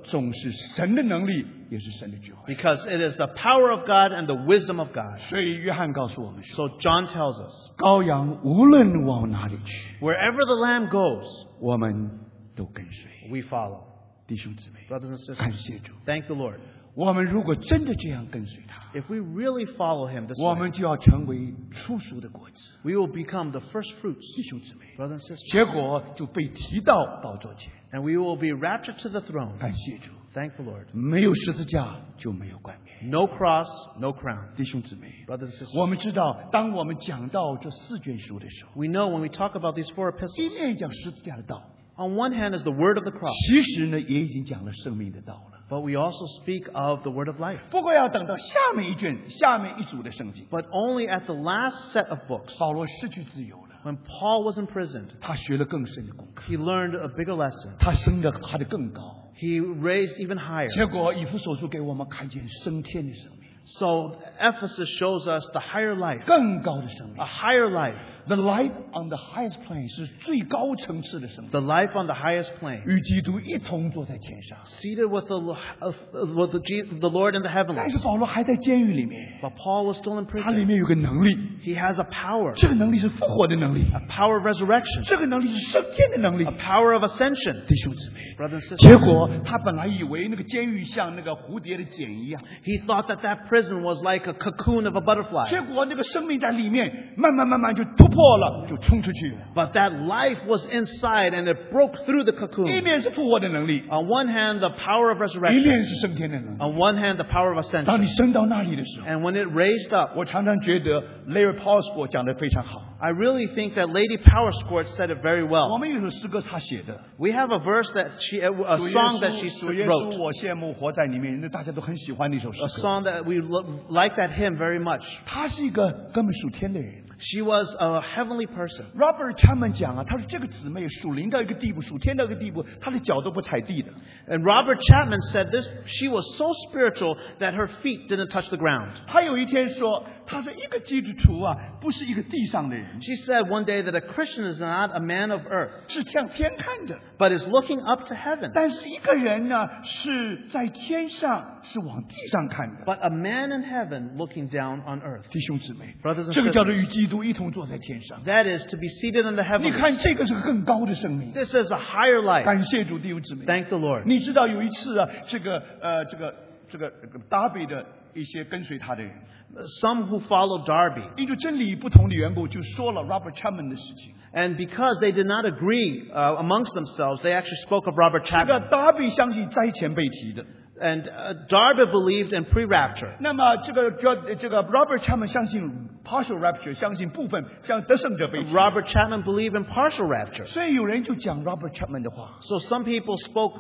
Speaker 1: 总是神的能力，也是神的智慧。
Speaker 2: because it is the power of God and the wisdom of God.
Speaker 1: 所以约翰告诉我们说，
Speaker 2: So John tells us
Speaker 1: 羔羊无论往哪里去，
Speaker 2: wherever the Lamb goes,
Speaker 1: 我们都跟随。
Speaker 2: we follow.
Speaker 1: 弟兄姊妹，
Speaker 2: Brothers and
Speaker 1: 感
Speaker 2: sisters,
Speaker 1: 谢主。
Speaker 2: thank the Lord.
Speaker 1: 我们如果真的这样跟随他，
Speaker 2: If we really follow Him this
Speaker 1: 我
Speaker 2: way,
Speaker 1: 们就要成为出熟的果子，
Speaker 2: we will become the first fruits,
Speaker 1: 弟兄姊妹，
Speaker 2: brothers and sisters.
Speaker 1: 结果就被提到宝座前。
Speaker 2: and we will be raptured to the throne.
Speaker 1: 感谢主，
Speaker 2: Thank the Lord.
Speaker 1: 没有十字架就没有冠冕，
Speaker 2: No cross, no crown.
Speaker 1: 弟兄姊妹。
Speaker 2: Brothers and sisters,
Speaker 1: 我们知道，当我们讲到这四卷书的时候，
Speaker 2: we know when we talk about these four
Speaker 1: 一
Speaker 2: epistles,
Speaker 1: 面讲十字架的道，
Speaker 2: on one hand is the word of the cross,
Speaker 1: 其实呢也已经讲了生命的道了。
Speaker 2: but we also speak of the word of life.
Speaker 1: 不过要等到下面一卷、下面一组的圣经，
Speaker 2: But only at the last set of books,
Speaker 1: 保罗失去自由了，
Speaker 2: when Paul was imprisoned,
Speaker 1: 他学了更深的功课，
Speaker 2: he learned a bigger lesson.
Speaker 1: 他升的爬得更高。
Speaker 2: He raised even higher.
Speaker 1: 结果以弗所书给我们看见升天的生命，
Speaker 2: So Ephesus shows us the higher life,
Speaker 1: 更高的生命
Speaker 2: a。higher life,
Speaker 1: The life on the highest plane 是最高层次的生命，
Speaker 2: the life on the highest plane,
Speaker 1: 与基督一同坐在天上。
Speaker 2: seated with the, with the, Je- the Lord in the
Speaker 1: 但
Speaker 2: heavens.
Speaker 1: 是保罗还在监狱里面，
Speaker 2: But Paul was still in
Speaker 1: 他里
Speaker 2: prison.
Speaker 1: 面有个能力，
Speaker 2: He has a power,
Speaker 1: 这个能力是复活的能力，
Speaker 2: a power of resurrection,
Speaker 1: 这个能力是升天的能力
Speaker 2: a。power of ascension.
Speaker 1: 弟兄姊妹，
Speaker 2: Brothers and
Speaker 1: 结
Speaker 2: sisters,
Speaker 1: 果他本来以为那个监狱像那个蝴蝶的茧一样，
Speaker 2: he thought that that prison was like a cocoon of a butterfly.
Speaker 1: 结果那个生命在里面慢慢慢慢就突破了，就冲出去了。
Speaker 2: But that life was inside and it broke through the
Speaker 1: 一
Speaker 2: cocoon.
Speaker 1: 面是复活的能力，
Speaker 2: On one hand, the power of
Speaker 1: 一
Speaker 2: resurrection.
Speaker 1: 面是升天的能力。
Speaker 2: On one hand, the power of ascension.
Speaker 1: 当你升到那里的时候，
Speaker 2: And when it raised up,
Speaker 1: 我常常觉得 Larry p a u s b o 讲的非常好。
Speaker 2: I really think that Lady Powerscourt said it very
Speaker 1: 我
Speaker 2: well.
Speaker 1: 们有首诗歌他写的，
Speaker 2: We have a verse that she, a
Speaker 1: 主
Speaker 2: a
Speaker 1: 耶
Speaker 2: song that she
Speaker 1: 稣，主耶稣，
Speaker 2: wrote,
Speaker 1: 我羡慕活在里面，那大家都很喜欢那首诗
Speaker 2: a
Speaker 1: 歌。
Speaker 2: song that we lo- like that hymn very much.
Speaker 1: 他是一个根本属天的人。
Speaker 2: She was a heavenly person.
Speaker 1: Robert 他们讲啊，他说这个姊妹属灵到一个地步，属天到一个地步，她的脚都不踩地的。
Speaker 2: And Robert Chapman said this she was so spiritual that her feet didn't touch the ground.
Speaker 1: 他有一天说，他是一个基督徒啊，不是一个地上的人，
Speaker 2: She said one day that a Christian is not a man of earth,
Speaker 1: 是向天看的。
Speaker 2: but is looking up to heaven.
Speaker 1: 但是一个人呢，是在天上，是往地上看的。
Speaker 2: But a man in heaven looking down on earth.
Speaker 1: 弟兄姊妹
Speaker 2: Brothers and，
Speaker 1: 这个叫
Speaker 2: sisters
Speaker 1: 做与基督一同坐在天上。
Speaker 2: That is to be seated in the
Speaker 1: 你
Speaker 2: heavens.
Speaker 1: 看，这个是个更高的生命。
Speaker 2: This is a higher life.
Speaker 1: 感谢主，弟兄姊妹。
Speaker 2: Thank the Lord.
Speaker 1: 你知道有一次啊，这个呃，这个这个这个达比的一些跟随他的人，
Speaker 2: Some who followed Darby,
Speaker 1: 因为真理不同的缘故，就说了 Robert Chapman 的事情。
Speaker 2: and because they did not agree uh, amongst themselves, they actually spoke of Robert
Speaker 1: 这个
Speaker 2: Chapman.
Speaker 1: 达比相信灾前被提的，
Speaker 2: And uh, Darby believed in pre-rapture.
Speaker 1: 那么这个叫这个 Robert 他们相信 partial rapture，相信部分像得胜者被提
Speaker 2: Robert Chapman believed in partial rapture.
Speaker 1: 所以有人就讲 Robert Chapman 的话，
Speaker 2: So some people spoke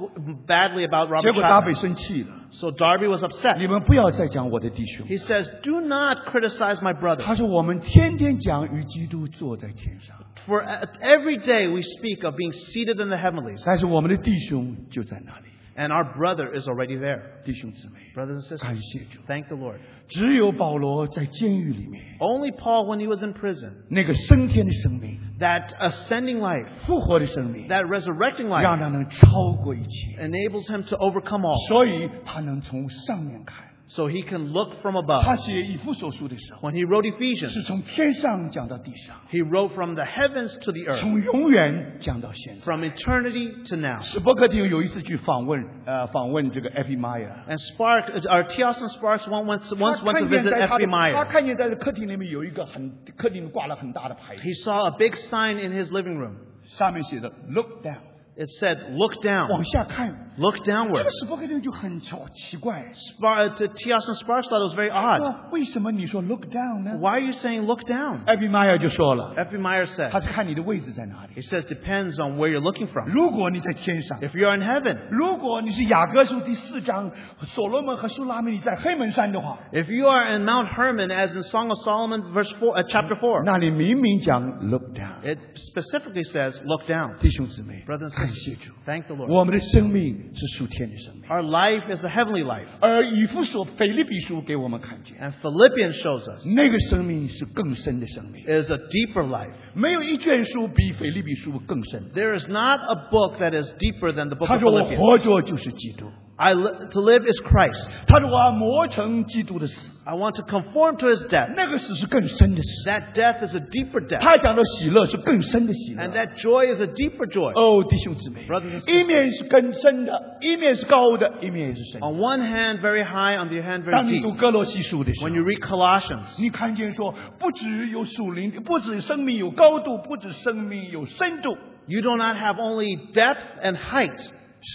Speaker 2: badly about
Speaker 1: 结
Speaker 2: Robert
Speaker 1: 果他
Speaker 2: Chapman.
Speaker 1: 被生气了。
Speaker 2: So Darby was upset.
Speaker 1: 你们不要再讲我的弟兄。
Speaker 2: He says, Do not criticize my brother.
Speaker 1: 他说我们天天讲与基督坐在天上，
Speaker 2: For uh, every day we speak of being seated in the heavenlies,
Speaker 1: 但是我们的弟兄就在那里。
Speaker 2: and our brother is already there.
Speaker 1: 弟兄姊妹，
Speaker 2: Brothers and
Speaker 1: 感
Speaker 2: sisters,
Speaker 1: 谢主，
Speaker 2: thank the Lord.
Speaker 1: 只有保罗在监狱里面
Speaker 2: Only Paul, when he was in prison,
Speaker 1: 那个升天的生命、
Speaker 2: that ascending life,
Speaker 1: 复活的生命，
Speaker 2: that resurrecting life,
Speaker 1: 让他能超过一切，
Speaker 2: enables him to overcome all.
Speaker 1: 所以他能从上面看。
Speaker 2: So he can look from
Speaker 1: 他
Speaker 2: above.
Speaker 1: 写以父所书的时候，
Speaker 2: When he wrote
Speaker 1: 是
Speaker 2: Ephesians,
Speaker 1: 从天上讲到地上，
Speaker 2: he wrote from the heavens to the earth,
Speaker 1: 从永远讲到现在。
Speaker 2: from eternity to now.
Speaker 1: 史伯克丁有一次去访问，呃，访问这个 F.E. Meyer。
Speaker 2: And Spark, our Tios and Sparks one once, once
Speaker 1: 他
Speaker 2: went to
Speaker 1: 看见
Speaker 2: visit
Speaker 1: 在他
Speaker 2: Effie
Speaker 1: 的他
Speaker 2: Meyer.
Speaker 1: 看见在客厅里面有一个很客厅挂了很大的牌子，
Speaker 2: He saw a big sign in his living room.
Speaker 1: 上面写的 “Look down”，
Speaker 2: It said, "Look down,
Speaker 1: 往下看。
Speaker 2: look
Speaker 1: 这个
Speaker 2: downward."
Speaker 1: 史伯克丁就很奇奇怪，
Speaker 2: Spar- to Tios and Sparks thought it was very odd.
Speaker 1: 说为什么你说 “Look down” 呢
Speaker 2: Why are you saying "look down"?
Speaker 1: ？F.E. Meyer 就说了，
Speaker 2: Effie Meyer
Speaker 1: 他
Speaker 2: said.
Speaker 1: 是看你的位置在哪
Speaker 2: He
Speaker 1: 里。
Speaker 2: says depends on where you're looking from.
Speaker 1: 如果你在天上，
Speaker 2: If you're in heaven,
Speaker 1: 如果你是雅各书第四章，所罗门和苏拉米在黑门山的话，
Speaker 2: if you are in Mount Hermon, as in Song of Solomon, verse four, uh, chapter four,
Speaker 1: 那里明明讲 look down。
Speaker 2: it specifically says "look down."
Speaker 1: 弟兄姊妹，
Speaker 2: Brothers
Speaker 1: 感
Speaker 2: and
Speaker 1: 谢
Speaker 2: sisters,
Speaker 1: 主，
Speaker 2: thank the Lord.
Speaker 1: 我们的生命是属天的生命。
Speaker 2: Our life is a heavenly life,
Speaker 1: 而以弗所腓利比书给我们看见，
Speaker 2: and Philippians shows us
Speaker 1: 那个生命是更深的生命，
Speaker 2: is a deeper life.
Speaker 1: 没有一卷书比腓利比书更深。
Speaker 2: There is not a book that is deeper than the book
Speaker 1: 他
Speaker 2: of
Speaker 1: 说：“我
Speaker 2: Philippians.
Speaker 1: 活着就是基督。
Speaker 2: I li- to live is Christ. ”
Speaker 1: 他说：“我要磨成基督的死，
Speaker 2: I want to conform to his death.
Speaker 1: 那个死是更深的死。
Speaker 2: That death is a deeper ” death.
Speaker 1: 他讲的喜乐是更深的喜乐
Speaker 2: And。that joy is a deeper joy.
Speaker 1: 哦，弟兄姊妹
Speaker 2: Brothers and，sisters
Speaker 1: 一面是更深的，一面是高的，一面也是深的。
Speaker 2: On one hand, very high, on the other hand,
Speaker 1: 当
Speaker 2: very
Speaker 1: 你
Speaker 2: deep.
Speaker 1: 读哥罗西书的时候
Speaker 2: When，you read Colossians,
Speaker 1: 你看见说，不只有属灵，不止生命有高度，不止生命有深度，
Speaker 2: you do not have only depth and height,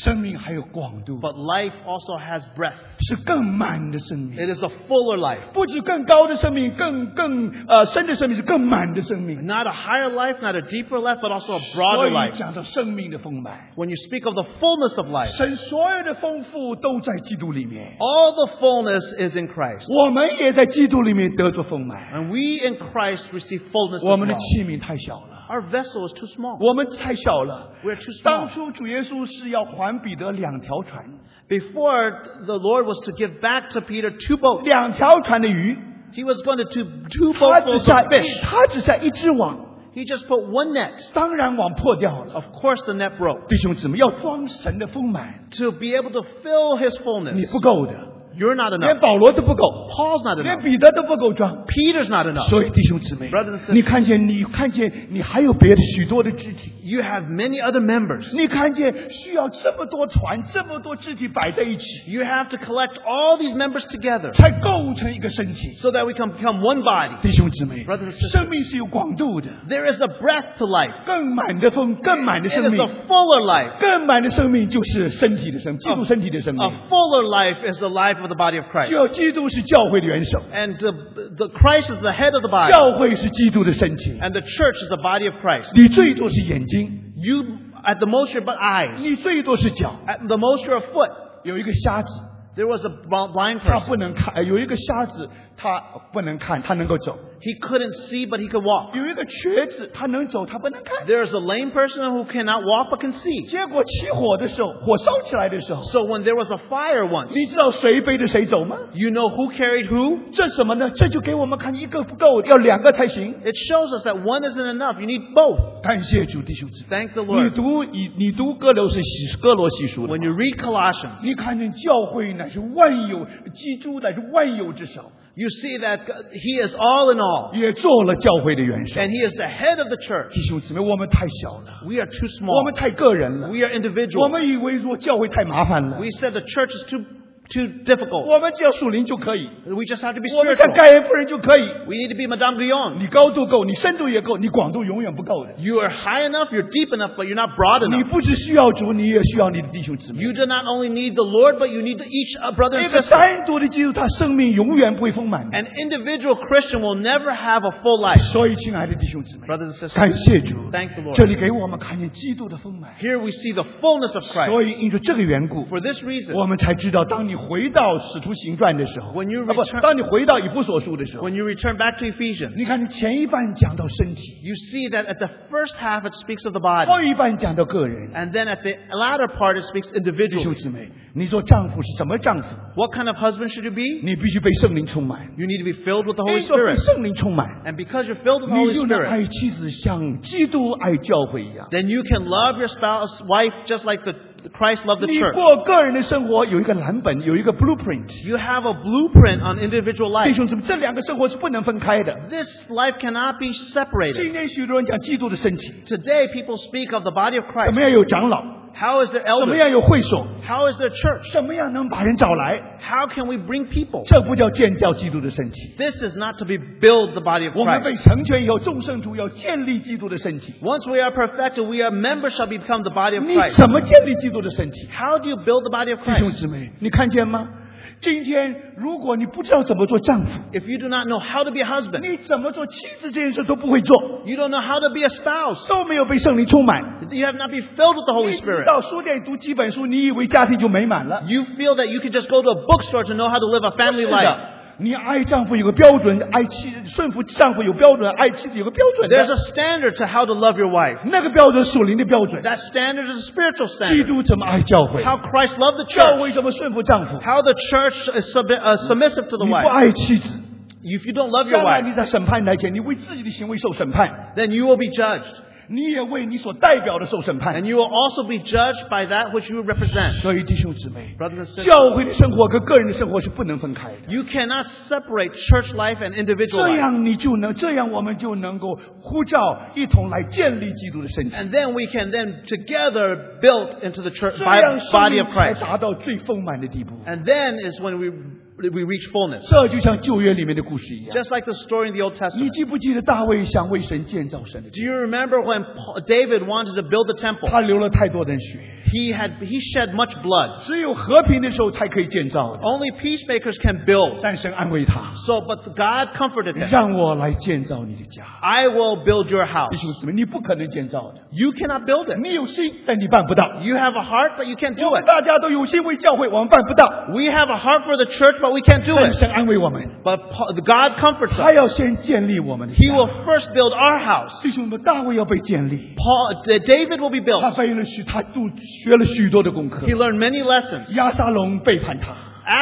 Speaker 1: 生命还有广度，
Speaker 2: but life also has breadth.
Speaker 1: 是更满的生
Speaker 2: It
Speaker 1: 命。
Speaker 2: is a fuller life.
Speaker 1: 不止更高的生命，更更呃深的生命是更满的生命。
Speaker 2: Not a higher life, not a deeper life, but also a
Speaker 1: 所
Speaker 2: broader
Speaker 1: 以
Speaker 2: life.
Speaker 1: 讲到生命的丰满，
Speaker 2: When you speak of the fullness of life,
Speaker 1: 神所有的丰富都在基督里面，
Speaker 2: all the fullness is in Christ.
Speaker 1: 我们也在基督里面得着丰满。
Speaker 2: And we in Christ receive fullness as
Speaker 1: 我们的
Speaker 2: well.
Speaker 1: 器皿太小了。
Speaker 2: Our vessel is too small.
Speaker 1: 我们太小了
Speaker 2: We're too。small.
Speaker 1: 当初主耶稣是要还彼得两条船，
Speaker 2: Before the Lord was to give back to Peter two boats,
Speaker 1: 两条船的鱼，
Speaker 2: he was going to two, two
Speaker 1: 他只
Speaker 2: boatfuls
Speaker 1: 下
Speaker 2: of
Speaker 1: 一
Speaker 2: fish.
Speaker 1: 他只下一只网，
Speaker 2: He just put one net.
Speaker 1: 当然网破掉了。
Speaker 2: Of course, the net broke.
Speaker 1: 弟兄姊妹，要装神的丰满，
Speaker 2: To be able to fill his
Speaker 1: 你
Speaker 2: fullness,
Speaker 1: 不够的，
Speaker 2: you're not
Speaker 1: 连
Speaker 2: enough.
Speaker 1: 保罗都不够，
Speaker 2: Paul's not
Speaker 1: 连
Speaker 2: enough.
Speaker 1: 彼得都不够装。
Speaker 2: Peter's not enough.
Speaker 1: 所以弟兄姊妹
Speaker 2: Brothers and，sisters
Speaker 1: 你看见你看见你还有别的许多的肢体，
Speaker 2: You have many other members.
Speaker 1: 你看见需要这么多船，这么多肢体摆在一起，
Speaker 2: You have to collect all these members together
Speaker 1: 才构成一个身体。
Speaker 2: so that we can become one body.
Speaker 1: 弟兄姊妹
Speaker 2: Brothers and，sisters
Speaker 1: 生命是有广度的。
Speaker 2: There is a breadth to life.
Speaker 1: 更满的丰，更满的
Speaker 2: It
Speaker 1: 生
Speaker 2: is
Speaker 1: 命，
Speaker 2: a fuller life.
Speaker 1: 更满的生命就是身体的生命，基督身体的生命。
Speaker 2: A fuller life is the life of the body of Christ.
Speaker 1: 只有基督是教会的元首，
Speaker 2: And the, the Christ is the head of the body.
Speaker 1: 教会是基督的身体。
Speaker 2: And the church is the body of Christ.
Speaker 1: 你最多是眼睛，
Speaker 2: You, at the most, you're but eyes.
Speaker 1: 你最多是脚。
Speaker 2: At the most, you're a foot.
Speaker 1: 有一个瞎子，
Speaker 2: There was a bl- blind
Speaker 1: 他
Speaker 2: person.
Speaker 1: 不能看；呃有一个瞎子，他不能看，他能够走；
Speaker 2: He couldn't see, but he could walk.
Speaker 1: 有一个瘸子，他能走，他不能看。
Speaker 2: There is a lame person who cannot walk but can see.
Speaker 1: 结果起火的时候，火烧起来的时候，
Speaker 2: So when there was a fire once,
Speaker 1: 你知道谁背着谁走吗？
Speaker 2: you know who carried who?
Speaker 1: 这什么呢？这就给我们看，一个不够，要两个才行。
Speaker 2: It shows us that one isn't enough. You need both.
Speaker 1: 感谢主，弟兄姊妹。
Speaker 2: Thank the
Speaker 1: 你
Speaker 2: Lord.
Speaker 1: 读以你读哥罗是西哥罗西书的
Speaker 2: When you read Colossians,
Speaker 1: 你看见教会乃是万有，基督乃是万有之首，
Speaker 2: you see that he is all in all.
Speaker 1: 也做了教会的元首。
Speaker 2: And he is the head of the church.
Speaker 1: 弟兄姊妹，我们太小了，
Speaker 2: We are too
Speaker 1: 我
Speaker 2: small.
Speaker 1: 们太个人了，
Speaker 2: We are
Speaker 1: 我
Speaker 2: individual.
Speaker 1: 们以为说教会太麻烦了，
Speaker 2: We said the church is too too difficult.
Speaker 1: 我们只要属灵就可以，
Speaker 2: We just have to be
Speaker 1: 我们像
Speaker 2: spiritual.
Speaker 1: 盖恩夫人就可以。
Speaker 2: We need to be Madame Guyon.
Speaker 1: 你高度够，你深度也够，你广度永远不够的。
Speaker 2: You are high enough, you're deep enough, but you're not broad
Speaker 1: 你
Speaker 2: enough.
Speaker 1: 不只需要主，你也需要你的弟兄姊妹。
Speaker 2: You do not only need the Lord, but you need each uh, brother
Speaker 1: 那
Speaker 2: and
Speaker 1: 个
Speaker 2: sister.
Speaker 1: 单独的基督，他生命永远不会丰满的。
Speaker 2: An individual Christian will never have a full life.
Speaker 1: 所以，亲爱的弟兄姊妹，
Speaker 2: Brothers and sisters,
Speaker 1: 感谢主
Speaker 2: Thank the，Lord
Speaker 1: 这里给我们看见基督的丰满。
Speaker 2: here we see the fullness of
Speaker 1: 所
Speaker 2: Christ.
Speaker 1: 以，因着这个缘故，
Speaker 2: For this reason,
Speaker 1: 我们才知道，当你回到《使徒行传》的时候，
Speaker 2: When you
Speaker 1: 啊不
Speaker 2: return-
Speaker 1: 当你回到以弗所书的时候，
Speaker 2: when you return back to Ephesians,
Speaker 1: 你看，你前一半讲到身体，
Speaker 2: you see that at the first half it speaks of the body,
Speaker 1: 后一半讲到个人。
Speaker 2: and then at the latter part it speaks
Speaker 1: 弟兄
Speaker 2: individually.
Speaker 1: 姊妹，你做丈夫是什么丈夫？
Speaker 2: What kind of husband should you be?
Speaker 1: 你必须被圣灵充满。
Speaker 2: You need to be filled with the
Speaker 1: 因
Speaker 2: Holy
Speaker 1: 着被
Speaker 2: Spirit.
Speaker 1: 圣灵充满，
Speaker 2: And because you're filled with the
Speaker 1: 你
Speaker 2: Holy
Speaker 1: 就能爱
Speaker 2: Spirit,
Speaker 1: 妻子像基督爱教会一样。
Speaker 2: then you can love your spouse, wife, just like the Christ loved the
Speaker 1: 你
Speaker 2: church.
Speaker 1: 过个人的生活有一个蓝本，有一个 blueprint。
Speaker 2: You have a blueprint on individual
Speaker 1: 弟
Speaker 2: life.
Speaker 1: 兄姊妹，这两个生活是不能分开的。
Speaker 2: This life cannot be
Speaker 1: 今
Speaker 2: separated.
Speaker 1: 天许多人讲基督的身体，
Speaker 2: Today, people speak of the body of
Speaker 1: 怎
Speaker 2: Christ.
Speaker 1: 么样有长老，
Speaker 2: How is their
Speaker 1: 怎么
Speaker 2: elders?
Speaker 1: 样有会所，
Speaker 2: How is their church?
Speaker 1: 怎么样能把人找来，
Speaker 2: How can we bring people?
Speaker 1: 这不叫建造基督的身体。
Speaker 2: This is not to be build the body of
Speaker 1: 我们被
Speaker 2: Christ.
Speaker 1: 成全以后，众圣徒要建立基督的身体。
Speaker 2: Once we are perfected, we are members shall become the body of
Speaker 1: 你
Speaker 2: Christ.
Speaker 1: 怎么建立基督的身体？
Speaker 2: How do you build the body of
Speaker 1: 弟兄
Speaker 2: Christ?
Speaker 1: 姊妹，你看见吗？今天如果你不知道怎么做丈夫，
Speaker 2: If you do not know how to be a husband,
Speaker 1: 你怎么做妻子这件事都不会做，
Speaker 2: you don't know how to be a spouse.
Speaker 1: 都没有被圣灵充满。
Speaker 2: You have not been filled with the Holy
Speaker 1: 你知
Speaker 2: Spirit.
Speaker 1: 道书店读几本书，你以为家庭就美满了？
Speaker 2: You feel that you can just go to a bookstore to know how to live a
Speaker 1: 不
Speaker 2: family
Speaker 1: 是
Speaker 2: life.
Speaker 1: 的，你爱丈夫有个标准，爱妻顺服丈夫有标准，爱妻子有个标准
Speaker 2: There's
Speaker 1: 的
Speaker 2: a。standard to how to love your wife.
Speaker 1: 那个标准属灵的标准。
Speaker 2: That standard is a spiritual
Speaker 1: 基
Speaker 2: standard.
Speaker 1: 督怎么爱教会？
Speaker 2: How Christ loved the
Speaker 1: 教会
Speaker 2: church.
Speaker 1: 怎么顺服丈夫？
Speaker 2: How the church is submi- uh, submissive to the
Speaker 1: 你不
Speaker 2: wife.
Speaker 1: 爱妻子，
Speaker 2: If you don't love your
Speaker 1: 将来
Speaker 2: wife,
Speaker 1: 你在审判台前，你为自己的行为受审判，
Speaker 2: then you will be judged.
Speaker 1: 你也为你所代表的受审判
Speaker 2: And。you will also be judged by that which you represent.
Speaker 1: 所以弟兄姊妹，
Speaker 2: Brothers and sisters,
Speaker 1: 教会的生活跟个人的生活是不能分开的。
Speaker 2: you cannot separate church life and individual
Speaker 1: 这
Speaker 2: life.
Speaker 1: 样你就能，这样我们就能够呼召一同来建立基督的身体，
Speaker 2: And then we can then together build into the church
Speaker 1: 这
Speaker 2: by,
Speaker 1: 样生
Speaker 2: body of
Speaker 1: 命才
Speaker 2: Christ.
Speaker 1: 达到最丰满的地步。
Speaker 2: And then is when we, we reach fullness.
Speaker 1: 这就像旧约里面的故事一样。
Speaker 2: Just like the story in the Old
Speaker 1: 你
Speaker 2: Testament.
Speaker 1: 记不记得大卫想为神建造神的家？
Speaker 2: Do you remember when Paul- David wanted to build the temple?
Speaker 1: 他流了太多的血，
Speaker 2: He had he shed much blood.
Speaker 1: 只有和平的时候才可以建造的。
Speaker 2: Only peacemakers can build.
Speaker 1: 但神安慰他，
Speaker 2: So, but God comforted him.
Speaker 1: 让我来建造你的家。
Speaker 2: I will build your
Speaker 1: 弟
Speaker 2: house.
Speaker 1: 兄姊妹，你不可能建造的，
Speaker 2: You cannot build it.
Speaker 1: 你有心，但你办不到。
Speaker 2: You have a heart, but you can't do
Speaker 1: 我们
Speaker 2: it.
Speaker 1: 大家都有心为教会，我们办不到。
Speaker 2: We have a heart for the church, but we can't do
Speaker 1: 但
Speaker 2: it.
Speaker 1: 神安慰我们，
Speaker 2: But Pa- God comforts
Speaker 1: 他
Speaker 2: us.
Speaker 1: 要先建立我们的
Speaker 2: He
Speaker 1: 家。
Speaker 2: will first build our house.
Speaker 1: 弟兄们，大卫要被建立，
Speaker 2: Paul, D- David will be
Speaker 1: 他
Speaker 2: built.
Speaker 1: 费了许，他都学了许多的功课
Speaker 2: He。learned many lessons.
Speaker 1: 亚沙龙背叛他，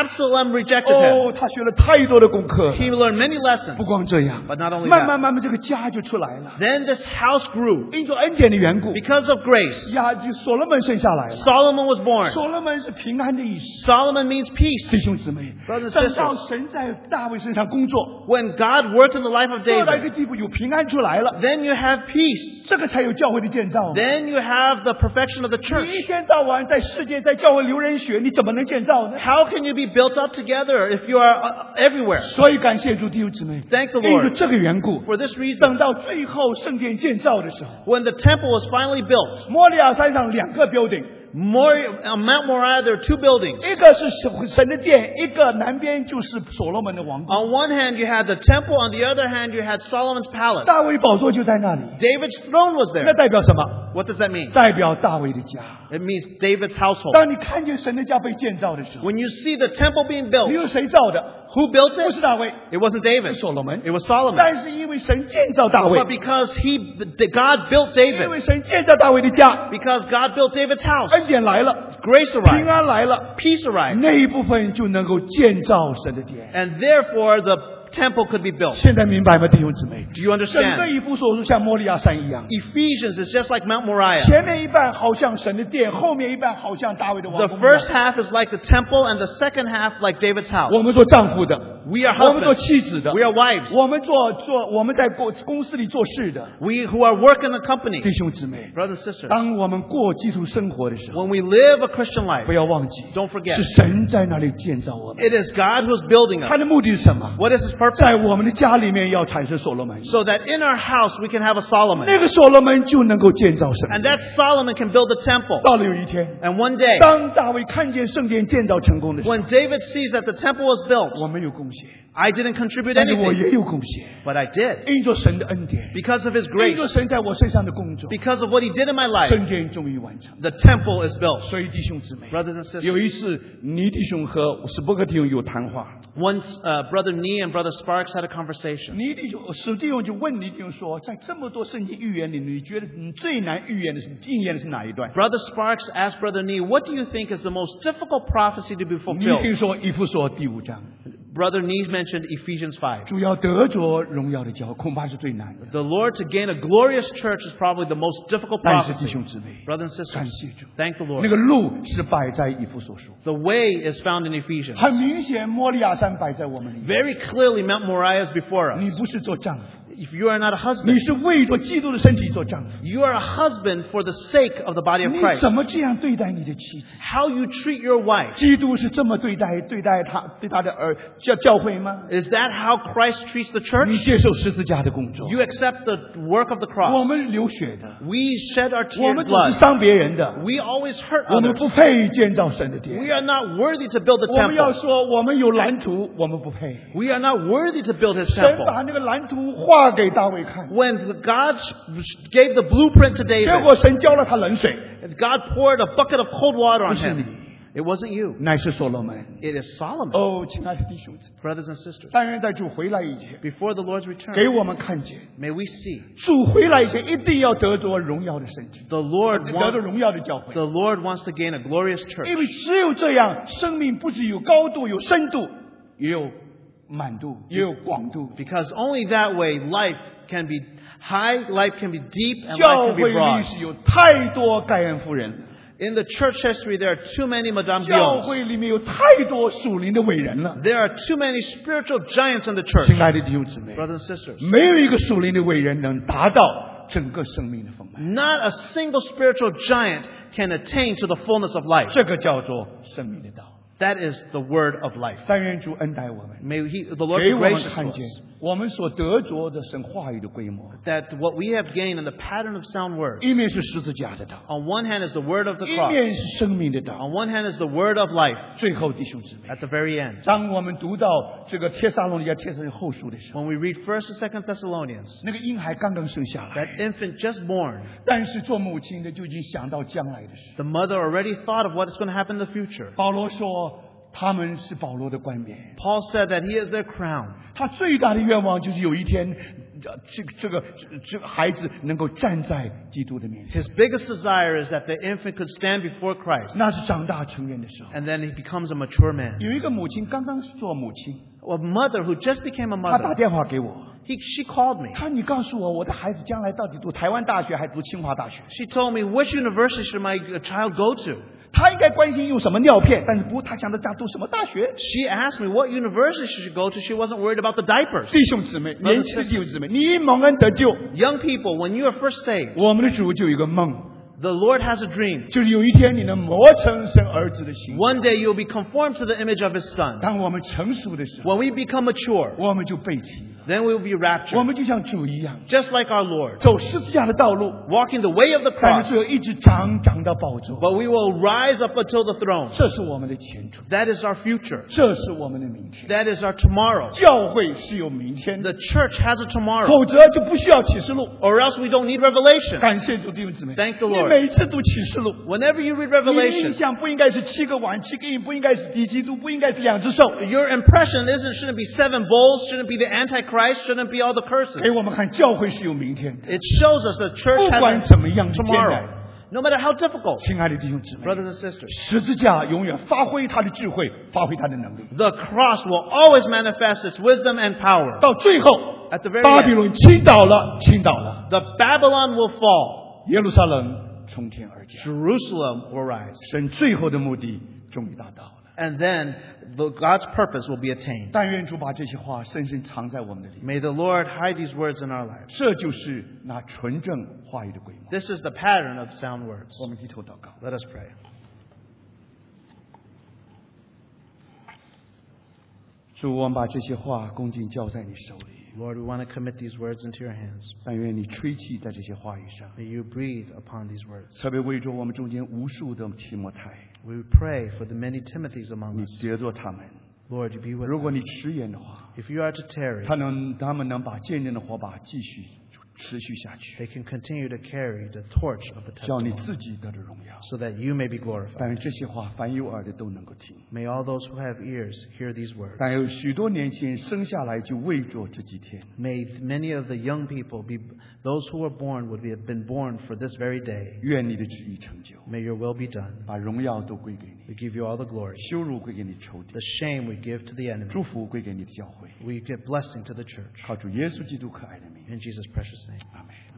Speaker 2: Absalom rejected him.
Speaker 1: 哦，他学了太多的功课。
Speaker 2: He learned many
Speaker 1: 不
Speaker 2: lessons.
Speaker 1: 光这样，
Speaker 2: But not only
Speaker 1: 慢
Speaker 2: that.
Speaker 1: 慢慢慢，这个家就出来了。
Speaker 2: Then this house grew
Speaker 1: 因着恩典的缘故，
Speaker 2: because of grace.
Speaker 1: 呀，就所罗门生下来了。
Speaker 2: Solomon was born.
Speaker 1: 所罗门是平安的意思。
Speaker 2: Solomon means
Speaker 1: 弟
Speaker 2: peace.
Speaker 1: 兄姊妹
Speaker 2: Brothers and，
Speaker 1: 等到
Speaker 2: sisters
Speaker 1: 神在大卫身上工作，
Speaker 2: When God worked in the life of
Speaker 1: 做到一
Speaker 2: David,
Speaker 1: 个地步，有平安出来了，
Speaker 2: then you have peace.
Speaker 1: 这个才有教会的建造嘛。
Speaker 2: Then you have the perfection of the
Speaker 1: 你一
Speaker 2: church.
Speaker 1: 天到晚在世界在教会流人血，你怎么能建造呢？
Speaker 2: How can you be built up together if you are uh, everywhere?
Speaker 1: 所以感谢主，弟兄姊妹，
Speaker 2: Thank the
Speaker 1: 因着
Speaker 2: Lord.
Speaker 1: 这个缘故，
Speaker 2: For this reason,
Speaker 1: 等到最后圣殿建造的时候，
Speaker 2: when the temple was finally built,
Speaker 1: 摩利亚山上两个 building，
Speaker 2: Mor- on Mount Moriah, there are two buildings.
Speaker 1: 一个是神神的殿，一个南边就是所罗门的王宫。
Speaker 2: On one hand, you had the temple. On the other hand, you had Solomon's palace.
Speaker 1: 大卫宝座就在那里，
Speaker 2: David's throne was
Speaker 1: 那
Speaker 2: there.
Speaker 1: 代表什么？
Speaker 2: What does that mean?
Speaker 1: 代表大卫的家。
Speaker 2: It means David's household.
Speaker 1: 当你看见神的家被建造的时候，
Speaker 2: When you see the temple being built,
Speaker 1: 你有谁造的？
Speaker 2: who built
Speaker 1: 不是
Speaker 2: it?
Speaker 1: 大卫，
Speaker 2: It wasn't David.
Speaker 1: 所罗门
Speaker 2: It。was Solomon.
Speaker 1: 但是因为神建造大卫
Speaker 2: But，because he, the- God built
Speaker 1: 因为
Speaker 2: David,
Speaker 1: 神建造大卫的家，
Speaker 2: because God built David's house,
Speaker 1: 恩典来了，
Speaker 2: grace
Speaker 1: 平
Speaker 2: arrived,
Speaker 1: 安来了，
Speaker 2: peace arrived.
Speaker 1: 那一部分就能够建造神的殿。
Speaker 2: and therefore the temple could be built.
Speaker 1: 现在明白吗，弟兄姊妹？
Speaker 2: Do you
Speaker 1: 整个
Speaker 2: understand?
Speaker 1: 一幅所书像摩利亚山一样，
Speaker 2: Ephesians is just like Mount Moriah.
Speaker 1: 前面一半好像神的殿，后面一半好像大卫的王
Speaker 2: The
Speaker 1: 宫一样。
Speaker 2: first half is like the temple, and the second half like David's house.
Speaker 1: 我们做丈夫的，
Speaker 2: We are
Speaker 1: 我们
Speaker 2: husbands.
Speaker 1: 做妻子的
Speaker 2: We，are wives.
Speaker 1: 我们做做我们在公公司里做事的
Speaker 2: We who are working the company.
Speaker 1: 弟兄姊妹，
Speaker 2: Brothers and sisters,
Speaker 1: 当我们过基督生活的时候，
Speaker 2: when we live a Christian life,
Speaker 1: 不要忘记
Speaker 2: Don't forget
Speaker 1: 是神在那里建造我们。
Speaker 2: it is God who's building
Speaker 1: 他
Speaker 2: us.
Speaker 1: 的目的是什么？
Speaker 2: What is his purpose?
Speaker 1: 在我们的家里面要产生所罗门，
Speaker 2: So that in our house we can have a
Speaker 1: 那
Speaker 2: Solomon.
Speaker 1: 个所罗门就能够建造神。
Speaker 2: And that Solomon can build the temple.
Speaker 1: 到了有一天，
Speaker 2: And one day,
Speaker 1: 当大卫看见圣殿建造成功的时候，
Speaker 2: when David sees that the temple was built,
Speaker 1: 我没有贡献，
Speaker 2: I didn't contribute
Speaker 1: 但是我
Speaker 2: anything,
Speaker 1: 也有贡献，
Speaker 2: but I did.
Speaker 1: 因着神的恩典，
Speaker 2: Because of his
Speaker 1: 因
Speaker 2: grace,
Speaker 1: 着神在我身上的工作，
Speaker 2: because of what he did in my life,
Speaker 1: 圣殿终于完成。
Speaker 2: the temple is built.
Speaker 1: 所以弟兄姊妹，
Speaker 2: Brothers and sisters,
Speaker 1: 有一次尼弟兄和史伯格弟兄有谈话，
Speaker 2: once uh, Brother Nee and Brother Sparks had a conversation.
Speaker 1: 尼弟兄史弟兄就问尼弟兄说，在这么多圣经预言里，你觉得你最难预言的是应验的是哪一段？
Speaker 2: Brother Sparks asked Brother Nee, What do you think is the most difficult prophecy to be
Speaker 1: 尼弟兄
Speaker 2: fulfilled?
Speaker 1: 说以弗所第五章，
Speaker 2: Brother Nee mentioned Ephesians 5.
Speaker 1: 主要得着荣耀的教会，恐怕是最难的。
Speaker 2: The Lord to gain a glorious church is probably the most difficult
Speaker 1: 但是弟
Speaker 2: prophecy.
Speaker 1: 兄姊妹，
Speaker 2: Brothers and
Speaker 1: 感
Speaker 2: sisters,
Speaker 1: 谢主，
Speaker 2: thank the
Speaker 1: 那
Speaker 2: Lord.
Speaker 1: 个路是摆在以弗所书。
Speaker 2: The way is found in Ephesians.
Speaker 1: 很明显，摩利亚山摆在我们里面。
Speaker 2: Very clearly, Mount Moriah is before
Speaker 1: 你
Speaker 2: us.
Speaker 1: 不是做丈夫，
Speaker 2: If you are not a
Speaker 1: 你
Speaker 2: husband,
Speaker 1: 是为着基督的身体做丈夫。
Speaker 2: you are a husband for the sake of the body of
Speaker 1: 你
Speaker 2: Christ.
Speaker 1: 怎么这样对待你的妻子？
Speaker 2: How you treat your wife,
Speaker 1: 基督是这么对待对待他对他的儿教教会吗？
Speaker 2: is that how Christ treats the
Speaker 1: 你
Speaker 2: church?
Speaker 1: 接受十字架的工作。
Speaker 2: You accept the work of the
Speaker 1: 我
Speaker 2: cross.
Speaker 1: 们流血的，
Speaker 2: We shed our
Speaker 1: 我
Speaker 2: tear
Speaker 1: 们只是
Speaker 2: blood.
Speaker 1: 伤别人的，
Speaker 2: We always hurt
Speaker 1: 我们
Speaker 2: others.
Speaker 1: 不配建造神的殿
Speaker 2: We。are not worthy to build the
Speaker 1: 我们要
Speaker 2: temple.
Speaker 1: 说，我们有蓝图，我们不配。
Speaker 2: We are not worthy to build his
Speaker 1: 神把
Speaker 2: temple.
Speaker 1: 那个蓝图画给大卫看，
Speaker 2: When God gave the blueprint to
Speaker 1: 结
Speaker 2: David,
Speaker 1: 果神浇了他冷水，
Speaker 2: God poured a bucket of cold water on
Speaker 1: 不是你。
Speaker 2: him. It wasn't you.
Speaker 1: 乃是所罗门。
Speaker 2: It is Solomon,
Speaker 1: 哦，亲爱的弟兄姊妹，
Speaker 2: brothers and sisters.
Speaker 1: 但愿在主回来以前，
Speaker 2: Before the Lord's
Speaker 1: 给
Speaker 2: return,
Speaker 1: 我们看见，
Speaker 2: may we see
Speaker 1: 主回来以前一定要得着荣耀的身体，
Speaker 2: the Lord
Speaker 1: 得着
Speaker 2: wants
Speaker 1: 荣耀的教会
Speaker 2: the。Lord wants to gain a glorious church
Speaker 1: 因为只有这样，生命不只有高度、有深度，也有满度，也有广度。
Speaker 2: because only that way life can be high, life can be deep, and life
Speaker 1: 教
Speaker 2: can
Speaker 1: 会
Speaker 2: be
Speaker 1: 历
Speaker 2: broad.
Speaker 1: 史有太多盖恩夫人了，
Speaker 2: In the church history, there are too many Madame
Speaker 1: 教
Speaker 2: Bion's.
Speaker 1: 会里面有太多属灵的伟人了。
Speaker 2: There are too many spiritual giants in the church,
Speaker 1: 亲爱的弟兄姊妹，
Speaker 2: brothers and sisters.
Speaker 1: 没有一个属灵的伟人能达到整个生命的丰满，
Speaker 2: Not a single spiritual giant can attain to the fullness of life.
Speaker 1: 这个叫做生命的道。
Speaker 2: That is the word of life.
Speaker 1: 但愿主恩待我们，
Speaker 2: May he, the Lord
Speaker 1: 给
Speaker 2: be
Speaker 1: 我们
Speaker 2: gracious to
Speaker 1: 看见
Speaker 2: us
Speaker 1: 我们所得着的神话语的规模。
Speaker 2: that what we have gained in the pattern of sound words,
Speaker 1: 一面是十字架的道，
Speaker 2: on one hand is the word of the
Speaker 1: 一
Speaker 2: cross,
Speaker 1: 面是生命的道。
Speaker 2: on one hand is the word of life.
Speaker 1: 最后，弟兄姊妹。
Speaker 2: At the very end,
Speaker 1: 当我们读到这个《帖撒罗尼迦帖撒罗尼后书》的时候，
Speaker 2: when we read First and Second Thessalonians,
Speaker 1: 那个婴孩刚刚生下来，
Speaker 2: that infant just born,
Speaker 1: 但是做母亲的就已经想到将来的事。
Speaker 2: the mother already thought of what is going to happen in the future.
Speaker 1: 保罗说，他们是保罗的冠冕，
Speaker 2: Paul said that he is their crown.
Speaker 1: 他最大的愿望就是有一天，呃这个这个这这个孩子能够站在基督的面前，
Speaker 2: His biggest desire is that the infant could stand before Christ,
Speaker 1: 那是长大成人的时候。
Speaker 2: and then he becomes a mature man.
Speaker 1: 有一个母亲刚刚做母亲，
Speaker 2: A mother who just became a
Speaker 1: 她打
Speaker 2: mother,
Speaker 1: 电话给我，
Speaker 2: he, she called me.
Speaker 1: 她你告诉我，我的孩子将来到底读台湾大学还是读清华大学？
Speaker 2: She told me which university should my child go to.
Speaker 1: 她应该关心用什么尿片，但是不，她想着她读什么大学。
Speaker 2: She asked me what university she should go to. She wasn't worried about the diapers.
Speaker 1: 弟兄姊妹，年轻的弟兄姊妹，你蒙恩得救。
Speaker 2: Young people, when you are first saved,
Speaker 1: 我们的主就有一个梦，
Speaker 2: the Lord has a dream.
Speaker 1: 就是有一天你能磨成神儿子的形。
Speaker 2: One day you'll be conformed to the image of His Son.
Speaker 1: 当我们成熟的时候，
Speaker 2: When we become mature,
Speaker 1: 我们就被提，
Speaker 2: then we will be
Speaker 1: 我
Speaker 2: raptured,
Speaker 1: 们就像主一样，
Speaker 2: just like our Lord,
Speaker 1: 走十字架的道路，
Speaker 2: walking the way of the
Speaker 1: 但
Speaker 2: cross.
Speaker 1: 是最后一直长长到宝座。
Speaker 2: But we will rise up until the throne.
Speaker 1: 这是我们的前途，
Speaker 2: That is our future.
Speaker 1: 这是我们的明天。
Speaker 2: That is our tomorrow.
Speaker 1: 教会是有明天的，
Speaker 2: The church has a tomorrow,
Speaker 1: 否则就不需要启示录。
Speaker 2: or else we don't need revelation.
Speaker 1: 感谢主弟兄姊妹，
Speaker 2: Thank the
Speaker 1: 你
Speaker 2: Lord
Speaker 1: 每次读启示录。
Speaker 2: Whenever you read
Speaker 1: 你的印
Speaker 2: revelation,
Speaker 1: 象不应该是七个碗、七个印，不应该是敌基督，不应该是两只手，
Speaker 2: your impression isn't shouldn't be seven bowls, shouldn't be the antichrist, shouldn't be all the curses.
Speaker 1: 哎给我们看，教会是有明天的。
Speaker 2: It shows us the church
Speaker 1: 不
Speaker 2: has
Speaker 1: 管
Speaker 2: a
Speaker 1: 怎么样，艰
Speaker 2: tomorrow.
Speaker 1: 难，
Speaker 2: No matter how difficult,
Speaker 1: 亲爱的弟兄姊妹，
Speaker 2: brothers and sisters,
Speaker 1: 十字架永远发挥它的智慧，发挥它的能力。
Speaker 2: the cross will always manifest its wisdom and power.
Speaker 1: 到最后，
Speaker 2: At the very
Speaker 1: 巴比
Speaker 2: end,
Speaker 1: 伦倾倒了，倾倒了，
Speaker 2: the Babylon will fall,
Speaker 1: 耶路撒冷从天而降，
Speaker 2: Jerusalem will rise.
Speaker 1: 神最后的目的终于达到了。
Speaker 2: and then the, God's purpose will be attained.
Speaker 1: 但愿主把这些话深深藏在我们的里面，
Speaker 2: May the Lord hide these words in our lives.
Speaker 1: 这就是那纯正话语的规模。
Speaker 2: This is the pattern of sound words.
Speaker 1: 我们低头祷告，
Speaker 2: Let us pray.
Speaker 1: 主，我们把这些话恭敬交在你手里，
Speaker 2: Lord, we want to commit these words into your hands.
Speaker 1: 但愿你吹气在这些话语上，
Speaker 2: May you breathe upon these words.
Speaker 1: 特别为着我们中间无数的提摩太，
Speaker 2: We pray for the many Timothys
Speaker 1: 你
Speaker 2: among us.
Speaker 1: 得着他们。
Speaker 2: Lord, you be with
Speaker 1: 如果
Speaker 2: them.
Speaker 1: 你迟延的话，
Speaker 2: If you are to tarry,
Speaker 1: 他能他们能把坚韧的火把继续持续下去，
Speaker 2: they can continue to carry the torch of the
Speaker 1: 叫你
Speaker 2: testimony
Speaker 1: 自己得着荣耀。
Speaker 2: so that you may be glorified.
Speaker 1: 但愿这些话凡有耳的都能够听。
Speaker 2: May all those who have ears hear these words.
Speaker 1: 但有许多年轻人生下来就为着这几天，
Speaker 2: May many of the young people be, those who were born would be, have been born for this very day.
Speaker 1: 愿你的旨意成就，
Speaker 2: May your will be done.
Speaker 1: 把荣耀都归给你，
Speaker 2: We give you all the glory.
Speaker 1: 羞辱归给你仇敌
Speaker 2: The，shame we give to the enemy,
Speaker 1: 祝福归给你的教会。
Speaker 2: we give blessing to the church.
Speaker 1: 靠主耶稣基督可爱的名，
Speaker 2: In Jesus' precious name.
Speaker 1: 阿门。